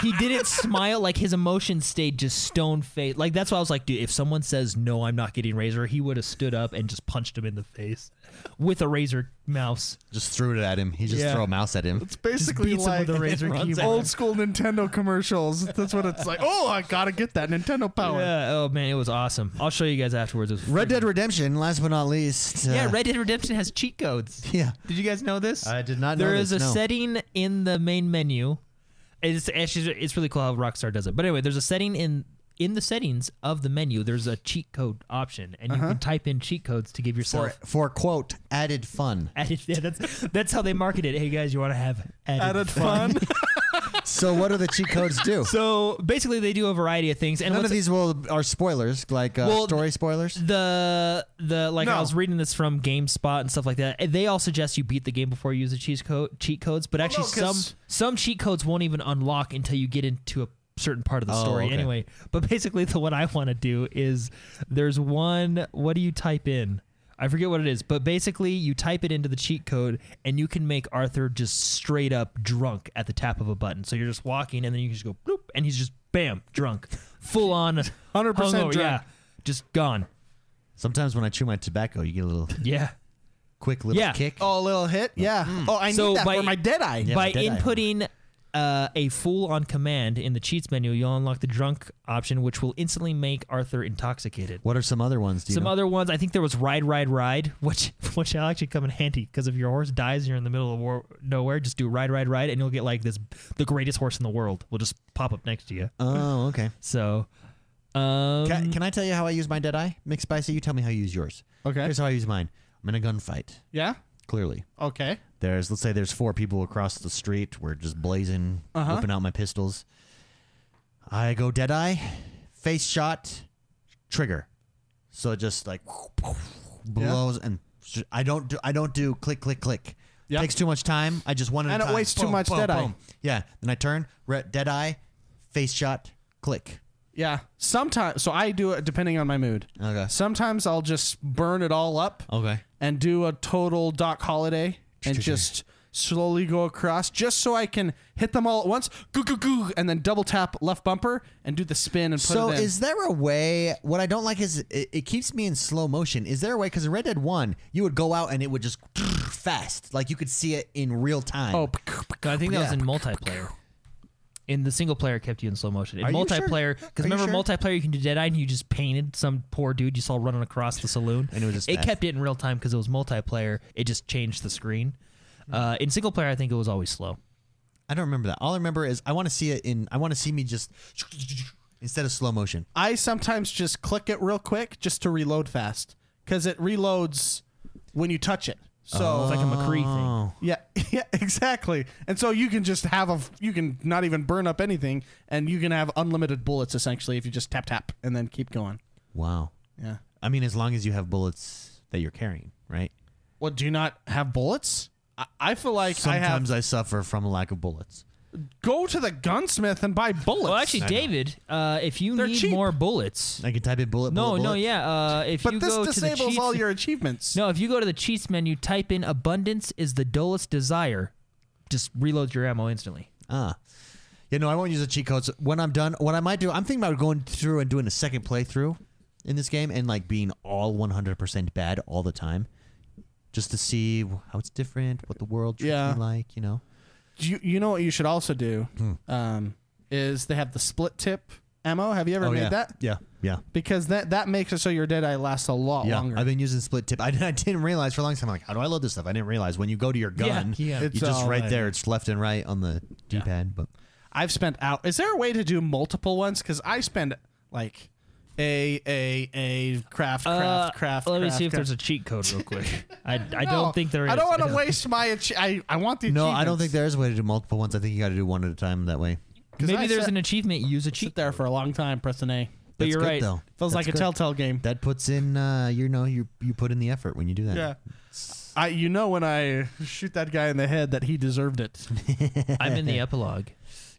[SPEAKER 3] he didn't smile like his emotions stayed just stone faced like that's why i was like dude if someone says no i'm not getting razor he would have stood up and just punched him in the face with a razor mouse
[SPEAKER 1] Just threw it at him. He just
[SPEAKER 3] Yeah.
[SPEAKER 1] threw a mouse at him.
[SPEAKER 2] It's basically
[SPEAKER 3] beats him
[SPEAKER 2] like
[SPEAKER 3] with a razor
[SPEAKER 2] runs
[SPEAKER 3] keyboard.
[SPEAKER 2] old school Nintendo commercials. That's what it's like. Oh, I gotta get that Nintendo power.
[SPEAKER 3] yeah oh man it was awesome i'll show you guys afterwards It was
[SPEAKER 1] Red
[SPEAKER 3] freaking-
[SPEAKER 1] Dead Redemption. Last but not least. uh,
[SPEAKER 3] yeah red dead redemption has cheat codes
[SPEAKER 1] Yeah.
[SPEAKER 3] did you guys know this
[SPEAKER 1] I did not know
[SPEAKER 3] There is
[SPEAKER 1] this,
[SPEAKER 3] a
[SPEAKER 1] no.
[SPEAKER 3] setting in the main menu it's actually it's really cool how rockstar does it but anyway there's a setting in in the settings of the menu there's a cheat code option and you can type in cheat codes to give
[SPEAKER 1] Uh-huh. For,
[SPEAKER 3] yourself
[SPEAKER 1] for quote added fun.
[SPEAKER 3] Added, yeah, that's that's how they market it. Hey guys, you want to have added,
[SPEAKER 2] Added fun.
[SPEAKER 1] So what do the cheat codes do?
[SPEAKER 3] So basically, they do a variety of things. And
[SPEAKER 1] None of
[SPEAKER 3] what's-
[SPEAKER 1] these will are spoilers, like uh,
[SPEAKER 3] Well,
[SPEAKER 1] story spoilers.
[SPEAKER 3] the the like I
[SPEAKER 2] No.
[SPEAKER 3] was reading this from GameSpot and stuff like that. and They all suggest you beat the game before you use the cheat code cheat codes, but actually
[SPEAKER 2] no, 'cause-
[SPEAKER 3] some some cheat codes won't even unlock until you get into a certain part of the
[SPEAKER 1] Oh,
[SPEAKER 3] story
[SPEAKER 1] okay.
[SPEAKER 3] anyway. But basically the what I want to do is there's one what do you type in? I forget what it is, but basically you type it into the cheat code and you can make Arthur just straight up drunk at the tap of a button. So you're just walking and then you can just go bloop and he's just bam, drunk. Full on
[SPEAKER 2] 100%
[SPEAKER 3] hungover,
[SPEAKER 2] drunk.
[SPEAKER 3] Yeah. Just gone.
[SPEAKER 1] Sometimes when I chew my tobacco, you get a little
[SPEAKER 3] Yeah.
[SPEAKER 1] quick little
[SPEAKER 3] Yeah.
[SPEAKER 1] kick.
[SPEAKER 2] Oh, a little hit. Yeah. Oh, I
[SPEAKER 3] So
[SPEAKER 2] need that
[SPEAKER 3] by-
[SPEAKER 2] for my dead eye.
[SPEAKER 1] Yeah,
[SPEAKER 3] By
[SPEAKER 1] but Deadeye-
[SPEAKER 3] inputting uh, a full on command in the cheats menu, you'll unlock the drunk option, which will instantly make Arthur intoxicated.
[SPEAKER 1] What are some other ones? Do you
[SPEAKER 3] Some
[SPEAKER 1] know?
[SPEAKER 3] other ones, I think there was ride, ride, ride, which which will actually come in handy because if your horse dies, and you're in the middle of war- nowhere. Just do ride, ride, ride, and you'll get like this the greatest horse in the world. Will just pop up next to you.
[SPEAKER 1] oh, okay.
[SPEAKER 3] So, um,
[SPEAKER 1] Can, can I tell you how I use my dead eye? Mixed spicy, you tell me how you use yours.
[SPEAKER 2] Okay.
[SPEAKER 1] Here's how I use mine. I'm in a gunfight.
[SPEAKER 2] Yeah.
[SPEAKER 1] Clearly,
[SPEAKER 2] Okay.
[SPEAKER 1] there's let's say there's four people across the street. We're just blazing,
[SPEAKER 2] Uh-huh.
[SPEAKER 1] whipping out my pistols. I go dead eye, face shot, trigger. So it just like blows, and sh- I don't do I don't do click click click.
[SPEAKER 2] Yeah.
[SPEAKER 1] Takes too much time. I just one at
[SPEAKER 2] And
[SPEAKER 1] a
[SPEAKER 2] it
[SPEAKER 1] time.
[SPEAKER 2] wastes too
[SPEAKER 1] Boom,
[SPEAKER 2] much
[SPEAKER 1] boom,
[SPEAKER 2] dead eye.
[SPEAKER 1] boom. Yeah. Then I turn, re- dead eye, face shot, click.
[SPEAKER 2] Yeah. Sometimes, so I do it depending on my mood.
[SPEAKER 1] Okay.
[SPEAKER 2] Sometimes I'll just burn it all up
[SPEAKER 1] Okay.
[SPEAKER 2] and do a total Doc Holiday and just slowly go across just so I can hit them all at once, goo goo goo, and then double tap left bumper and do the spin and put
[SPEAKER 1] So
[SPEAKER 2] it in.
[SPEAKER 1] is there a way? What I don't like is it, it keeps me in slow motion. Is there a way? Because in Red Dead One, you would go out and it would just fast, like you could see it in real time.
[SPEAKER 2] oh,
[SPEAKER 3] I think that was
[SPEAKER 1] Yeah.
[SPEAKER 3] in multiplayer. in the single player it kept you in slow motion. In
[SPEAKER 1] Are you sure?
[SPEAKER 3] multiplayer, because
[SPEAKER 1] Are you
[SPEAKER 3] remember
[SPEAKER 1] sure?
[SPEAKER 3] multiplayer you can do Deadeye and you just painted some poor dude you saw running across the saloon.
[SPEAKER 1] And it was just
[SPEAKER 3] it
[SPEAKER 1] that.
[SPEAKER 3] kept it in real time because it was multiplayer. It just changed the screen.
[SPEAKER 1] Hmm.
[SPEAKER 3] Uh, in single player, I think it was always slow.
[SPEAKER 1] I don't remember that. All I remember is I want to see it in. I want to see me just instead of slow motion.
[SPEAKER 2] I sometimes just click it real quick just to reload fast because it reloads when you touch it. So
[SPEAKER 3] Oh. It's like a
[SPEAKER 1] Oh.
[SPEAKER 3] McCree thing.
[SPEAKER 2] yeah, yeah, exactly. And so you can just have a f- you can not even burn up anything, and you can have unlimited bullets essentially if you just tap tap and then keep going.
[SPEAKER 1] Wow.
[SPEAKER 2] Yeah.
[SPEAKER 1] I mean, as long as you have bullets that you're carrying, right?
[SPEAKER 2] Well, do you not have bullets? I, I feel like I have.
[SPEAKER 1] Sometimes I, suffer from a lack of bullets.
[SPEAKER 2] Go to the gunsmith and buy bullets.
[SPEAKER 3] Well, actually, David, uh, if you
[SPEAKER 2] They're
[SPEAKER 3] need
[SPEAKER 2] cheap.
[SPEAKER 3] more bullets,
[SPEAKER 1] I can type in bullet.
[SPEAKER 3] no,
[SPEAKER 1] bullet,
[SPEAKER 3] no,
[SPEAKER 1] bullet.
[SPEAKER 3] yeah. Uh, if
[SPEAKER 2] but
[SPEAKER 3] you
[SPEAKER 2] this
[SPEAKER 3] go to the
[SPEAKER 2] disables
[SPEAKER 3] cheats,
[SPEAKER 2] all your achievements.
[SPEAKER 3] no, if you go to the cheats menu, type in abundance is the dullest desire, just reloads your ammo instantly.
[SPEAKER 1] Ah. Yeah, no, I won't use the cheat codes. When I'm done, what I might do, I'm thinking about going through and doing a second playthrough in this game and like being all 100% bad all the time just to see how it's different, what the world should
[SPEAKER 2] Yeah.
[SPEAKER 1] be like, you know?
[SPEAKER 2] Do you, you know what you should also do um, is they have the split tip ammo. Have you ever made
[SPEAKER 1] Oh, yeah.
[SPEAKER 2] that?
[SPEAKER 1] Yeah, yeah.
[SPEAKER 2] Because that that makes it so your dead eye lasts a lot
[SPEAKER 1] Yeah,
[SPEAKER 2] longer.
[SPEAKER 1] I've been using split tip. I, I didn't realize for a long time. like, how do I load this stuff? I didn't realize when you go to your gun,
[SPEAKER 3] yeah.
[SPEAKER 1] you
[SPEAKER 2] It's
[SPEAKER 1] just
[SPEAKER 2] all
[SPEAKER 1] right
[SPEAKER 2] right.
[SPEAKER 1] there. It's left and right on the D-pad. But
[SPEAKER 2] I've spent out. Is there a way to do multiple ones? Because I spend like a a a craft craft
[SPEAKER 3] Uh,
[SPEAKER 2] craft.
[SPEAKER 3] Let me
[SPEAKER 2] craft,
[SPEAKER 3] see if
[SPEAKER 2] craft.
[SPEAKER 3] there's a cheat code real quick. I, I
[SPEAKER 2] No,
[SPEAKER 3] don't think there is.
[SPEAKER 2] I don't want to waste my. Achi- I I want the.
[SPEAKER 1] no, I don't think
[SPEAKER 2] achievements.
[SPEAKER 1] there is a way to do multiple ones. I think you got to do one at a time that way.
[SPEAKER 2] 'Cause
[SPEAKER 3] Maybe
[SPEAKER 2] I
[SPEAKER 3] there's
[SPEAKER 2] sat-
[SPEAKER 3] an achievement. Use a cheat.
[SPEAKER 2] sit there for a long time pressing A.
[SPEAKER 3] But
[SPEAKER 1] That's
[SPEAKER 3] you're
[SPEAKER 1] good,
[SPEAKER 3] right.
[SPEAKER 1] though.
[SPEAKER 2] Feels like a telltale game.
[SPEAKER 1] That puts in, uh, you know, you you put in the effort when you do that.
[SPEAKER 2] Yeah. I you know when I shoot that guy in the head that he deserved it.
[SPEAKER 3] I'm in the epilogue.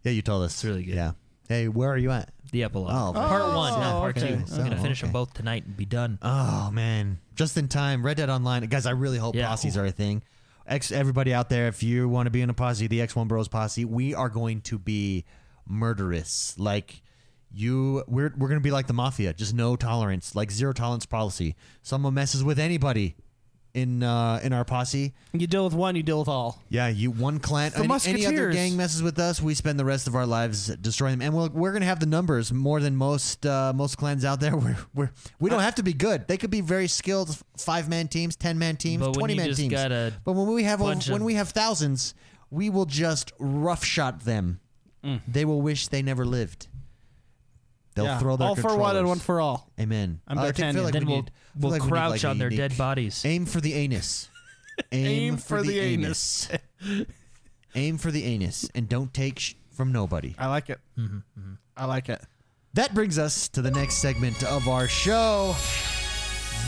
[SPEAKER 1] Yeah, you told us. It's
[SPEAKER 3] really good.
[SPEAKER 1] Yeah. Hey, where are you at?
[SPEAKER 3] The epilogue.
[SPEAKER 1] Oh,
[SPEAKER 3] part
[SPEAKER 1] nice.
[SPEAKER 3] one,
[SPEAKER 2] Oh,
[SPEAKER 3] not part
[SPEAKER 2] okay.
[SPEAKER 3] two. I'm
[SPEAKER 1] Oh,
[SPEAKER 3] gonna finish them
[SPEAKER 1] okay.
[SPEAKER 3] both tonight and be done.
[SPEAKER 1] Oh man, just in time. Red Dead Online, guys. I really hope
[SPEAKER 3] Yeah.
[SPEAKER 1] posses are a thing. X, everybody out there, if you want to be in a posse, the X One Bros posse, we are going to be murderous. Like you, we're we're gonna be like the mafia, just no tolerance, like zero tolerance policy. Someone messes with anybody in uh, in our posse,
[SPEAKER 2] You deal with one, you deal with all.
[SPEAKER 1] yeah, you one clan.
[SPEAKER 2] The
[SPEAKER 1] any, any other
[SPEAKER 2] Musketeers.
[SPEAKER 1] gang messes with us, we spend the rest of our lives destroying them, and we'll, we're gonna have the numbers more than most uh, most clans out there. We're, we're we don't have to be good. They could be very skilled five man teams, ten man teams,
[SPEAKER 3] But when
[SPEAKER 1] twenty
[SPEAKER 3] you
[SPEAKER 1] man
[SPEAKER 3] just
[SPEAKER 1] teams.
[SPEAKER 3] got a
[SPEAKER 1] but when we have when
[SPEAKER 3] bunch of-
[SPEAKER 1] we have thousands, we will just roughshot them.
[SPEAKER 3] Mm.
[SPEAKER 1] They will wish they never lived. They'll
[SPEAKER 2] Yeah.
[SPEAKER 1] throw their
[SPEAKER 2] all for one and one
[SPEAKER 1] controllers.
[SPEAKER 2] for all.
[SPEAKER 1] Amen.
[SPEAKER 2] I'm
[SPEAKER 1] I think-
[SPEAKER 2] D'Artagnan.
[SPEAKER 1] feel like
[SPEAKER 3] then
[SPEAKER 1] we
[SPEAKER 3] we'll
[SPEAKER 1] need- I feel
[SPEAKER 3] we'll
[SPEAKER 1] like we need,
[SPEAKER 3] crouch
[SPEAKER 1] like, a
[SPEAKER 3] on their
[SPEAKER 1] unique-
[SPEAKER 3] dead bodies.
[SPEAKER 1] Aim for the anus. Aim, for, the, anus. Aim for the anus and don't take sh- from nobody.
[SPEAKER 2] I like it.
[SPEAKER 1] Mm-hmm,
[SPEAKER 2] I like it.
[SPEAKER 1] That brings us to the next segment of our show.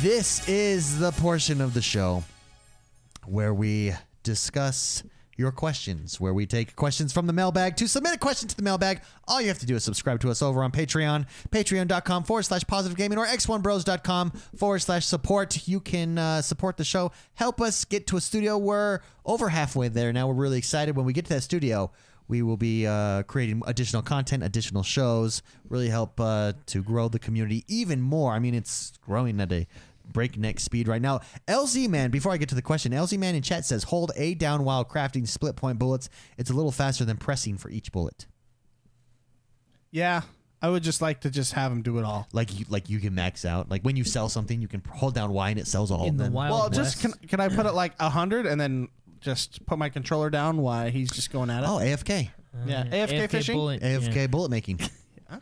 [SPEAKER 1] This is the portion of the show where we discuss your questions, where we take questions from the mailbag. To submit a question to the mailbag, all you have to do is subscribe to us over on Patreon, patreon.com forward slash positive gaming or x1bros.com forward slash support. You can uh, support the show, help us get to a studio. We're over halfway there now. We're really excited. When we get to that studio, we will be uh, creating additional content, additional shows, really help uh, to grow the community even more. I mean, it's growing at a breakneck speed right now. LZ Man, before I get to the question, LZ Man in chat says hold A down while crafting split point bullets. It's a little faster than pressing for each bullet.
[SPEAKER 2] Yeah. I would just like to just have him do it all.
[SPEAKER 1] Like you, like you can max out. Like when you sell something, you can hold down Y and it sells all
[SPEAKER 3] In
[SPEAKER 1] of
[SPEAKER 3] the
[SPEAKER 1] them.
[SPEAKER 3] wild
[SPEAKER 2] Well, just
[SPEAKER 3] west.
[SPEAKER 2] can, can I put it like a hundred and then just put my controller down while he's just going at it? Mm-hmm.
[SPEAKER 1] Oh, AFK,
[SPEAKER 2] yeah.
[SPEAKER 3] Yeah,
[SPEAKER 2] AFK, fishing.
[SPEAKER 3] bullet,
[SPEAKER 1] AFK
[SPEAKER 3] yeah.
[SPEAKER 1] bullet making.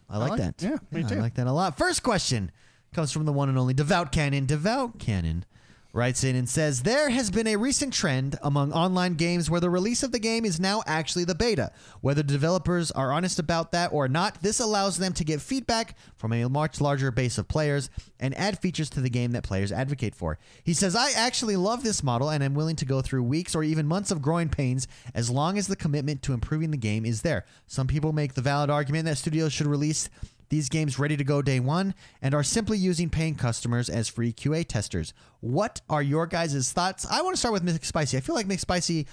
[SPEAKER 1] I like,
[SPEAKER 2] like-
[SPEAKER 1] that.
[SPEAKER 2] yeah, me
[SPEAKER 1] I
[SPEAKER 2] too.
[SPEAKER 1] like that a lot. First question comes from the one and only Devout Cannon. Devout Cannon writes in and says there has been a recent trend among online games where the release of the game is now actually the beta whether developers are honest about that or not this allows them to get feedback from a much larger base of players and add features to the game that players advocate for he says i actually love this model and am willing to go through weeks or even months of growing pains as long as the commitment to improving the game is there some people make the valid argument that studios should release these games ready to go day one and are simply using paying customers as free QA testers. What are your guys' thoughts? I want to start with Mick Spicy. I feel like Mick Spicy,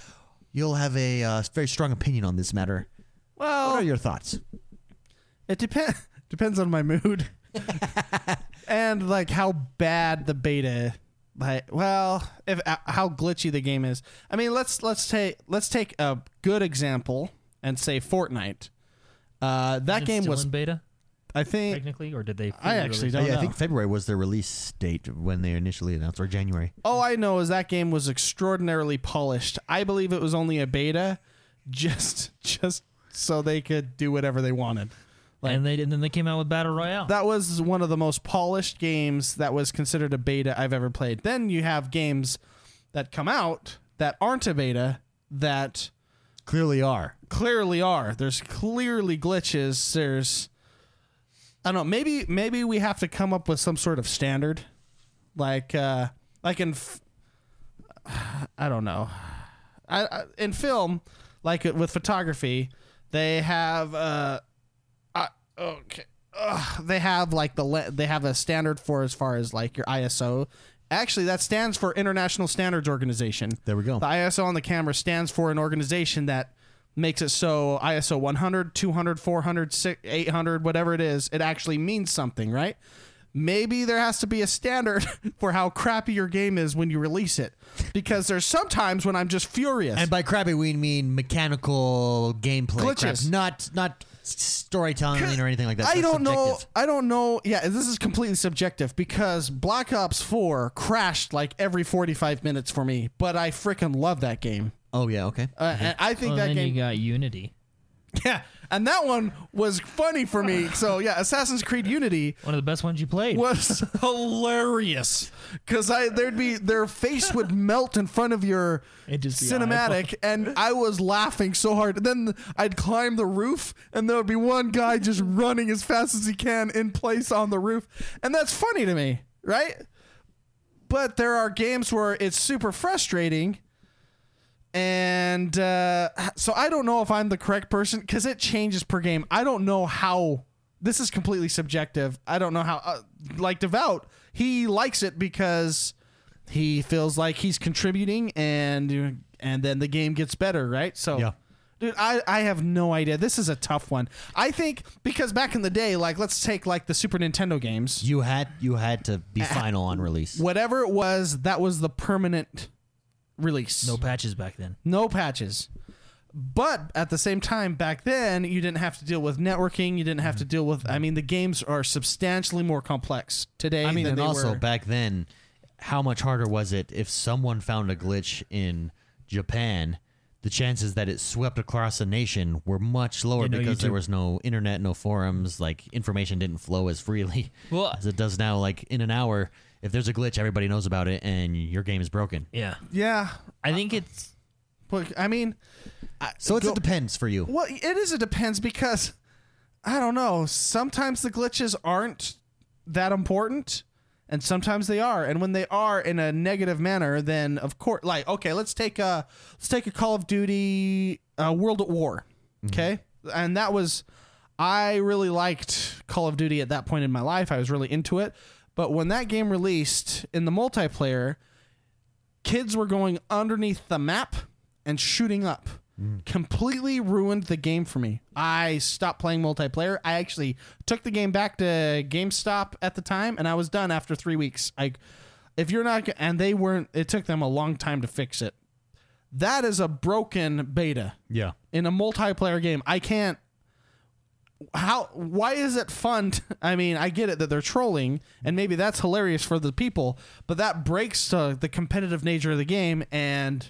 [SPEAKER 1] you'll have a uh, very strong opinion on this matter. What are
[SPEAKER 2] Well,
[SPEAKER 1] your thoughts?
[SPEAKER 2] it depends depends on my mood and like how bad the beta. Like, well, if uh, how glitchy the game is. I mean, let's let's take let's take a good example and say Fortnite.
[SPEAKER 1] Uh, that
[SPEAKER 3] Isn't it
[SPEAKER 1] game
[SPEAKER 3] still
[SPEAKER 1] was,
[SPEAKER 3] in beta
[SPEAKER 1] I think,
[SPEAKER 3] technically, or did they?
[SPEAKER 2] I actually
[SPEAKER 1] Oh, yeah,
[SPEAKER 2] don't
[SPEAKER 1] I
[SPEAKER 2] know.
[SPEAKER 1] think February was their release date when they initially announced, or January.
[SPEAKER 2] All I know is that game was extraordinarily polished. I believe it was only a beta, just just so they could do whatever they wanted.
[SPEAKER 3] and they and then they came out with battle royale.
[SPEAKER 2] That was one of the most polished games that was considered a beta I've ever played. Then you have games that come out that aren't a beta that
[SPEAKER 1] Clearly are.
[SPEAKER 2] clearly are. There's clearly glitches. There's I don't know. Maybe maybe we have to come up with some sort of standard, like uh, like in f- I don't know. I, I in film, like uh, with photography, they have uh, I, okay. Ugh, they have like the le- they have a standard for as far as like your ISO. Actually, that stands for International Standards Organization.
[SPEAKER 1] There we go.
[SPEAKER 2] The ISO on the camera stands for an organization that makes it so ISO 100, 200, 400, 600, 800, whatever it is, it actually means something, right? Maybe there has to be a standard for how crappy your game is when you release it. Because there's sometimes when I'm just furious.
[SPEAKER 1] And by crappy, we mean mechanical gameplay, crap,
[SPEAKER 2] Glitches.
[SPEAKER 1] not not s- storytelling or anything like that. That's
[SPEAKER 2] I don't know.
[SPEAKER 1] subjective.
[SPEAKER 2] I don't know. Yeah, this is completely subjective because Black Ops 4 crashed like every 45 minutes for me, but I freaking love that game.
[SPEAKER 1] Oh yeah, okay.
[SPEAKER 2] Uh, and I think
[SPEAKER 3] Well,
[SPEAKER 2] that
[SPEAKER 3] then
[SPEAKER 2] game
[SPEAKER 3] you got Unity,
[SPEAKER 2] Yeah, and that one was funny for me. So yeah, Assassin's Creed Unity
[SPEAKER 3] one of the best ones you played.
[SPEAKER 2] was hilarious because I there'd be their face would melt in front of your
[SPEAKER 3] It'd just be
[SPEAKER 2] cinematic, and I was laughing so hard. Then I'd climb the roof, and there would be one guy just running as fast as he can in place on the roof, and that's funny to me, right? But there are games where it's super frustrating and uh, so I don't know if I'm the correct person because it changes per game. I don't know how. This is completely subjective. I don't know how. Uh, like devout, he likes it because he feels like he's contributing, and and then the game gets better, right? So.
[SPEAKER 1] Yeah.
[SPEAKER 2] Dude, I, I have no idea. This is a tough one. I think because back in the day, like let's take like the Super Nintendo games.
[SPEAKER 1] You had you had to
[SPEAKER 2] Uh,
[SPEAKER 1] be final on release.
[SPEAKER 2] Whatever it was, that was the permanent release.
[SPEAKER 3] no patches back then.
[SPEAKER 2] No patches. But at the same time, back then, you didn't have to deal with networking. You didn't have to deal with. I mean, the games are substantially more complex today.
[SPEAKER 1] I mean,
[SPEAKER 2] than
[SPEAKER 1] and
[SPEAKER 2] they
[SPEAKER 1] also
[SPEAKER 2] were.
[SPEAKER 1] back then, how much harder was it if someone found a glitch in Japan? The chances that it swept across a nation were much lower
[SPEAKER 3] no
[SPEAKER 1] because there
[SPEAKER 3] YouTube.
[SPEAKER 1] was no internet, no forums. Like information didn't flow as freely
[SPEAKER 3] Well-
[SPEAKER 1] as it does now. Like in an hour, if there's a glitch, everybody knows about it, and your game is broken.
[SPEAKER 3] Yeah,
[SPEAKER 2] yeah.
[SPEAKER 3] I think it's
[SPEAKER 2] But I mean,
[SPEAKER 1] So it's,
[SPEAKER 2] Go-
[SPEAKER 1] it depends for you.
[SPEAKER 2] well, it is. It depends because I don't know. Sometimes the glitches aren't that important, and sometimes they are. And when they are in a negative manner, then of course, like okay, let's take a let's take a Call of Duty uh, World at War, okay, and that was I really liked Call of Duty at that point in my life. I was really into it, but when that game released in the multiplayer, kids were going underneath the map and shooting up. Completely ruined the game for me. I stopped playing multiplayer. I actually took the game back to GameStop at the time, and I was done after three weeks. I, if you're not, and they weren't. It took them a long time to fix it. That is a broken beta
[SPEAKER 1] Yeah.
[SPEAKER 2] in a multiplayer game. I can't. How? Why is it fun? t- I mean, I get it that they're trolling, and maybe that's hilarious for the people, but that breaks uh, the competitive nature of the game, and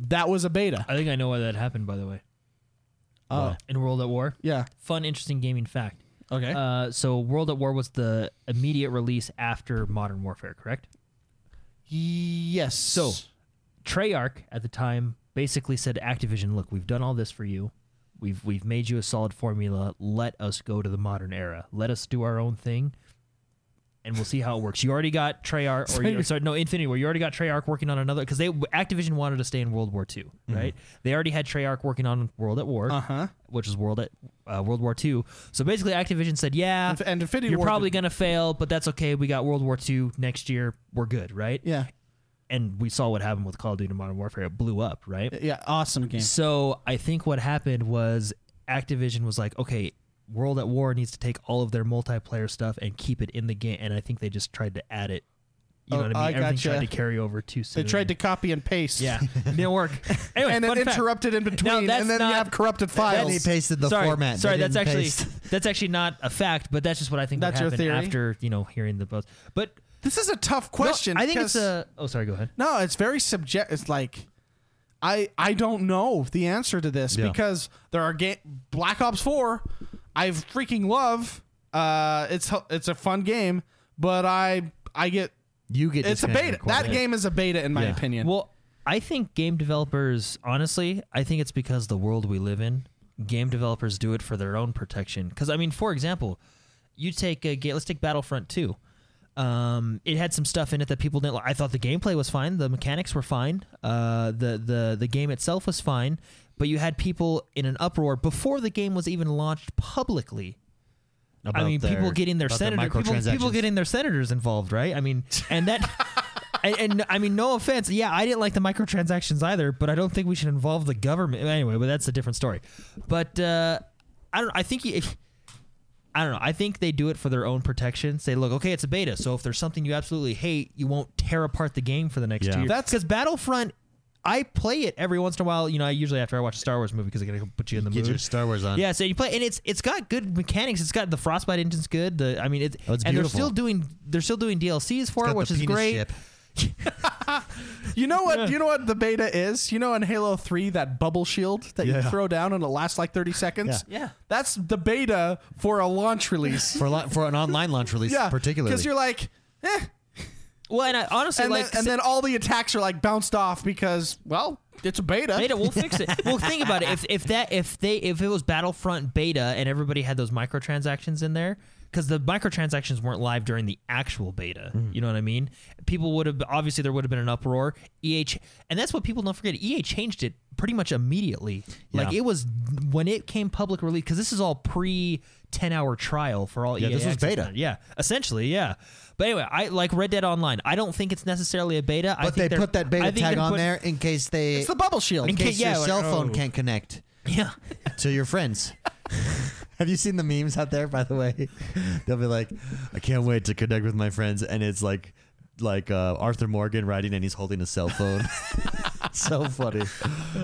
[SPEAKER 2] that was a beta.
[SPEAKER 3] I think I know why that happened. By the way,
[SPEAKER 2] Oh.
[SPEAKER 3] in World at War,
[SPEAKER 2] Yeah.
[SPEAKER 3] fun, interesting gaming fact.
[SPEAKER 2] Okay.
[SPEAKER 3] Uh, so World at War was the immediate release after Modern Warfare, correct?
[SPEAKER 2] yes. So
[SPEAKER 3] Treyarch at the time basically said to Activision, "Look, we've done all this for you. We've we've made you a solid formula. Let us go to the modern era. Let us do our own thing, and we'll see how it works. You already got Treyarch, or you, sorry, no Infinity War. You already got Treyarch working on another because they Activision wanted to stay in World War II,
[SPEAKER 2] Mm-hmm.
[SPEAKER 3] right? They already had Treyarch working on World at War,
[SPEAKER 2] Uh huh.
[SPEAKER 3] which is World at uh, World War II. So basically, Activision said, "Yeah,
[SPEAKER 2] And, and Infinity
[SPEAKER 3] you're
[SPEAKER 2] War
[SPEAKER 3] probably
[SPEAKER 2] did-
[SPEAKER 3] gonna fail, but that's okay. We got World War II next year. We're good, right?
[SPEAKER 2] Yeah.
[SPEAKER 3] and we saw what happened with Call of Duty Modern Warfare. It blew up, right?
[SPEAKER 2] Yeah. Awesome game.
[SPEAKER 3] So I think what happened was Activision was like, okay, World at War needs to take all of their multiplayer stuff and keep it in the game. And I think they just tried to add it You know
[SPEAKER 2] Oh,
[SPEAKER 3] what I
[SPEAKER 2] I
[SPEAKER 3] mean? Everything
[SPEAKER 2] gotcha.
[SPEAKER 3] tried to carry over too
[SPEAKER 2] They
[SPEAKER 3] soon.
[SPEAKER 2] tried to copy and paste.
[SPEAKER 3] Yeah, didn't work. Anyway,
[SPEAKER 2] and then
[SPEAKER 3] fun fact.
[SPEAKER 2] interrupted in
[SPEAKER 3] Now,
[SPEAKER 2] between,
[SPEAKER 3] that's
[SPEAKER 2] and then you
[SPEAKER 3] not-
[SPEAKER 2] have corrupted
[SPEAKER 1] And he
[SPEAKER 2] files.
[SPEAKER 1] pasted the
[SPEAKER 3] sorry,
[SPEAKER 1] format. They
[SPEAKER 3] Sorry, that's
[SPEAKER 1] didn't
[SPEAKER 3] actually
[SPEAKER 1] paste-
[SPEAKER 3] that's actually not a fact, but that's just what I think.
[SPEAKER 2] That's your
[SPEAKER 3] would happen
[SPEAKER 2] theory?
[SPEAKER 3] after you know hearing the buzz. But
[SPEAKER 2] This is a tough
[SPEAKER 3] no,
[SPEAKER 2] question.
[SPEAKER 3] I think it's
[SPEAKER 2] because-
[SPEAKER 3] a. Oh, sorry. Go ahead.
[SPEAKER 2] No, it's very subject. It's like I I don't know the answer to this
[SPEAKER 1] Yeah.
[SPEAKER 2] because there are ga- Black Ops Four. I freaking love. Uh, it's h- it's a fun game, but I I get
[SPEAKER 1] you get
[SPEAKER 2] it's a
[SPEAKER 1] disconnected
[SPEAKER 2] beta.
[SPEAKER 1] quite
[SPEAKER 2] That
[SPEAKER 1] bit.
[SPEAKER 2] game is a beta in my
[SPEAKER 1] Yeah.
[SPEAKER 2] opinion.
[SPEAKER 3] Well, I think game developers, honestly, I think it's because the world we live in, game developers do it for their own protection. Because I mean, for example, you take a game. Let's take Battlefront Two. Um, it had some stuff in it that people didn't. like. I thought the gameplay was fine, the mechanics were fine, uh, the the the game itself was fine, but you had people in an uproar before the game was even launched publicly I
[SPEAKER 1] About
[SPEAKER 3] mean,
[SPEAKER 1] their-
[SPEAKER 3] people getting their
[SPEAKER 1] about
[SPEAKER 3] senator, people, people
[SPEAKER 1] microtransactions.
[SPEAKER 3] getting their senators involved, right? I mean, and that, and, and I mean, no offense, yeah, I didn't like the microtransactions either, but I don't think we should involve the government anyway. But that's a different story. But uh, I don't. I think you- if, I don't know. I think they do it for their own protection. Say, look, okay, it's a beta, so if there's something you absolutely hate, you won't tear apart the game for the next
[SPEAKER 1] Yeah.
[SPEAKER 3] two years.
[SPEAKER 2] That's-
[SPEAKER 3] because Battlefront. I play it every once in a while. You know, I usually after I watch a Star Wars movie because I gotta put you in the
[SPEAKER 1] Get
[SPEAKER 3] mood.
[SPEAKER 1] your Star Wars on.
[SPEAKER 3] Yeah, so you play, and it's it's got good mechanics. It's got the frostbite engine's good. The I mean, it's,
[SPEAKER 1] Oh, it's
[SPEAKER 3] and
[SPEAKER 1] beautiful.
[SPEAKER 3] they're still doing they're still doing DLCs for
[SPEAKER 1] Got
[SPEAKER 3] it,
[SPEAKER 1] the
[SPEAKER 3] which is
[SPEAKER 1] penis
[SPEAKER 3] great.
[SPEAKER 1] ship.
[SPEAKER 2] you know what? You know what the beta is? You know in Halo Three that bubble shield that
[SPEAKER 1] Yeah.
[SPEAKER 2] you throw down and it lasts like thirty seconds.
[SPEAKER 3] Yeah. Yeah.
[SPEAKER 2] that's the beta for a launch release.
[SPEAKER 1] for li- for an online launch release,
[SPEAKER 2] yeah,
[SPEAKER 1] particularly.
[SPEAKER 2] because you're like, eh,
[SPEAKER 3] Well, and I, honestly,
[SPEAKER 2] and,
[SPEAKER 3] like
[SPEAKER 2] then, and then all the attacks are like bounced off because well it's a beta.
[SPEAKER 3] beta, we'll fix it. well, think about it. If if that if they if it was Battlefront beta and everybody had those microtransactions in there. Because the microtransactions weren't live during the actual beta,
[SPEAKER 1] Mm.
[SPEAKER 3] you know what I mean? People would have obviously there would have been an uproar. EA, ch- and that's what people don't forget. EA changed it pretty much immediately. Like
[SPEAKER 1] Yeah.
[SPEAKER 3] it was when it came public release because this is all pre ten hour trial for all E
[SPEAKER 1] Yeah,
[SPEAKER 3] EA
[SPEAKER 1] this was
[SPEAKER 3] access
[SPEAKER 1] beta.
[SPEAKER 3] now. Yeah, essentially, yeah. But anyway, I like Red Dead Online. I don't think it's necessarily a beta. I
[SPEAKER 1] but
[SPEAKER 3] think
[SPEAKER 1] they
[SPEAKER 3] they're-
[SPEAKER 1] put that
[SPEAKER 3] I
[SPEAKER 1] beta
[SPEAKER 3] think
[SPEAKER 1] tag
[SPEAKER 3] they're
[SPEAKER 1] on
[SPEAKER 3] put-
[SPEAKER 1] there in case they
[SPEAKER 2] it's the bubble shield.
[SPEAKER 1] in
[SPEAKER 3] ca-
[SPEAKER 1] case
[SPEAKER 3] yeah,
[SPEAKER 1] your
[SPEAKER 3] like,
[SPEAKER 1] cell phone
[SPEAKER 3] oh.
[SPEAKER 1] can't connect
[SPEAKER 3] Yeah.
[SPEAKER 1] to your friends. Have you seen the memes out there? By the way, they'll be like, "I can't wait to connect with my friends," and it's like like uh, Arthur Morgan riding and he's holding a cell phone. so funny,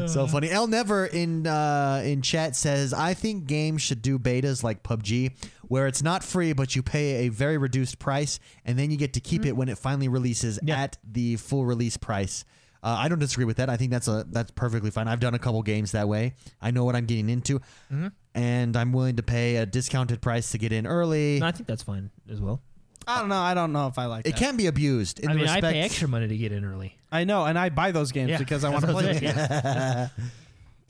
[SPEAKER 1] so funny. El Never in uh, in chat says, "I think games should do betas like PUBG, where it's not free but you pay a very reduced price, and then you get to keep it when it finally releases
[SPEAKER 3] Yeah.
[SPEAKER 1] at the full release price." Uh, I don't disagree with that. I think that's a that's perfectly fine. I've done a couple games that way. I know what I'm getting into,
[SPEAKER 3] Mm-hmm.
[SPEAKER 1] and I'm willing to pay a discounted price to get in early.
[SPEAKER 3] No, I think that's fine as well.
[SPEAKER 2] I don't know. I don't know if I like
[SPEAKER 1] it
[SPEAKER 2] that.
[SPEAKER 1] can be abused in
[SPEAKER 3] I
[SPEAKER 1] the
[SPEAKER 3] mean,
[SPEAKER 1] respect.
[SPEAKER 3] I pay extra money to get in early.
[SPEAKER 2] I know, and I buy those games
[SPEAKER 3] Yeah.
[SPEAKER 2] because I want to
[SPEAKER 3] That's what
[SPEAKER 2] play.
[SPEAKER 3] I'm
[SPEAKER 2] Them.
[SPEAKER 3] saying, yeah.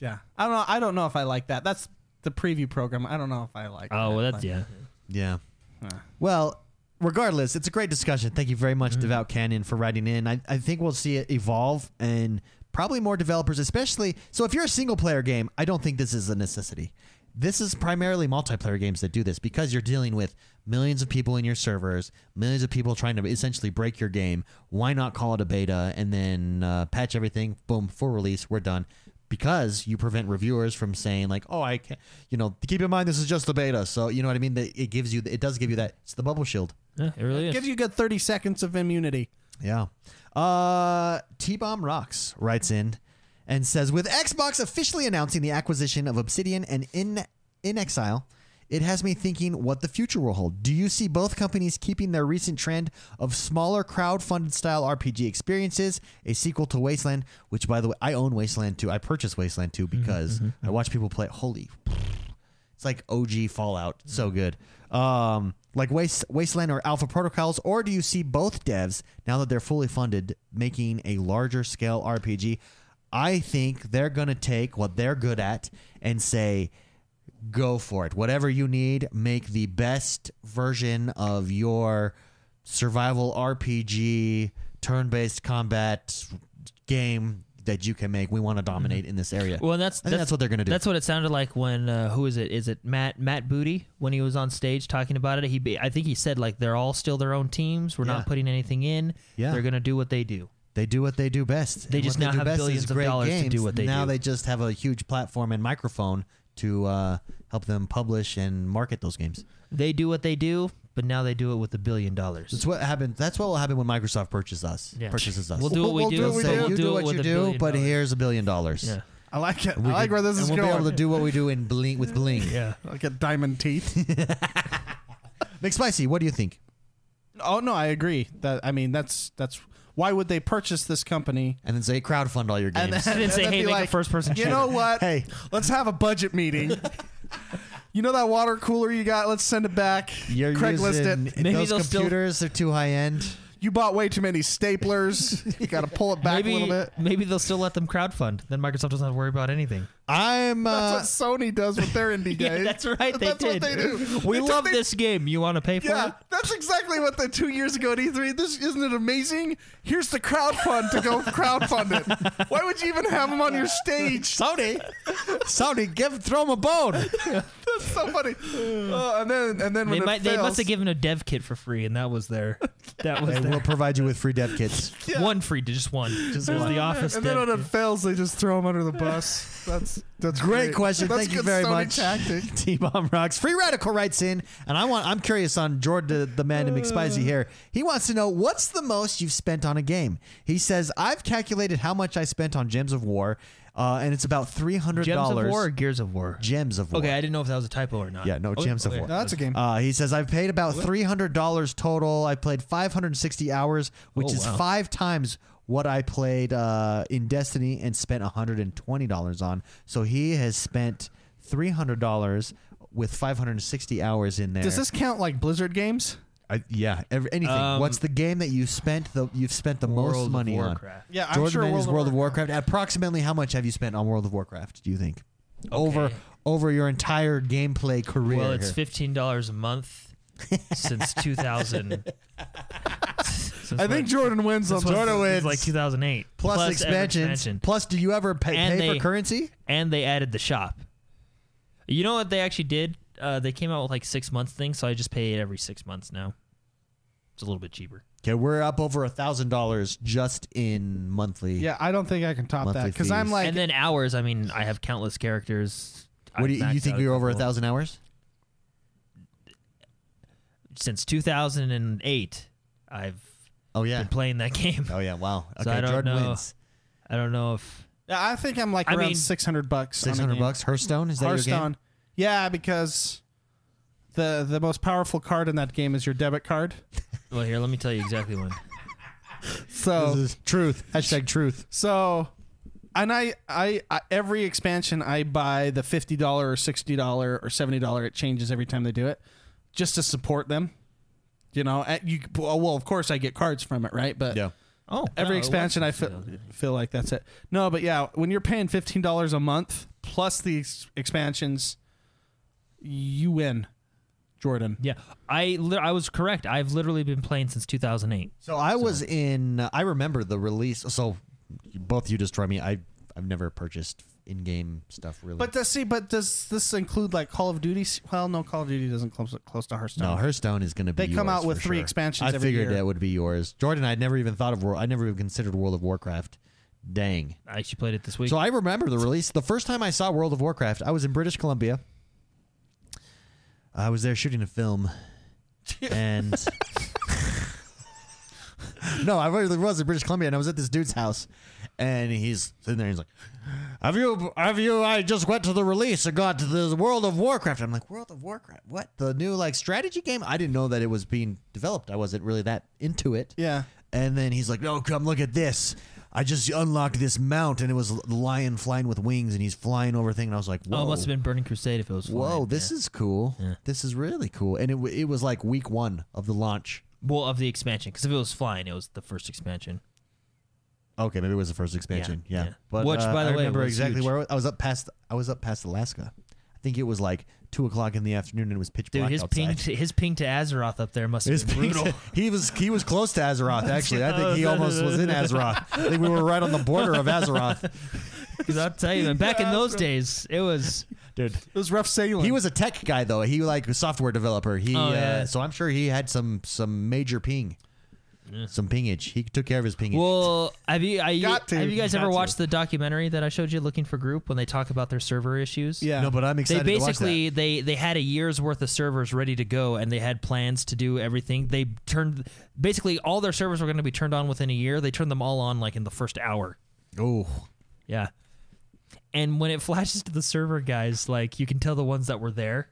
[SPEAKER 2] Yeah, I don't know. I don't know if I like that. That's the preview program. I don't know if I like.
[SPEAKER 3] Oh, well,
[SPEAKER 2] that,
[SPEAKER 3] that's
[SPEAKER 2] but-
[SPEAKER 3] yeah.
[SPEAKER 1] Yeah.
[SPEAKER 2] Ah.
[SPEAKER 1] Well, regardless, it's a great discussion. Thank you very much, Devout Canyon, for writing in. I, I think we'll see it evolve and probably more developers, especially. So, if you're a single player game, I don't think this is a necessity. This is primarily multiplayer games that do this because you're dealing with millions of people in your servers, millions of people trying to essentially break your game. Why not call it a beta and then uh, patch everything? Boom, full release, we're done because you prevent reviewers from saying like, "Oh, I can't," you know. Keep in mind, this is just the beta, so you know what I mean. That it gives you, it does give you that. It's the bubble shield.
[SPEAKER 3] Yeah, it really is.
[SPEAKER 2] Gives you a good thirty seconds of immunity.
[SPEAKER 1] Yeah. Uh, T Bomb Rocks writes in and says With Xbox officially announcing the acquisition of Obsidian and In, in Exile, it has me thinking what the future will hold. Do you see both companies keeping their recent trend of smaller crowd-funded style RPG experiences? A sequel to Wasteland, which by the way, I own Wasteland 2. I purchased Wasteland 2 because I watch people play it. Holy it's like OG Fallout, so
[SPEAKER 3] Mm-hmm.
[SPEAKER 1] good. Um, like Waste, Wasteland or Alpha Protocols, or do you see both devs now that they're fully funded making a larger scale RPG? I think they're gonna take what they're good at and say, go for it. Whatever you need, make the best version of your survival RPG turn-based combat game that you can make. We want to dominate in this area.
[SPEAKER 3] Mm-hmm. Well, that's
[SPEAKER 1] I think that's what they're gonna do.
[SPEAKER 3] That's what it sounded like when uh, who is it? Is it Matt Matt Booty when he was on stage talking about it? He be- I think he said like they're all still their own teams. We're
[SPEAKER 1] Yeah.
[SPEAKER 3] not putting anything in.
[SPEAKER 1] Yeah.
[SPEAKER 3] they're gonna do what they do.
[SPEAKER 1] They do what they do best.
[SPEAKER 3] They
[SPEAKER 1] And
[SPEAKER 3] just
[SPEAKER 1] what
[SPEAKER 3] now
[SPEAKER 1] do
[SPEAKER 3] have
[SPEAKER 1] best is
[SPEAKER 3] billions of
[SPEAKER 1] great
[SPEAKER 3] dollars to do
[SPEAKER 1] games.
[SPEAKER 3] what they
[SPEAKER 1] now
[SPEAKER 3] do.
[SPEAKER 1] they just have a huge platform and microphone to uh, help them publish and market those games.
[SPEAKER 3] They do what they do. but now they do it with a billion dollars.
[SPEAKER 1] That's what happened. That's what will happen when Microsoft purchases us.
[SPEAKER 3] Yeah.
[SPEAKER 1] Purchases us.
[SPEAKER 3] We'll do what we
[SPEAKER 2] We'll
[SPEAKER 3] do.
[SPEAKER 2] do what we
[SPEAKER 1] Say,
[SPEAKER 2] do.
[SPEAKER 3] but we'll
[SPEAKER 1] you do,
[SPEAKER 3] it
[SPEAKER 1] what
[SPEAKER 3] with
[SPEAKER 1] you
[SPEAKER 3] a
[SPEAKER 1] do,
[SPEAKER 3] billion
[SPEAKER 1] but
[SPEAKER 3] dollars.
[SPEAKER 1] here's a billion dollars.
[SPEAKER 3] Yeah.
[SPEAKER 2] I like it.
[SPEAKER 1] We
[SPEAKER 2] I like
[SPEAKER 1] could-
[SPEAKER 2] where this
[SPEAKER 1] and
[SPEAKER 2] is
[SPEAKER 1] we'll
[SPEAKER 2] going.
[SPEAKER 1] be able to do what we do in bling with bling.
[SPEAKER 3] Yeah.
[SPEAKER 2] I get diamond teeth.
[SPEAKER 1] McSpicy, what do you think?
[SPEAKER 2] oh no, I agree. That I mean, that's that's why would they purchase this company?
[SPEAKER 1] And then say crowdfund all your
[SPEAKER 2] And
[SPEAKER 1] games.
[SPEAKER 2] then-
[SPEAKER 3] I didn't say,
[SPEAKER 2] that'd
[SPEAKER 3] hey,
[SPEAKER 2] be
[SPEAKER 3] make
[SPEAKER 2] like,
[SPEAKER 3] a first person
[SPEAKER 2] You know what?
[SPEAKER 1] Hey.
[SPEAKER 2] let's have a budget meeting. you know that water cooler you got? Let's send it back.
[SPEAKER 1] You're using
[SPEAKER 2] Craigslist it.
[SPEAKER 3] Maybe
[SPEAKER 1] those
[SPEAKER 3] they'll still-
[SPEAKER 1] computers are too high end.
[SPEAKER 2] You bought way too many staplers. you got to pull it back
[SPEAKER 3] maybe,
[SPEAKER 2] a little bit.
[SPEAKER 3] maybe they'll still let them crowdfund. Then Microsoft doesn't have to worry about anything.
[SPEAKER 1] I'm uh,
[SPEAKER 2] That's what Sony does with their indie
[SPEAKER 3] Yeah,
[SPEAKER 2] days.
[SPEAKER 3] that's right. They
[SPEAKER 2] that's what
[SPEAKER 3] did.
[SPEAKER 2] they do.
[SPEAKER 3] We
[SPEAKER 2] They took
[SPEAKER 3] love
[SPEAKER 2] the-
[SPEAKER 3] this game. You want to pay for
[SPEAKER 2] Yeah,
[SPEAKER 3] it?
[SPEAKER 2] that's exactly what the two years ago at E3. This isn't it amazing? Here's the crowdfund to go crowdfund it. Why would you even have them on your stage?
[SPEAKER 1] Sony. Sony, give throw him a bone.
[SPEAKER 2] That's so funny. Uh, and then and then
[SPEAKER 3] They
[SPEAKER 2] when it
[SPEAKER 3] might. They
[SPEAKER 2] fails-
[SPEAKER 3] must have given a dev kit for free, and that was their. That was
[SPEAKER 1] They
[SPEAKER 3] their,
[SPEAKER 1] will provide you with free dev kits.
[SPEAKER 2] yeah.
[SPEAKER 3] one free, just one. Just
[SPEAKER 2] Yeah.
[SPEAKER 3] one. The office.
[SPEAKER 2] And then
[SPEAKER 3] dev
[SPEAKER 2] when it
[SPEAKER 3] kit.
[SPEAKER 2] fails, they just throw them under the bus. That's that's
[SPEAKER 1] Great
[SPEAKER 2] great,
[SPEAKER 1] question.
[SPEAKER 2] That's
[SPEAKER 1] Thank you
[SPEAKER 2] good
[SPEAKER 1] very
[SPEAKER 2] Sony
[SPEAKER 1] much.
[SPEAKER 2] Tactic.
[SPEAKER 1] T Bomb Rocks. Free Radical writes in, and I want I'm curious on Jordan the, the
[SPEAKER 2] Uh.
[SPEAKER 1] man in McSpicy here. He wants to know what's the most you've spent on a game. He says, I've calculated how much I spent on Gems of War, uh, and it's about three hundred
[SPEAKER 3] Gems of
[SPEAKER 1] dollars.
[SPEAKER 3] War or Gears of War?
[SPEAKER 1] Gems of War.
[SPEAKER 3] Okay, I didn't know if that was a typo or not.
[SPEAKER 1] Yeah, no,
[SPEAKER 3] Oh,
[SPEAKER 1] Gems of War.
[SPEAKER 2] No, that's a game.
[SPEAKER 1] Uh, he says, I've paid about $300 total. I played 560 hours, which
[SPEAKER 3] Oh,
[SPEAKER 1] is
[SPEAKER 3] wow.
[SPEAKER 1] five times what I played uh, in Destiny and spent $120 on. So he has spent $300 with 560 hours in there.
[SPEAKER 2] Does this count like Blizzard games?
[SPEAKER 1] I, yeah, every, anything.
[SPEAKER 3] Um,
[SPEAKER 1] What's the game that you spent the you've spent the
[SPEAKER 3] World
[SPEAKER 1] most
[SPEAKER 3] of
[SPEAKER 1] money on?
[SPEAKER 3] Warcraft.
[SPEAKER 2] Yeah,
[SPEAKER 1] Jordan Man is World of Warcraft. Approximately how much have you spent on World of Warcraft, do you think? Over
[SPEAKER 3] Okay.
[SPEAKER 1] over your entire gameplay career.
[SPEAKER 3] Well, it's
[SPEAKER 1] here?
[SPEAKER 3] fifteen dollars a month since two thousand.
[SPEAKER 2] I think Jordan wins on
[SPEAKER 1] Jordan
[SPEAKER 2] this.
[SPEAKER 1] wins.
[SPEAKER 3] like two thousand eight
[SPEAKER 1] plus,
[SPEAKER 3] plus every
[SPEAKER 1] expansions.
[SPEAKER 3] expansion.
[SPEAKER 1] Plus, do you ever pay,
[SPEAKER 3] And
[SPEAKER 1] pay for
[SPEAKER 3] they-
[SPEAKER 1] currency?
[SPEAKER 3] and they added the shop. You know what they actually did? Uh, they came out with like six months thing, so I just pay it every six months now. It's a little bit cheaper.
[SPEAKER 1] Okay, we're up over a thousand dollars just in monthly.
[SPEAKER 2] Yeah, I don't think I can top that
[SPEAKER 1] Monthly
[SPEAKER 2] because I'm
[SPEAKER 1] fees.
[SPEAKER 2] like
[SPEAKER 3] and then hours. I mean, I have countless characters.
[SPEAKER 1] What
[SPEAKER 3] I've
[SPEAKER 1] do you, you
[SPEAKER 3] maxed
[SPEAKER 1] think
[SPEAKER 3] out
[SPEAKER 1] you're over a
[SPEAKER 3] couple
[SPEAKER 1] thousand hours?
[SPEAKER 3] since two thousand and eight. I've
[SPEAKER 1] Oh yeah.
[SPEAKER 3] been playing that game.
[SPEAKER 1] Oh yeah. Wow. Okay.
[SPEAKER 3] So I don't
[SPEAKER 1] Jordan
[SPEAKER 3] know.
[SPEAKER 1] wins.
[SPEAKER 3] I don't know if
[SPEAKER 2] I think I'm like
[SPEAKER 3] I
[SPEAKER 2] around
[SPEAKER 3] mean,
[SPEAKER 2] 600 bucks. on a
[SPEAKER 1] Six hundred
[SPEAKER 2] game.
[SPEAKER 1] bucks. Hearthstone is that your game?
[SPEAKER 2] Hearthstone. Yeah, because the the most powerful card in that game is your debit card.
[SPEAKER 3] Well, here, let me tell you exactly when.
[SPEAKER 1] This
[SPEAKER 2] So
[SPEAKER 1] is truth. Hashtag truth.
[SPEAKER 2] so, and I, I I every expansion I buy the fifty dollar or sixty dollar or seventy dollar. It changes every time they do it, just to support them. You know, at you well, of course I get cards from it, right? But
[SPEAKER 3] Oh,
[SPEAKER 2] every expansion I feel feel like that's it. No, but yeah, when you're paying fifteen dollars a month plus the ex- expansions, you win, Jordan.
[SPEAKER 3] Yeah, I li- I was correct. I've literally been playing since 2008.
[SPEAKER 1] So I was in. I remember the release. So both you destroy me. I I've never purchased in-game stuff really.
[SPEAKER 2] But does see, but does this include like Call of Duty? s- Well, no, Call of Duty doesn't close close to Hearthstone.
[SPEAKER 1] No, Hearthstone is going to be.
[SPEAKER 2] They come
[SPEAKER 1] yours
[SPEAKER 2] out with
[SPEAKER 1] for
[SPEAKER 2] three
[SPEAKER 1] sure.
[SPEAKER 2] expansions
[SPEAKER 1] I
[SPEAKER 2] every
[SPEAKER 1] figured
[SPEAKER 2] year.
[SPEAKER 1] that would be yours, Jordan. I'd never even thought of. World. I never even considered World of Warcraft. Dang.
[SPEAKER 3] I actually played it this week.
[SPEAKER 1] So I remember the release. The first time I saw World of Warcraft, I was in British Columbia. I was there shooting a film, and no, I really was in British Columbia, and I was at this dude's house, and he's sitting there. And he's like, "Have you? Have you? I just went to the release and got to the World of Warcraft." I'm like, "World of Warcraft? What? The new like strategy game? I didn't know that it was being developed. I wasn't really that into it."
[SPEAKER 2] Yeah.
[SPEAKER 1] And then he's like, "No, come look at this." I just unlocked this mount, and it was the lion flying with wings, and he's flying over thing. And I was like, "Whoa!"
[SPEAKER 3] oh, it must have been Burning Crusade if it was.
[SPEAKER 1] Whoa,
[SPEAKER 3] flying,
[SPEAKER 1] this
[SPEAKER 3] yeah.
[SPEAKER 1] is cool. This is really cool. And it, w- it was like week one of the launch.
[SPEAKER 3] well of the expansion because if it was flying, it was the first expansion.
[SPEAKER 1] Okay, maybe it was the first expansion. Yeah,
[SPEAKER 3] Yeah, yeah. Which,
[SPEAKER 1] uh,
[SPEAKER 3] by the
[SPEAKER 1] I
[SPEAKER 3] way,
[SPEAKER 1] remember
[SPEAKER 3] was
[SPEAKER 1] exactly
[SPEAKER 3] huge.
[SPEAKER 1] where I was. I was up past. I was up past Alaska. I think it was like two o'clock in the afternoon, and it was pitch
[SPEAKER 3] Dude,
[SPEAKER 1] black
[SPEAKER 3] his
[SPEAKER 1] outside.
[SPEAKER 3] ping to, his ping to Azeroth up there must
[SPEAKER 1] His
[SPEAKER 3] have been
[SPEAKER 1] ping-
[SPEAKER 3] brutal.
[SPEAKER 1] he was he was close to Azeroth actually. I think he almost was in Azeroth. I think we were right on the border of Azeroth.
[SPEAKER 3] Because I'll tell you, man, back in those days, it was
[SPEAKER 1] Dude,
[SPEAKER 2] It was rough sailing.
[SPEAKER 1] He was a tech guy though. He like a software developer. He
[SPEAKER 3] Oh,
[SPEAKER 1] uh,
[SPEAKER 3] yeah.
[SPEAKER 1] so I'm sure he had some some major ping. Some pingage. He took care of his pingage.
[SPEAKER 3] Well, have you I,
[SPEAKER 2] Got to,
[SPEAKER 3] have you guys ever
[SPEAKER 2] got to.
[SPEAKER 3] watched the documentary that I showed you, Looking for Group, when they talk about their server issues?
[SPEAKER 2] Yeah.
[SPEAKER 1] No, but I'm
[SPEAKER 3] They
[SPEAKER 1] excited
[SPEAKER 3] basically they they had a year's worth of servers ready to go, and they had plans to do everything. They turned basically all their servers were going to be turned on within a year. They turned them all on like in the first hour.
[SPEAKER 1] to
[SPEAKER 3] uh,
[SPEAKER 1] watch that. Oh,
[SPEAKER 3] Yeah. And when it flashes to the server guys, like you can tell the ones that were there,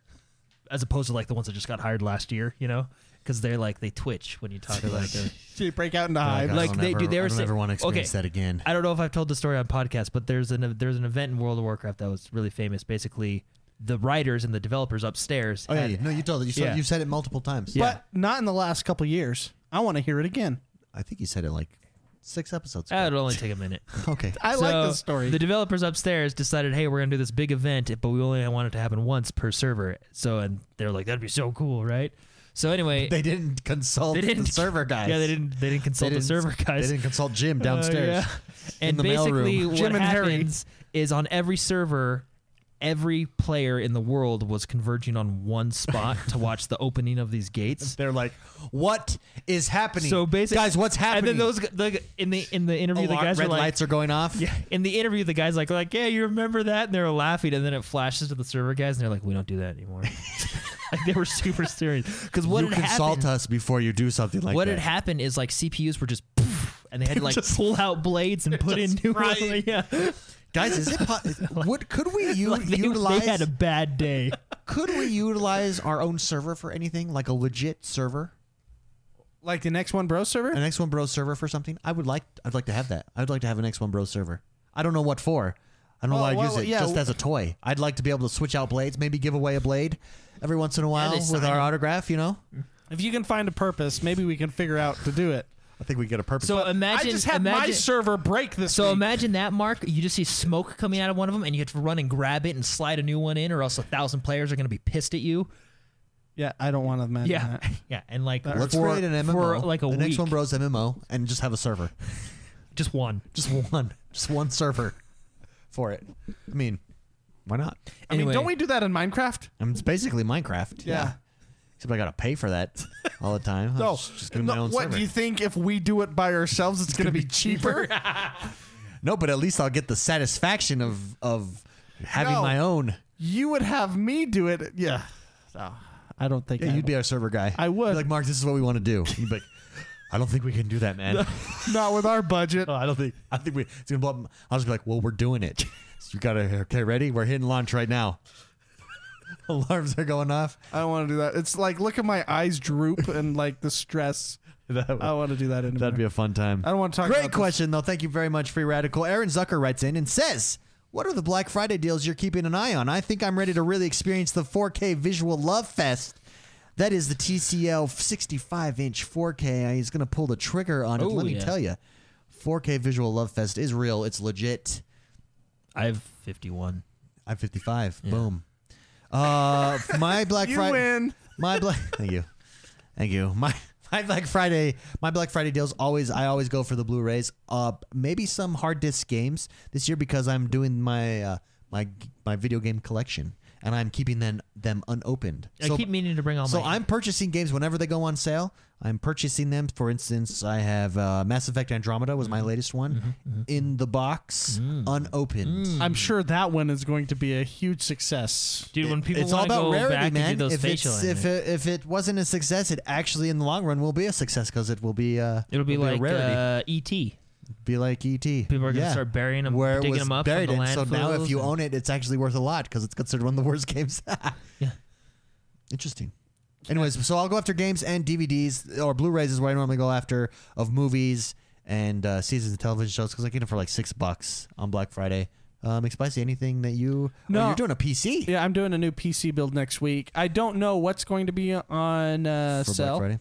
[SPEAKER 3] as opposed to like the ones that just got hired last year, you know, because they're like they twitch when you talk about their.
[SPEAKER 2] She break out into
[SPEAKER 1] I
[SPEAKER 2] hives.
[SPEAKER 1] don't
[SPEAKER 3] Like, they-
[SPEAKER 1] ever-
[SPEAKER 3] dude, they were
[SPEAKER 1] I don't
[SPEAKER 3] say-
[SPEAKER 1] ever want to experience
[SPEAKER 3] okay.
[SPEAKER 1] that again.
[SPEAKER 3] I don't know if I've told the story on podcast, but there's an there's an event in World of Warcraft that was really famous. Basically, the writers and the developers upstairs.
[SPEAKER 1] Oh yeah,
[SPEAKER 3] had-
[SPEAKER 1] yeah. no, you told it. You saw,
[SPEAKER 3] yeah.
[SPEAKER 1] you've said it multiple times.
[SPEAKER 3] Yeah.
[SPEAKER 2] But not in the last couple years. I want to hear it again.
[SPEAKER 1] I think you said it like six episodes.
[SPEAKER 3] Ah,
[SPEAKER 1] Ago.
[SPEAKER 3] it'll only take a minute.
[SPEAKER 1] Okay,
[SPEAKER 2] I like
[SPEAKER 3] So,
[SPEAKER 2] this story.
[SPEAKER 3] The developers upstairs decided, hey, we're gonna do this big event, but we only want it to happen once per server. So and they're like, that'd be so cool, right? So anyway,
[SPEAKER 1] they didn't consult
[SPEAKER 3] they didn't
[SPEAKER 1] the server guys.
[SPEAKER 3] Yeah, they didn't. They didn't
[SPEAKER 1] They
[SPEAKER 3] consult
[SPEAKER 1] didn't-
[SPEAKER 3] the server guys.
[SPEAKER 1] They didn't consult Jim
[SPEAKER 3] Uh,
[SPEAKER 1] downstairs.
[SPEAKER 3] yeah. And
[SPEAKER 1] the mail
[SPEAKER 3] basically,
[SPEAKER 1] room.
[SPEAKER 3] what
[SPEAKER 2] Jim and Harry.
[SPEAKER 3] happens is on every server, every player in the world was converging on one spot to watch the opening of these gates.
[SPEAKER 1] They're like, "What is happening?"
[SPEAKER 3] So basically,
[SPEAKER 1] guys, what's happening?
[SPEAKER 3] And then those the, in the in the interview, the
[SPEAKER 1] Alarm-
[SPEAKER 3] guys
[SPEAKER 1] red
[SPEAKER 3] were like,
[SPEAKER 1] lights are going off.
[SPEAKER 3] yeah. In the interview, the guys like like, yeah, you remember that? And they're laughing, and then it flashes to the server guys, and they're like, we don't do that anymore. like they were super serious because what
[SPEAKER 1] you
[SPEAKER 3] had
[SPEAKER 1] consult
[SPEAKER 3] happened,
[SPEAKER 1] us before you do something like
[SPEAKER 3] what
[SPEAKER 1] that.
[SPEAKER 3] had happened is like CPUs were just. poof, And they had to like pull out blades and put in new ones.
[SPEAKER 1] frying.
[SPEAKER 3] Yeah,
[SPEAKER 1] Guys, is it po- would could we u-
[SPEAKER 3] like they,
[SPEAKER 1] utilize
[SPEAKER 3] they had a bad day.
[SPEAKER 1] could we utilize our own server for anything like a legit server?
[SPEAKER 2] like the next one, bro server?
[SPEAKER 1] an X1 Bros server for something, I would like I'd like to have that. I'd like to have an X1 Bros server. I don't know what for. I don't know
[SPEAKER 2] Well,
[SPEAKER 1] why I use
[SPEAKER 2] well,
[SPEAKER 1] it
[SPEAKER 2] yeah,
[SPEAKER 1] just
[SPEAKER 2] w-
[SPEAKER 1] as a toy. I'd like to be able to switch out blades, maybe give away a blade every once in a while
[SPEAKER 3] they
[SPEAKER 1] with
[SPEAKER 3] sign
[SPEAKER 1] our
[SPEAKER 3] it.
[SPEAKER 1] autograph, you know?
[SPEAKER 2] If you can find a purpose, maybe we can figure out to do it.
[SPEAKER 1] I think we get a purpose.
[SPEAKER 3] So imagine,
[SPEAKER 2] I just had
[SPEAKER 3] imagine,
[SPEAKER 2] my server break this
[SPEAKER 3] so
[SPEAKER 2] week.
[SPEAKER 3] imagine that, Mark. You just see smoke coming out of one of them, and you have to run and grab it and slide a new one in, or else a thousand players are going to be pissed at you.
[SPEAKER 2] yeah, I don't want to imagine
[SPEAKER 3] Yeah,
[SPEAKER 2] that.
[SPEAKER 3] yeah, and like
[SPEAKER 1] Let's
[SPEAKER 3] uh, for,
[SPEAKER 1] create an MMO
[SPEAKER 3] for like a
[SPEAKER 1] an
[SPEAKER 3] week,
[SPEAKER 1] X1 Bros MMO and just have a server.
[SPEAKER 3] just one.
[SPEAKER 1] Just one. Just one server for it. I mean, why not?
[SPEAKER 2] I mean, don't we do that in Minecraft?
[SPEAKER 1] I mean, it's basically Minecraft.
[SPEAKER 2] Yeah.
[SPEAKER 1] Except I gotta pay for that all the time.
[SPEAKER 2] No.
[SPEAKER 1] I'm just, just gonna my
[SPEAKER 2] No,
[SPEAKER 1] own
[SPEAKER 2] what
[SPEAKER 1] server.
[SPEAKER 2] do you think if we do it by ourselves, it's, going to be cheaper?
[SPEAKER 1] No, but at least I'll get the satisfaction of of having
[SPEAKER 2] No.
[SPEAKER 1] my own.
[SPEAKER 2] you would have me do it. Yeah. No, I don't think I
[SPEAKER 1] you'd be our server guy.
[SPEAKER 2] I would.
[SPEAKER 1] Be like Mark. This is what we want to do. You'd be like, I don't think we can do that, man.
[SPEAKER 2] not with our budget.
[SPEAKER 1] I don't think. I think we. It's gonna blow up. I'll just be like, well, we're doing it. So you gotta. Okay, ready? We're hitting launch right now. Alarms are going off.
[SPEAKER 2] I don't want to do that. It's like look at my eyes droop and like the stress.
[SPEAKER 1] That would,
[SPEAKER 2] I don't want to do that anymore.
[SPEAKER 1] that'd be a fun time.
[SPEAKER 2] Oh, I don't want to talk.
[SPEAKER 1] Great
[SPEAKER 2] about this.
[SPEAKER 1] question, though. Thank you very much, Free Radical. Aaron Zucker writes in and says, What are the Black Friday deals you're keeping an eye on? I think I'm ready to really experience the 4K visual love fest. That is the TCL 65 inch 4K. He's going to pull the trigger on it.
[SPEAKER 2] Oh,
[SPEAKER 3] Ooh,
[SPEAKER 1] Let me
[SPEAKER 3] yeah.
[SPEAKER 1] tell you, 4K visual love fest is real. It's legit.
[SPEAKER 3] I have fifty-one.
[SPEAKER 1] I'm 55. Boom. Uh, my Black
[SPEAKER 2] You
[SPEAKER 1] Friday.
[SPEAKER 2] win.
[SPEAKER 1] My Black. Thank you. Thank you. My my Black Friday. My Black Friday deals always. I always go for the Blu-rays. Uh, maybe some hard disk games this year because I'm doing my uh, my my video game collection and I'm keeping them them unopened.
[SPEAKER 3] I keep meaning to bring all
[SPEAKER 1] So
[SPEAKER 3] my.
[SPEAKER 1] I'm purchasing games whenever they go on sale. I'm purchasing them. For instance, I have uh, Mass Effect Andromeda was my
[SPEAKER 3] Mm-hmm.
[SPEAKER 1] latest one in the box,
[SPEAKER 3] Mm.
[SPEAKER 1] unopened.
[SPEAKER 2] I'm sure that one is going to be a huge success.
[SPEAKER 3] dude, when people
[SPEAKER 1] it's all
[SPEAKER 3] wanna
[SPEAKER 1] about
[SPEAKER 3] go
[SPEAKER 1] rarity,
[SPEAKER 3] back
[SPEAKER 1] man.
[SPEAKER 3] and do those
[SPEAKER 1] if,
[SPEAKER 3] facial,
[SPEAKER 1] it's, if,
[SPEAKER 3] it,
[SPEAKER 1] it, if it wasn't a success, it actually in the long run will be a success because it will be. Uh,
[SPEAKER 3] it'll be
[SPEAKER 1] it'll
[SPEAKER 3] like
[SPEAKER 1] a rarity.
[SPEAKER 3] uh, ET. People
[SPEAKER 1] be like ET. People
[SPEAKER 3] are gonna start burying them,
[SPEAKER 1] where it
[SPEAKER 3] digging
[SPEAKER 1] was
[SPEAKER 3] them up
[SPEAKER 1] buried
[SPEAKER 3] from the
[SPEAKER 1] in. So now, if
[SPEAKER 3] landfills
[SPEAKER 1] you
[SPEAKER 3] and-
[SPEAKER 1] own it, it's actually worth a lot because it's considered one of the worst games.
[SPEAKER 3] Yeah.
[SPEAKER 1] Interesting. Anyways, so I'll go after games and DVDs or Blu-rays is what I normally go after of movies and uh, seasons of television shows because I get them for like six bucks on Black Friday. Um, McSpicy, anything that you?
[SPEAKER 2] No.
[SPEAKER 1] oh, you're doing a PC
[SPEAKER 2] Yeah, I'm doing a new PC build next week. I don't know what's going to be on uh,
[SPEAKER 1] for
[SPEAKER 2] sale,
[SPEAKER 1] Black Friday.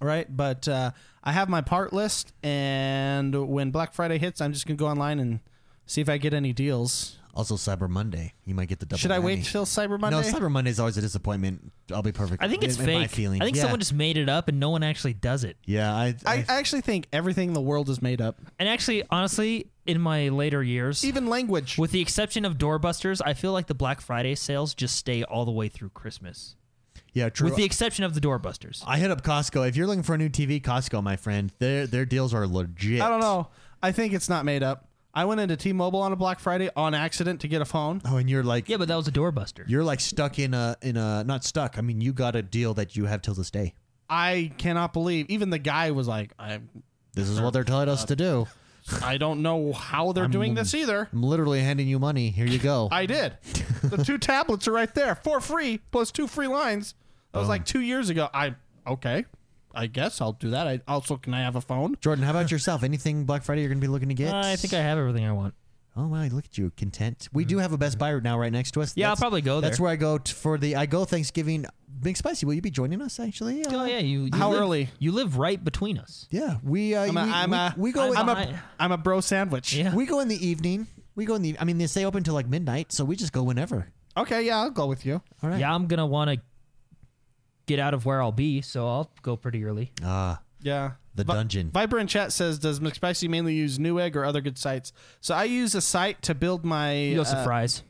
[SPEAKER 2] right? But uh, I have my part list, and when Black Friday hits, I'm just gonna go online and see if I get any deals.
[SPEAKER 1] Also, Cyber Monday, you might get the double.
[SPEAKER 2] Should I wait
[SPEAKER 1] whammy.
[SPEAKER 2] till Cyber Monday?
[SPEAKER 1] No, Cyber Monday is always a disappointment. I'll be perfect.
[SPEAKER 3] I think it's
[SPEAKER 1] in- in
[SPEAKER 3] fake.
[SPEAKER 1] My feeling.
[SPEAKER 3] I think
[SPEAKER 1] yeah.
[SPEAKER 3] someone just made it up and no one actually does it.
[SPEAKER 1] Yeah, I.
[SPEAKER 2] I,
[SPEAKER 1] I,
[SPEAKER 2] I actually think everything in the world is made up,
[SPEAKER 3] And actually, honestly, in my later years,
[SPEAKER 2] even language.
[SPEAKER 3] with the exception of doorbusters, I feel like the Black Friday sales just stay all the way through Christmas.
[SPEAKER 1] Yeah, true.
[SPEAKER 3] With the exception of the doorbusters.
[SPEAKER 1] I hit up Costco. If you're looking for a new TV, Costco, my friend, their their deals are legit.
[SPEAKER 2] I don't know. I think it's not made up. I went into T-Mobile on a Black Friday on accident to get a phone.
[SPEAKER 1] Oh, and you're like
[SPEAKER 3] Yeah, but that was a doorbuster.
[SPEAKER 1] you're like stuck in a in a not stuck. I mean, you got a deal that you have till this day.
[SPEAKER 2] I cannot believe. Even the guy was like, "I,
[SPEAKER 1] This is what they're telling us to do.
[SPEAKER 2] I don't know how they're doing this either."
[SPEAKER 1] I'm literally handing you money. Here you go.
[SPEAKER 2] I did. the two tablets are right there for free, plus two free lines. That was
[SPEAKER 1] Oh.
[SPEAKER 2] like two years ago. I okay. I guess I'll do that. I also can I have a phone?
[SPEAKER 1] Jordan, how about yourself? Anything Black Friday you're going to be looking to get?
[SPEAKER 3] Uh, I think I have everything I want.
[SPEAKER 1] Oh wow, look at you, content. We do have a Best Buy right now, right next to us.
[SPEAKER 3] Yeah, I'll
[SPEAKER 1] That's-
[SPEAKER 3] probably go there.
[SPEAKER 1] Oh, That's where I go t- for the I go Thanksgiving. Big Spicy, will you be joining us actually? Uh,
[SPEAKER 3] Oh yeah, you. you
[SPEAKER 2] How
[SPEAKER 3] live-
[SPEAKER 2] early?
[SPEAKER 3] You live right between us.
[SPEAKER 1] yeah. We uh,
[SPEAKER 2] I'm a,
[SPEAKER 1] we,
[SPEAKER 2] I'm
[SPEAKER 1] we,
[SPEAKER 2] a,
[SPEAKER 1] we go. in-
[SPEAKER 2] I'm,
[SPEAKER 3] I'm
[SPEAKER 2] a, I'm a bro sandwich.
[SPEAKER 3] Yeah.
[SPEAKER 1] we go in the evening. We go in the. I mean, they stay open till like midnight, so we just go whenever.
[SPEAKER 2] Okay, yeah, I'll go with you.
[SPEAKER 1] All right.
[SPEAKER 3] Yeah, I'm gonna want to get out of where I'll be, so I'll go pretty early.
[SPEAKER 1] Ah,
[SPEAKER 2] Yeah.
[SPEAKER 1] the
[SPEAKER 2] Vi-
[SPEAKER 1] dungeon.
[SPEAKER 2] Viper in chat says, "Does McSpicy mainly use Newegg or other good sites?" So I use a site to build my
[SPEAKER 3] You go some
[SPEAKER 2] uh,
[SPEAKER 3] fries,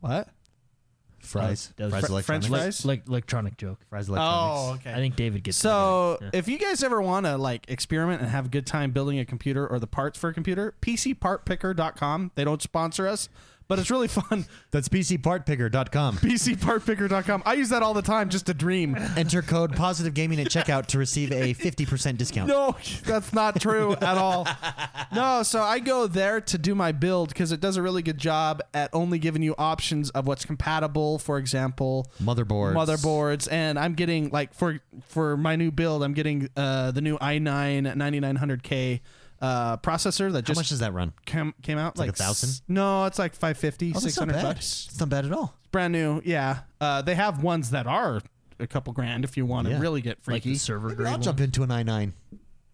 [SPEAKER 2] What?
[SPEAKER 1] fries.
[SPEAKER 3] that was
[SPEAKER 1] fries
[SPEAKER 3] fr-
[SPEAKER 1] electronics.
[SPEAKER 2] Uh, French
[SPEAKER 3] like, like electronic joke.
[SPEAKER 1] Fries
[SPEAKER 2] Oh,
[SPEAKER 1] electronics.
[SPEAKER 2] okay.
[SPEAKER 3] I think David gets
[SPEAKER 2] So,
[SPEAKER 3] that. Yeah.
[SPEAKER 2] if you guys ever want to like experiment and have a good time building a computer or the parts for a computer, pcpartpicker.com. They don't sponsor us, but it's really fun.
[SPEAKER 1] That's PCPartPicker.com.
[SPEAKER 2] pcpartpicker.com. I use that all the time just to dream.
[SPEAKER 1] Enter code positive gaming at checkout to receive a 50% discount.
[SPEAKER 2] No, that's not true at all. No, so I go there to do my build because it does a really good job at only giving you options of what's compatible. For example,
[SPEAKER 1] Motherboards.
[SPEAKER 2] motherboards and i'm getting like for for my new build i'm getting uh the new i9 9900k uh processor that
[SPEAKER 1] How
[SPEAKER 2] just
[SPEAKER 1] much does that run?
[SPEAKER 2] came, came out
[SPEAKER 1] like
[SPEAKER 2] like
[SPEAKER 1] a thousand?
[SPEAKER 2] s- no it's like 550
[SPEAKER 1] Oh, that's not
[SPEAKER 2] 600
[SPEAKER 1] bad.
[SPEAKER 2] bucks
[SPEAKER 1] It's not bad at all.
[SPEAKER 2] brand new yeah uh they have ones that are a couple grand if you want to
[SPEAKER 1] Yeah.
[SPEAKER 2] really get
[SPEAKER 3] like
[SPEAKER 2] freaky
[SPEAKER 3] the server
[SPEAKER 1] Maybe I'll
[SPEAKER 3] grade.
[SPEAKER 1] jump into an i9.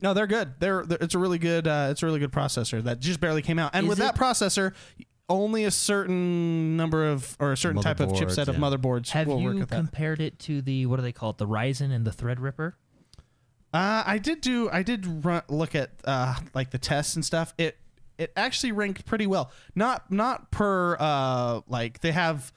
[SPEAKER 2] no they're good they're, they're- it's a really good uh it's a really good processor that just barely came out and
[SPEAKER 3] Is
[SPEAKER 2] with that
[SPEAKER 3] it-
[SPEAKER 2] processor only a certain number of or a certain type of
[SPEAKER 1] Motherboards,
[SPEAKER 2] chipset of
[SPEAKER 1] yeah.
[SPEAKER 2] motherboards
[SPEAKER 3] Have
[SPEAKER 2] will work
[SPEAKER 3] you
[SPEAKER 2] with that.
[SPEAKER 3] compared it to the what do they call it? The Ryzen and the Threadripper.
[SPEAKER 2] Uh, I did do. I did run, look at uh, like the tests and stuff. It it actually ranked pretty well. Not not per uh, like they have.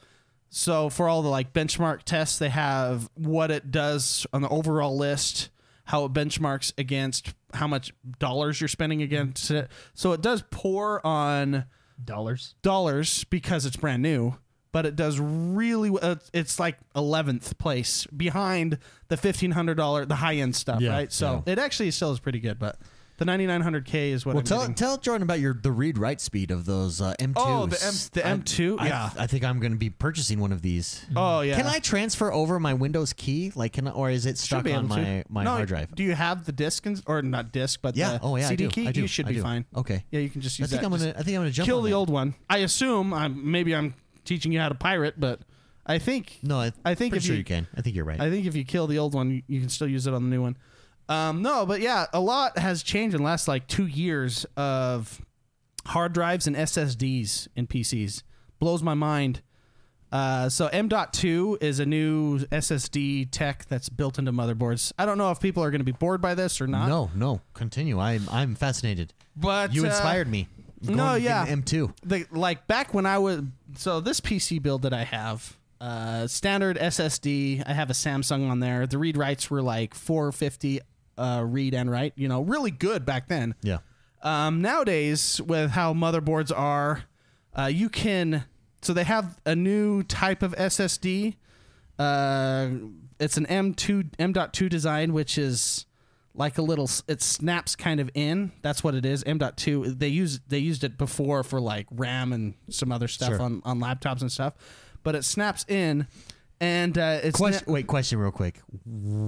[SPEAKER 2] So for all the like benchmark tests, they have what it does on the overall list, how it benchmarks against how much dollars you're spending against it. So it does pour on
[SPEAKER 3] Dollars.
[SPEAKER 2] dollars because it's brand new, but it does really. w- Uh, it's like eleventh place behind the fifteen hundred dollar, the high end stuff,
[SPEAKER 1] Yeah,
[SPEAKER 2] right? So it actually still is pretty good, but the ninety nine hundred K is what.
[SPEAKER 1] Well,
[SPEAKER 2] I'm
[SPEAKER 1] tell,
[SPEAKER 2] getting.
[SPEAKER 1] tell Jordan about your the read write speed of those uh, M2s.
[SPEAKER 2] oh, the M the M two,
[SPEAKER 1] I,
[SPEAKER 2] yeah.
[SPEAKER 1] I think I'm going to be purchasing one of these.
[SPEAKER 2] oh yeah.
[SPEAKER 1] Can I transfer over my Windows key? Like, can I, or is it
[SPEAKER 2] Should
[SPEAKER 1] stuck
[SPEAKER 2] be
[SPEAKER 1] on
[SPEAKER 2] able to.
[SPEAKER 1] my, my
[SPEAKER 2] No,
[SPEAKER 1] hard drive?
[SPEAKER 2] Do you have the disc and, or not disc, but
[SPEAKER 1] Yeah.
[SPEAKER 2] The
[SPEAKER 1] oh, yeah.
[SPEAKER 2] CD
[SPEAKER 1] I do.
[SPEAKER 2] key.
[SPEAKER 1] I do.
[SPEAKER 2] You should
[SPEAKER 1] I
[SPEAKER 2] be
[SPEAKER 1] do.
[SPEAKER 2] fine.
[SPEAKER 1] Okay.
[SPEAKER 2] Yeah, you can just
[SPEAKER 1] I
[SPEAKER 2] use
[SPEAKER 1] think
[SPEAKER 2] that.
[SPEAKER 1] I'm
[SPEAKER 2] Just
[SPEAKER 1] gonna. I think I'm gonna jump.
[SPEAKER 2] kill
[SPEAKER 1] on
[SPEAKER 2] the
[SPEAKER 1] that.
[SPEAKER 2] old one. I assume I'm maybe I'm teaching you how to pirate, but I think
[SPEAKER 1] No, I,
[SPEAKER 2] I think
[SPEAKER 1] pretty
[SPEAKER 2] if
[SPEAKER 1] sure
[SPEAKER 2] you-
[SPEAKER 1] you, can. I think you're right.
[SPEAKER 2] I think if you kill the old one, you- you can still use it on the new one. Um, no, but yeah, a lot has changed in the last like two years of hard drives and SSDs in PCs. Blows my mind. Uh, so M.2 is a new SSD tech that's built into motherboards. I don't know if people are going to be bored by this or not.
[SPEAKER 1] no, no. Continue. I'm I'm fascinated.
[SPEAKER 2] but
[SPEAKER 1] you
[SPEAKER 2] uh,
[SPEAKER 1] inspired me.
[SPEAKER 2] no,
[SPEAKER 1] Going to get
[SPEAKER 2] yeah.
[SPEAKER 1] an M2.
[SPEAKER 2] the like back when I was so this PC build that I have, uh, standard SSD. I have a Samsung on there. The read writes were like 450 uh, read and write. You know, really good back then.
[SPEAKER 1] Yeah.
[SPEAKER 2] Um, nowadays, with how motherboards are, uh, you can so they have a new type of SSD. Uh, it's an M2 M.2 design, which is like a little s- it snaps kind of in. That's what it is. M.2. They use they used it before for like RAM and some other stuff
[SPEAKER 1] Sure.
[SPEAKER 2] on on laptops and stuff, but it snaps in. And uh, it's,
[SPEAKER 1] Question,
[SPEAKER 2] na-
[SPEAKER 1] wait, question real quick.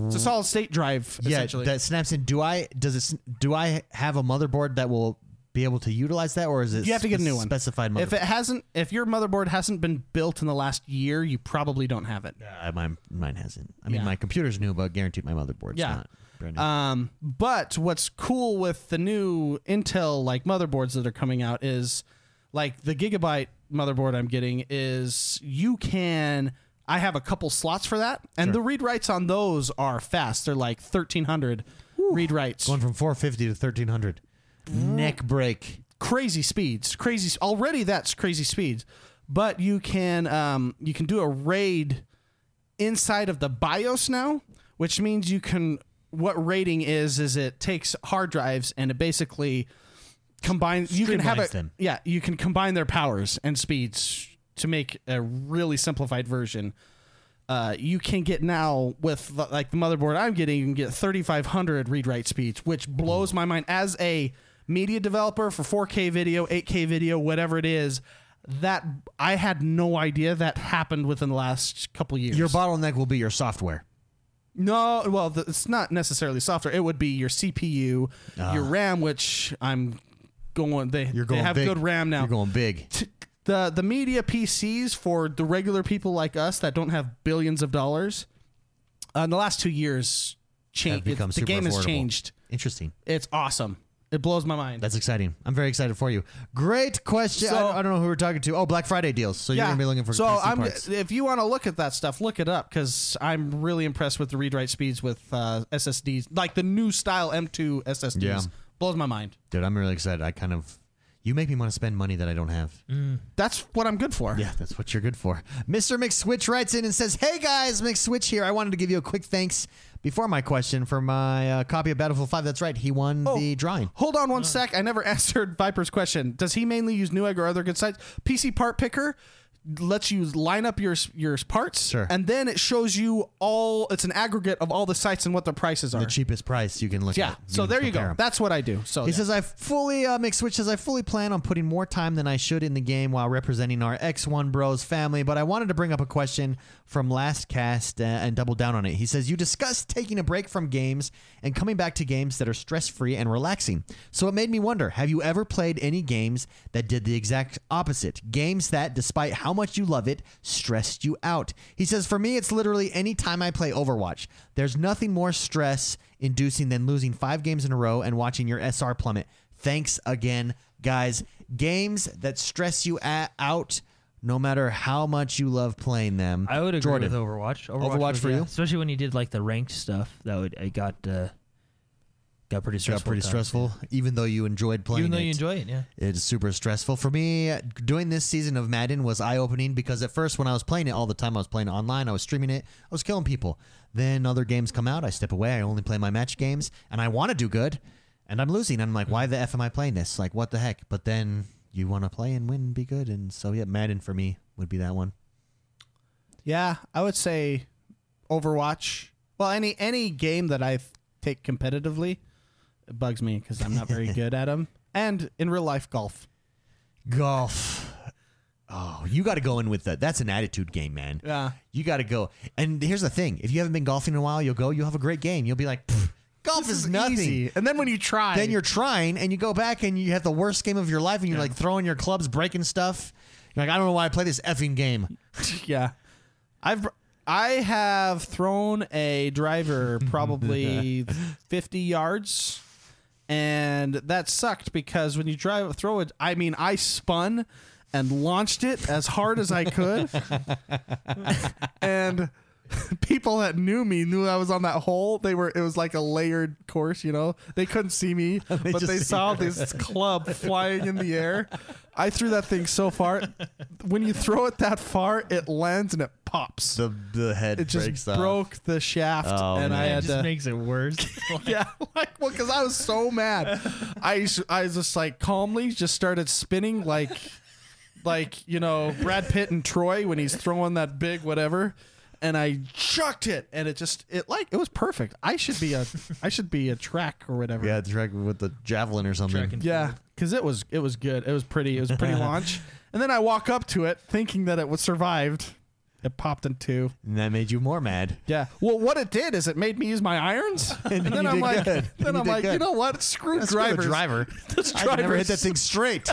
[SPEAKER 2] it's a solid state drive.
[SPEAKER 1] Yeah,
[SPEAKER 2] essentially.
[SPEAKER 1] that snaps in. Do I does it? s- Do I have a motherboard that will be able to utilize that, or is it?
[SPEAKER 2] You have to get a new one.
[SPEAKER 1] Specified motherboard.
[SPEAKER 2] If it hasn't, if your motherboard hasn't been built in the last year, you probably don't have it.
[SPEAKER 1] Uh, mine, mine hasn't. I mean,
[SPEAKER 2] Yeah.
[SPEAKER 1] my computer's new, but guaranteed my motherboard's
[SPEAKER 2] Yeah.
[SPEAKER 1] not. Brand new.
[SPEAKER 2] Um, but what's cool with the new Intel like motherboards that are coming out is like the gigabyte motherboard I'm getting is you can I have a couple slots for that, and the read writes on those are fast. They're like 1300 read writes.
[SPEAKER 1] Going from 450 to 1300. Neck break.
[SPEAKER 2] crazy speeds crazy already that's crazy speeds but you can um, you can do a raid inside of the BIOS now, which means you can. What rating is is it takes hard drives and it basically combines. You can have
[SPEAKER 1] Streamlines
[SPEAKER 2] it.
[SPEAKER 1] them.
[SPEAKER 2] Yeah, you can combine their powers and speeds to make a really simplified version. Uh, you can get now with the- like the motherboard I'm getting, you can get 3,500 read write speeds, which blows my mind as a media developer for 4K video, 8K video, whatever it is. That I had no idea that happened within the last couple years.
[SPEAKER 1] Your bottleneck will be your software.
[SPEAKER 2] No, well, th it's not necessarily software. It would be your CPU, your RAM, which I'm going. They
[SPEAKER 1] Ah. You're going
[SPEAKER 2] they have
[SPEAKER 1] big.
[SPEAKER 2] good RAM now.
[SPEAKER 1] You're going big.
[SPEAKER 2] T- the the media PCs for the regular people like us that don't have billions of dollars. Uh, in the last two years,
[SPEAKER 1] Have
[SPEAKER 2] changed.
[SPEAKER 1] become
[SPEAKER 2] The
[SPEAKER 1] super
[SPEAKER 2] game
[SPEAKER 1] affordable.
[SPEAKER 2] has changed.
[SPEAKER 1] Interesting.
[SPEAKER 2] It's awesome. It blows my mind.
[SPEAKER 1] That's exciting. I'm very excited for you. Great question.
[SPEAKER 2] So-
[SPEAKER 1] I, don't, I don't know who we're talking to. Oh, Black Friday deals. So you're gonna be looking for
[SPEAKER 2] so
[SPEAKER 1] PC
[SPEAKER 2] I'm
[SPEAKER 1] parts.
[SPEAKER 2] if you want to look at that stuff, look it up because I'm really impressed with the read write speeds with uh, SSDs, like the new style M2 SSDs.
[SPEAKER 1] Yeah.
[SPEAKER 2] Blows my mind.
[SPEAKER 1] Dude, I'm really excited. I kind of. You make me want to spend money that I don't have.
[SPEAKER 2] That's what I'm good for.
[SPEAKER 1] Yeah, that's what you're good for. Mr. McSwitch writes in and says, Hey guys, McSwitch here. I wanted to give you a quick thanks before my question for my uh, copy of Battlefield 5. That's right, he won
[SPEAKER 2] Oh.
[SPEAKER 1] the drawing.
[SPEAKER 2] Hold on one sec. I never answered Viper's question. Does he mainly use Newegg or other good sites? PC Part Picker lets you line up your your parts,
[SPEAKER 1] Sure.
[SPEAKER 2] and then it shows you all. It's an aggregate of all the sites and what the prices are.
[SPEAKER 1] The cheapest price you can look at.
[SPEAKER 2] yeah. So
[SPEAKER 1] can
[SPEAKER 2] there you go.
[SPEAKER 1] compare 'em.
[SPEAKER 2] That's what I do. So
[SPEAKER 1] He
[SPEAKER 2] yeah.
[SPEAKER 1] says, I fully, uh, McSwitch says, I fully plan on putting more time than I should in the game while representing our X1 Bros family, but I wanted to bring up a question from last cast uh, and double down on it. He says, You discussed taking a break from games and coming back to games that are stress free and relaxing. So it made me wonder have you ever played any games that did the exact opposite? Games that, despite how much you love it, stressed you out. He says, For me, it's literally any time I play Overwatch. There's nothing more stress inducing than losing five games in a row and watching your SR plummet. Thanks again, guys. Games that stress you a- out, no matter how much you love playing them.
[SPEAKER 3] I would agree
[SPEAKER 1] Jordan.
[SPEAKER 3] with Overwatch.
[SPEAKER 1] Overwatch
[SPEAKER 3] was-
[SPEAKER 1] for
[SPEAKER 3] yeah,
[SPEAKER 1] you?
[SPEAKER 3] especially when you did like the ranked stuff. That would it got uh, got pretty
[SPEAKER 1] Got
[SPEAKER 3] stressful.
[SPEAKER 1] pretty
[SPEAKER 3] at times.
[SPEAKER 1] stressful, even though you enjoyed playing
[SPEAKER 3] Even though
[SPEAKER 1] it.
[SPEAKER 3] you enjoy it, yeah.
[SPEAKER 1] It's super stressful for me. Doing this season of Madden was eye opening because at first, when I was playing it all the time, I was playing it online, I was streaming it, I was killing people. Then other games come out, I step away, I only play my match games, and I want to do good, and I'm losing. I'm like, why the f am I playing this? Like, what the heck? But then you want to play and win, and be good, and so yeah, Madden for me would be that one.
[SPEAKER 2] Yeah, I would say Overwatch. Well, any any game that I take competitively it bugs me because I'm not very good at them. And in real life, golf.
[SPEAKER 1] Golf. Oh, you got to go in with that. That's an attitude game, man.
[SPEAKER 2] Yeah.
[SPEAKER 1] You got to go. And here's the thing: if you haven't been golfing in a while, you'll go. You'll have a great game. You'll be like, "Pfft, golf is, nothing.
[SPEAKER 2] easy. And then when you try,
[SPEAKER 1] Then you're trying, and you go back, and you have the worst game of your life, and you're like throwing your clubs, breaking stuff. You're like, I don't know why I play this effing game.
[SPEAKER 2] yeah. I've I have thrown a driver probably 50 yards and that sucked because when you drive throw it I mean I spun and launched it as hard as I could and people that knew me knew I was on that hole they were it was like a layered course you know they couldn't see me but
[SPEAKER 1] just
[SPEAKER 2] they
[SPEAKER 1] see
[SPEAKER 2] saw this club flying in the air I threw that thing so far when you throw it that far it lands and it pops
[SPEAKER 1] The the head
[SPEAKER 2] it just broke the shaft
[SPEAKER 1] Oh,
[SPEAKER 2] and I
[SPEAKER 1] man.
[SPEAKER 2] had
[SPEAKER 1] It
[SPEAKER 2] to
[SPEAKER 3] makes it worse.
[SPEAKER 2] yeah, like well, because I was so mad, I s- I was just like calmly just started spinning like, like you know Brad Pitt and Troy when he's throwing that big whatever, and I chucked it and it just it like it was perfect. I should be a I should be a track or whatever.
[SPEAKER 1] Yeah, track with the javelin or something.
[SPEAKER 3] Track and-
[SPEAKER 2] Yeah, because it was it was good. It was pretty. It was a pretty launch. And then I walk up to it thinking that it was survived. It popped in two.
[SPEAKER 1] And that made you more mad.
[SPEAKER 2] Yeah. Well, what it did is it made me use my irons, and,
[SPEAKER 1] then
[SPEAKER 2] then
[SPEAKER 1] you
[SPEAKER 2] I'm
[SPEAKER 1] did good.
[SPEAKER 2] like,
[SPEAKER 1] Then
[SPEAKER 2] then,
[SPEAKER 1] you
[SPEAKER 2] I'm
[SPEAKER 1] did
[SPEAKER 2] like, you
[SPEAKER 1] good.
[SPEAKER 2] know what? Screw
[SPEAKER 1] That's
[SPEAKER 2] drivers.
[SPEAKER 1] the driver. I never hit that thing straight.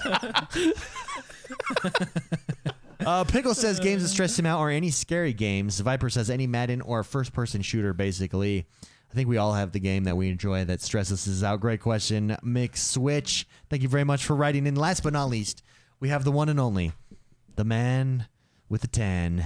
[SPEAKER 1] uh, Pickle says games that stress him out or any scary games. Viper says any Madden or first person shooter, basically. I think we all have the game that we enjoy that stresses us out. Great question, Mick Switch. Thank you very much for writing in. Last but not least, we have the one and only, the man with the tan.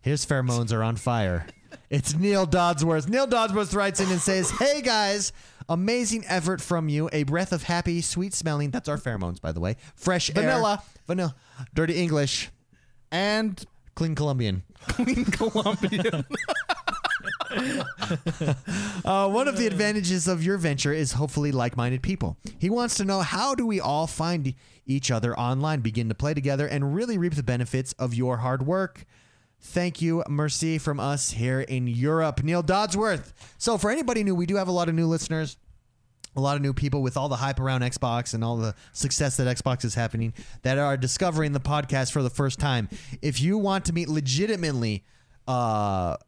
[SPEAKER 1] His pheromones are on fire. It's Neil Dodsworth. Neil Dodsworth writes in and says, Hey guys, amazing effort from you. A breath of happy, sweet smelling, that's our pheromones, by the way. Fresh air.
[SPEAKER 2] Vanilla.
[SPEAKER 1] Vanilla. Dirty English.
[SPEAKER 2] and
[SPEAKER 1] Clean Colombian.
[SPEAKER 2] Colombian.
[SPEAKER 1] Uh, one of the advantages of your venture is hopefully like-minded people. He wants to know how do we all find each other online, begin to play together, and really reap the benefits of your hard work. Thank you, Mercy, from us here in Europe. Neil Dodsworth. So for anybody new, we do have a lot of new listeners a lot of new people with all the hype around Xbox and all the success that Xbox is happening that are discovering the podcast for the first time. If you want to meet legitimately uh,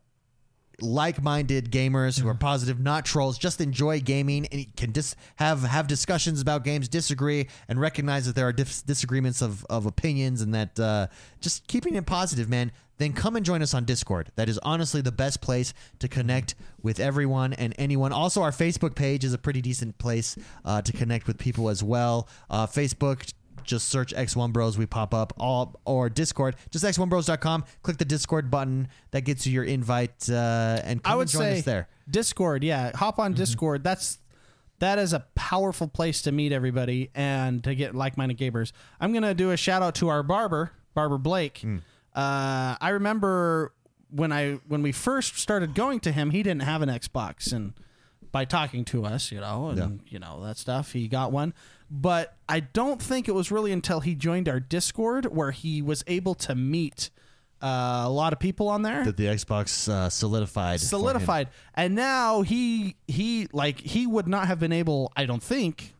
[SPEAKER 1] like-minded gamers who are positive, not trolls, just enjoy gaming and can just have have discussions about games, disagree, and recognize that there are dis- disagreements of, of opinions and that uh, just keeping it positive, man. Then come and join us on Discord. That is honestly the best place to connect with everyone and anyone. Also, our Facebook page is a pretty decent place uh, to connect with people as well. Uh, Facebook just search X1 Bros. We pop up all or Discord. Just x1bros.com. Click the Discord button. That gets you your invite uh, and come
[SPEAKER 2] I
[SPEAKER 1] and
[SPEAKER 2] would
[SPEAKER 1] join
[SPEAKER 2] say
[SPEAKER 1] us there.
[SPEAKER 2] Discord. Yeah, hop on Discord. That's that is a powerful place to meet everybody and to get like-minded gamers. I'm gonna do a shout out to our barber, Barber Blake. Uh, I remember when I when we first started going to him, he didn't have an Xbox, and by talking to us, you know, and you know that stuff, he got one. But I don't think it was really until he joined our Discord where he was able to meet uh, a lot of people on there
[SPEAKER 1] That the Xbox uh, solidified. for him.
[SPEAKER 2] solidified and now he he like he would not have been able i don't think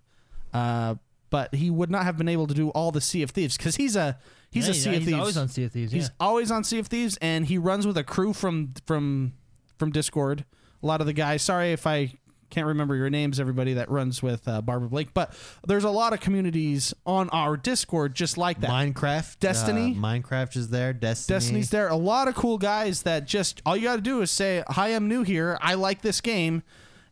[SPEAKER 2] uh but he would not have been able to do all the sea of thieves because he's a he's a sea of thieves
[SPEAKER 3] always on Sea of Thieves.
[SPEAKER 2] he's always on sea of thieves and he runs with a crew from from from discord a lot of the guys sorry if i can't remember your names everybody that runs with uh, barbara blake but there's a lot of communities on our discord just like that
[SPEAKER 1] Minecraft.
[SPEAKER 2] Destiny?
[SPEAKER 1] uh, Minecraft is there. Destiny.
[SPEAKER 2] Destiny's there. A lot of cool guys that just all you got to do is say, "Hi, I'm new here. I like this game,"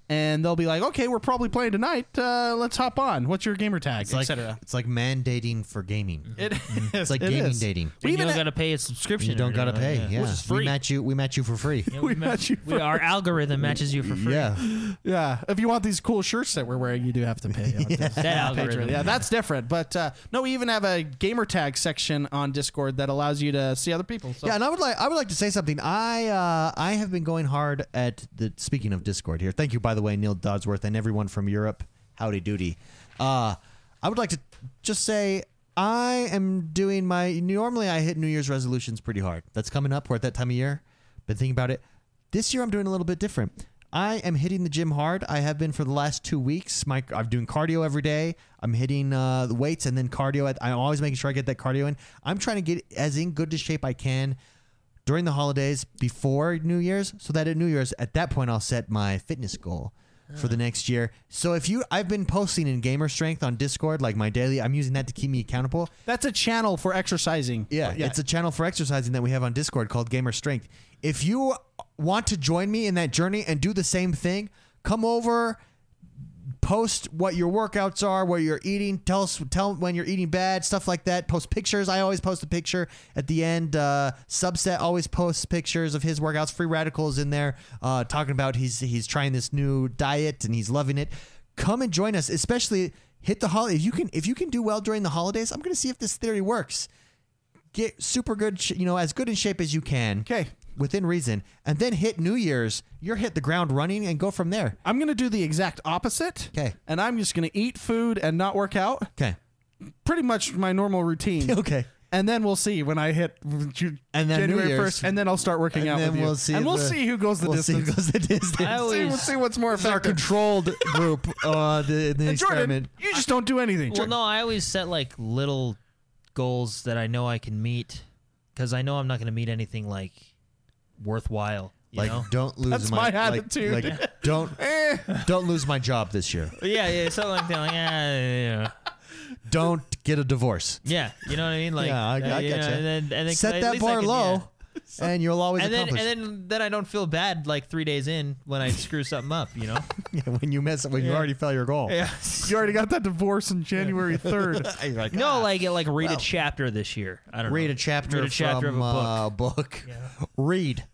[SPEAKER 2] and they'll be like, "Okay, we're probably playing tonight. Uh, let's hop on. What's your gamer tag,
[SPEAKER 1] It's like,
[SPEAKER 2] etc."
[SPEAKER 1] it's like mandating for gaming.
[SPEAKER 2] It is.
[SPEAKER 1] it's like
[SPEAKER 2] it
[SPEAKER 1] gaming
[SPEAKER 2] is.
[SPEAKER 1] dating.
[SPEAKER 2] We
[SPEAKER 3] you
[SPEAKER 2] even
[SPEAKER 3] don't
[SPEAKER 2] had-
[SPEAKER 3] gotta pay a subscription.
[SPEAKER 1] You don't
[SPEAKER 3] or
[SPEAKER 1] gotta
[SPEAKER 3] whatever,
[SPEAKER 1] pay. Yeah,
[SPEAKER 3] which is
[SPEAKER 1] we
[SPEAKER 3] free.
[SPEAKER 1] match you. We match you for free.
[SPEAKER 3] Yeah,
[SPEAKER 2] we match you
[SPEAKER 3] we- our algorithm matches you for free.
[SPEAKER 1] yeah.
[SPEAKER 2] Yeah, if you want these cool shirts that we're wearing, you do have to pay. on this.
[SPEAKER 3] that algorithm.
[SPEAKER 2] Patreon. Yeah, that's different. But uh, no, we even have a gamer tag section on Discord that allows you to see other people. So.
[SPEAKER 1] Yeah, and I would like I would like to say something. I uh, I have been going hard at the speaking of Discord here. Thank you, by the way, Neil Dodsworth and everyone from Europe. Howdy doody. Uh, I would like to just say I am doing my normally I hit New Year's resolutions pretty hard. That's coming up. We're at that time of year. Been thinking about it. This year I'm doing a little bit different. I am hitting the gym hard. I have been for the last two weeks. My I'm doing cardio every day. I'm hitting uh, the weights and then cardio. I- I'm always making sure I get that cardio in. I'm trying to get as in good to shape I can during the holidays before New Year's, so that at New Year's, at that point, I'll set my fitness goal for the next year. So if you, I've been posting in Gamer Strength on Discord, like my daily. I'm using that to keep me accountable.
[SPEAKER 2] That's a channel for exercising.
[SPEAKER 1] Yeah, it's a channel for exercising that we have on Discord called Gamer Strength. If you want to join me in that journey and do the same thing, come over, post what your workouts are, what you're eating, tell us tell when you're eating bad, stuff like that. Post pictures. I always post a picture at the end. Uh, Subset always posts pictures of his workouts. Free Radicals in there uh, talking about he's he's trying this new diet and he's loving it. Come and join us, especially hit the holiday. If you can if you can do well during the holidays, I'm going to see if this theory works get super good, sh- you know, as good in shape as you can.
[SPEAKER 2] Okay.
[SPEAKER 1] Within reason. And then hit New Year's, you're hit the ground running and go from there.
[SPEAKER 2] I'm gonna do the exact opposite.
[SPEAKER 1] 'Kay.
[SPEAKER 2] And I'm just gonna eat food and not work out.
[SPEAKER 1] Okay.
[SPEAKER 2] Pretty much my normal routine.
[SPEAKER 1] Okay.
[SPEAKER 2] and then we'll see when I hit Ju-
[SPEAKER 1] And then New
[SPEAKER 2] January
[SPEAKER 1] Year's.
[SPEAKER 2] first, and then I'll start working
[SPEAKER 1] And
[SPEAKER 2] out
[SPEAKER 1] then
[SPEAKER 2] with you.
[SPEAKER 1] we'll see
[SPEAKER 2] and we'll
[SPEAKER 1] the-
[SPEAKER 2] see who goes the
[SPEAKER 1] we'll see who
[SPEAKER 2] distance.
[SPEAKER 1] goes the
[SPEAKER 3] I
[SPEAKER 1] distance.
[SPEAKER 3] always-
[SPEAKER 2] See, we'll see what's more
[SPEAKER 1] Our
[SPEAKER 2] effective.
[SPEAKER 1] controlled group, uh, the, the
[SPEAKER 2] And Jordan,
[SPEAKER 1] experiment.
[SPEAKER 2] you just don't do anything.
[SPEAKER 3] Well, no, I always set like little goals that I know I can meet because I know I'm not going to meet anything like worthwhile. You
[SPEAKER 1] Like,
[SPEAKER 3] know?
[SPEAKER 1] don't lose
[SPEAKER 2] That's
[SPEAKER 1] my,
[SPEAKER 2] my
[SPEAKER 1] like-
[SPEAKER 2] attitude.
[SPEAKER 1] Like, don't
[SPEAKER 3] Eh.
[SPEAKER 1] don't lose my job this year.
[SPEAKER 3] yeah, yeah, something like that. Like, "Ah, yeah, yeah,
[SPEAKER 1] Don't get a divorce.
[SPEAKER 3] yeah, you know what I mean? Like,
[SPEAKER 1] yeah, I, I
[SPEAKER 3] uh,
[SPEAKER 1] got
[SPEAKER 3] you
[SPEAKER 1] you.
[SPEAKER 3] know, and then, and then,
[SPEAKER 1] Set
[SPEAKER 3] at
[SPEAKER 1] that
[SPEAKER 3] least I
[SPEAKER 1] bar
[SPEAKER 3] can-
[SPEAKER 1] low,
[SPEAKER 3] yeah.
[SPEAKER 1] and you'll always
[SPEAKER 3] And then, and
[SPEAKER 1] accomplish.
[SPEAKER 3] then, then I don't feel bad like three days in when I screw something up, you know?
[SPEAKER 1] Yeah, when you mess up, when you
[SPEAKER 3] Yeah.
[SPEAKER 1] already fell your goal.
[SPEAKER 3] yeah.
[SPEAKER 2] you already got that divorce in January third.
[SPEAKER 1] You're like,
[SPEAKER 3] No, like like read
[SPEAKER 1] Well.
[SPEAKER 3] a chapter this year. I don't know.
[SPEAKER 1] read a chapter
[SPEAKER 3] Read a chapter
[SPEAKER 1] from
[SPEAKER 3] of a
[SPEAKER 1] uh,
[SPEAKER 3] book.
[SPEAKER 1] book. Read.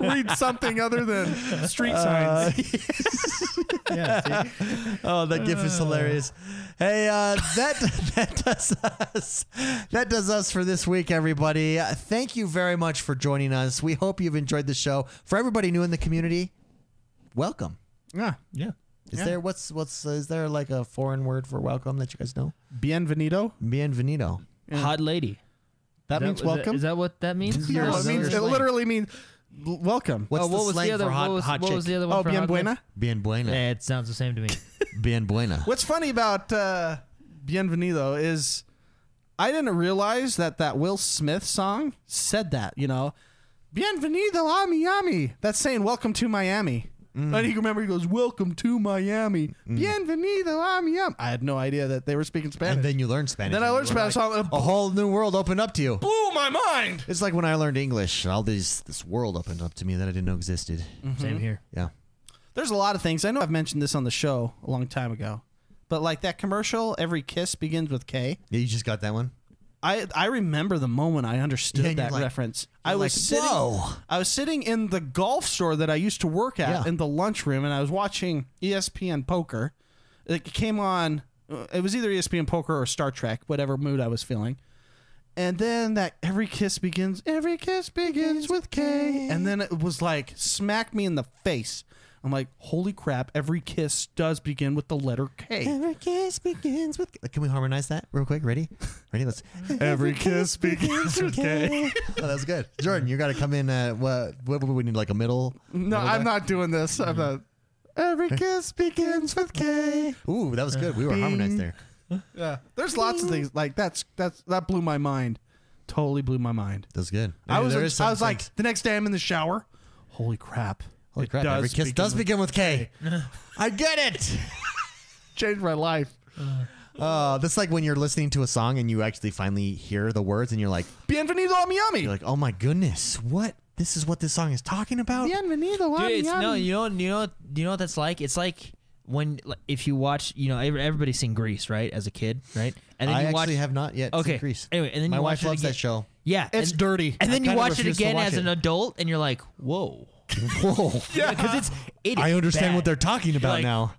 [SPEAKER 2] Read something other than street signs.
[SPEAKER 1] yeah. see? Oh, that gif
[SPEAKER 4] Uh.
[SPEAKER 1] is hilarious. Hey, uh, that that does us that does us for this week, everybody. Uh, thank you very much for joining us. We hope you've enjoyed the show. For everybody new in the community, welcome.
[SPEAKER 2] yeah.
[SPEAKER 3] Yeah.
[SPEAKER 1] Is
[SPEAKER 2] Yeah.
[SPEAKER 1] there what's what's is there like a foreign word for welcome that you guys know?
[SPEAKER 2] Bienvenido.
[SPEAKER 1] Bienvenido.
[SPEAKER 3] Hot lady.
[SPEAKER 2] That, means welcome.
[SPEAKER 4] Is that what that means?
[SPEAKER 1] No,
[SPEAKER 2] No,
[SPEAKER 1] is that
[SPEAKER 2] it means
[SPEAKER 1] what
[SPEAKER 2] it
[SPEAKER 1] it's like?
[SPEAKER 2] literally means l- welcome.
[SPEAKER 1] What's
[SPEAKER 4] oh, what
[SPEAKER 1] the
[SPEAKER 4] was
[SPEAKER 1] slang
[SPEAKER 4] the other?
[SPEAKER 1] for hot
[SPEAKER 4] what was,
[SPEAKER 1] hot
[SPEAKER 4] what
[SPEAKER 1] chick?
[SPEAKER 4] was the other one?
[SPEAKER 2] oh,
[SPEAKER 4] for
[SPEAKER 2] bien
[SPEAKER 4] hot
[SPEAKER 2] buena.
[SPEAKER 1] Bien buena.
[SPEAKER 3] Eh, It sounds the same to me.
[SPEAKER 1] Bien buena.
[SPEAKER 2] What's funny about uh, Bienvenido is I didn't realize that that Will Smith song said that, you know. Bienvenido a Miami. That's saying welcome to Miami.
[SPEAKER 1] Mm.
[SPEAKER 2] And he remember he goes, Welcome to Miami. Bienvenido a Miami. I had no idea that they were speaking Spanish.
[SPEAKER 1] And then you learn Spanish.
[SPEAKER 2] Then I
[SPEAKER 1] and
[SPEAKER 2] learned
[SPEAKER 1] you were
[SPEAKER 2] Spanish song and it
[SPEAKER 1] like, "Oh." a whole new world opened up to you.
[SPEAKER 2] blew my mind.
[SPEAKER 1] It's like when I learned English, all these this world opened up to me that I didn't know existed.
[SPEAKER 4] Mm-hmm.
[SPEAKER 3] Same here.
[SPEAKER 1] Yeah.
[SPEAKER 2] There's a lot of things. I know I've mentioned this on the show a long time ago. But like that commercial, every kiss begins with K.
[SPEAKER 1] Yeah, you just got that one?
[SPEAKER 2] I I remember the moment I understood
[SPEAKER 1] Yeah, and you're
[SPEAKER 2] that
[SPEAKER 1] like-
[SPEAKER 2] reference. I was
[SPEAKER 1] like,
[SPEAKER 2] sitting
[SPEAKER 1] "Whoa."
[SPEAKER 2] I was sitting in the golf store that I used to work at
[SPEAKER 1] Yeah.
[SPEAKER 2] in the lunchroom and I was watching E ESPN poker. It came on uh, it was either ESPN poker or Star Trek, whatever mood I was feeling. And then that every kiss begins every kiss begins with K and then it was like smacked me in the face. I'm like, holy crap, every kiss does begin with the letter K.
[SPEAKER 1] Every kiss begins with. Can we harmonize that real quick? Ready? Ready? Let's.
[SPEAKER 2] Every kiss begins with K.
[SPEAKER 1] Oh, that was good. Jordan, you got to come in. Uh, what, what would we need? Like a middle?
[SPEAKER 2] No, I'm not doing this. I'm not. Every kiss begins with K.
[SPEAKER 1] Ooh, that was good. We were harmonized there.
[SPEAKER 2] Yeah, there's lots of things like that's that's that blew my mind, totally blew my mind.
[SPEAKER 1] That was good.
[SPEAKER 2] I was
[SPEAKER 1] There
[SPEAKER 2] I
[SPEAKER 1] is
[SPEAKER 2] was
[SPEAKER 1] some
[SPEAKER 2] like
[SPEAKER 1] things-
[SPEAKER 2] the next day I'm in the shower. Holy crap!
[SPEAKER 1] holy crap! every kiss does begin with K. I get it.
[SPEAKER 2] Changed my life.
[SPEAKER 1] Uh, that's like when you're listening to a song and you actually finally hear the words and you're like,
[SPEAKER 2] Bienvenido a Miami.
[SPEAKER 1] you're like, oh my goodness, what? This is what this song is talking about.
[SPEAKER 2] Bienvenido a
[SPEAKER 3] Dude, it's, no,
[SPEAKER 2] Miami.
[SPEAKER 3] you know, you know, you know what that's like. It's like when like, if you watch, you know, every- everybody's seen Grease, right? As a kid, right? And
[SPEAKER 1] I
[SPEAKER 3] you
[SPEAKER 1] actually
[SPEAKER 3] watch,
[SPEAKER 1] have not yet
[SPEAKER 3] okay.
[SPEAKER 1] seen Grease.
[SPEAKER 3] Anyway, and then
[SPEAKER 1] My
[SPEAKER 3] you
[SPEAKER 1] wife
[SPEAKER 3] watch it
[SPEAKER 1] loves that
[SPEAKER 3] again.
[SPEAKER 1] show.
[SPEAKER 3] Yeah,
[SPEAKER 2] It's
[SPEAKER 3] and,
[SPEAKER 2] dirty.
[SPEAKER 3] And then
[SPEAKER 1] I
[SPEAKER 3] you
[SPEAKER 1] kinda
[SPEAKER 3] watch it
[SPEAKER 1] refuse to
[SPEAKER 3] again
[SPEAKER 1] watch
[SPEAKER 3] as
[SPEAKER 1] it.
[SPEAKER 3] an adult, and you're like, whoa,
[SPEAKER 1] Whoa!
[SPEAKER 3] yeah, because it's it
[SPEAKER 1] I
[SPEAKER 3] is
[SPEAKER 1] understand
[SPEAKER 3] bad.
[SPEAKER 1] what they're talking about
[SPEAKER 3] like-
[SPEAKER 1] now.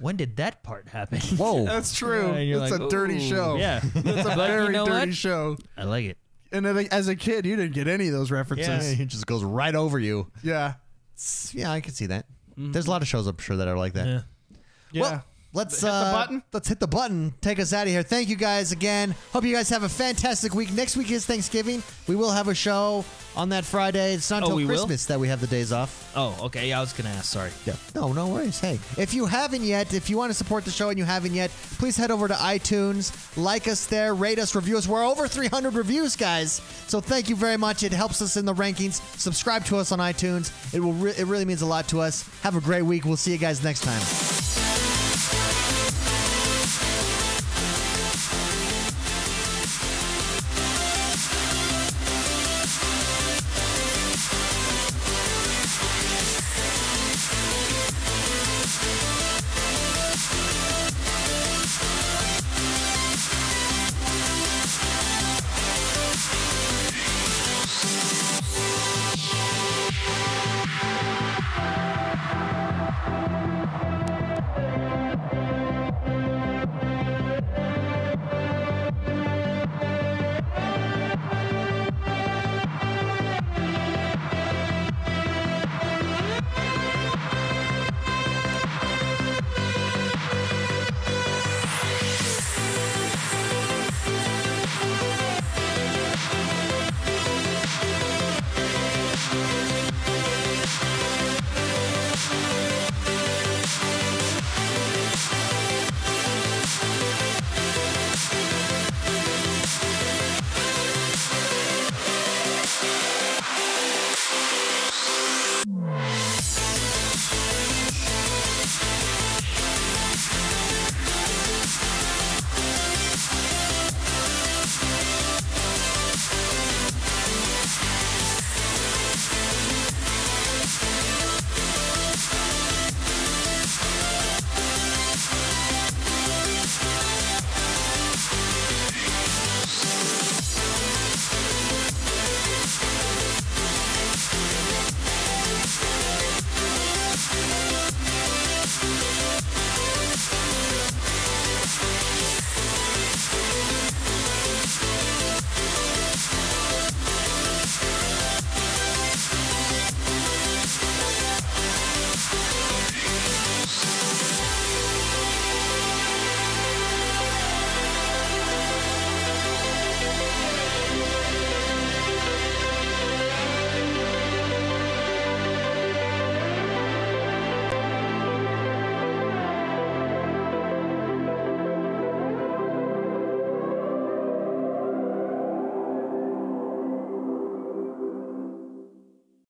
[SPEAKER 3] When did that part happen?
[SPEAKER 1] Whoa!
[SPEAKER 2] That's true.
[SPEAKER 3] And you're
[SPEAKER 2] it's
[SPEAKER 3] like,
[SPEAKER 2] a dirty
[SPEAKER 3] "Ooh."
[SPEAKER 2] show.
[SPEAKER 3] Yeah,
[SPEAKER 2] it's a
[SPEAKER 3] But you
[SPEAKER 2] very
[SPEAKER 3] know
[SPEAKER 2] dirty
[SPEAKER 3] what?
[SPEAKER 2] show.
[SPEAKER 3] I like it.
[SPEAKER 2] And then, as a kid, you didn't get any of those
[SPEAKER 1] yeah,
[SPEAKER 2] references.
[SPEAKER 1] it just goes right over you.
[SPEAKER 2] Yeah,
[SPEAKER 1] It's- yeah, I can see that. There's a lot of shows I'm sure that are like that.
[SPEAKER 3] Mm-hmm. Yeah.
[SPEAKER 2] yeah.
[SPEAKER 1] Well, let's
[SPEAKER 2] the
[SPEAKER 1] uh,
[SPEAKER 2] button?
[SPEAKER 1] Let's hit the button. Take us out of here. Thank you guys again. Hope you guys have a fantastic week. Next week is Thanksgiving. We will have a show on that Friday. It's not
[SPEAKER 3] Oh,
[SPEAKER 1] until
[SPEAKER 3] we will?
[SPEAKER 1] Christmas that we have the days off.
[SPEAKER 3] Oh, okay. Yeah, I was gonna ask. Sorry.
[SPEAKER 1] Yeah. No, no worries. Hey, if you haven't yet, if you want to support the show and you haven't yet, please head over to iTunes, like us there, rate us, review us. We're over 300 reviews, guys. So thank you very much. It helps us in the rankings. Subscribe to us on iTunes. It will. Re- it really means a lot to us. Have a great week. We'll see you guys next time.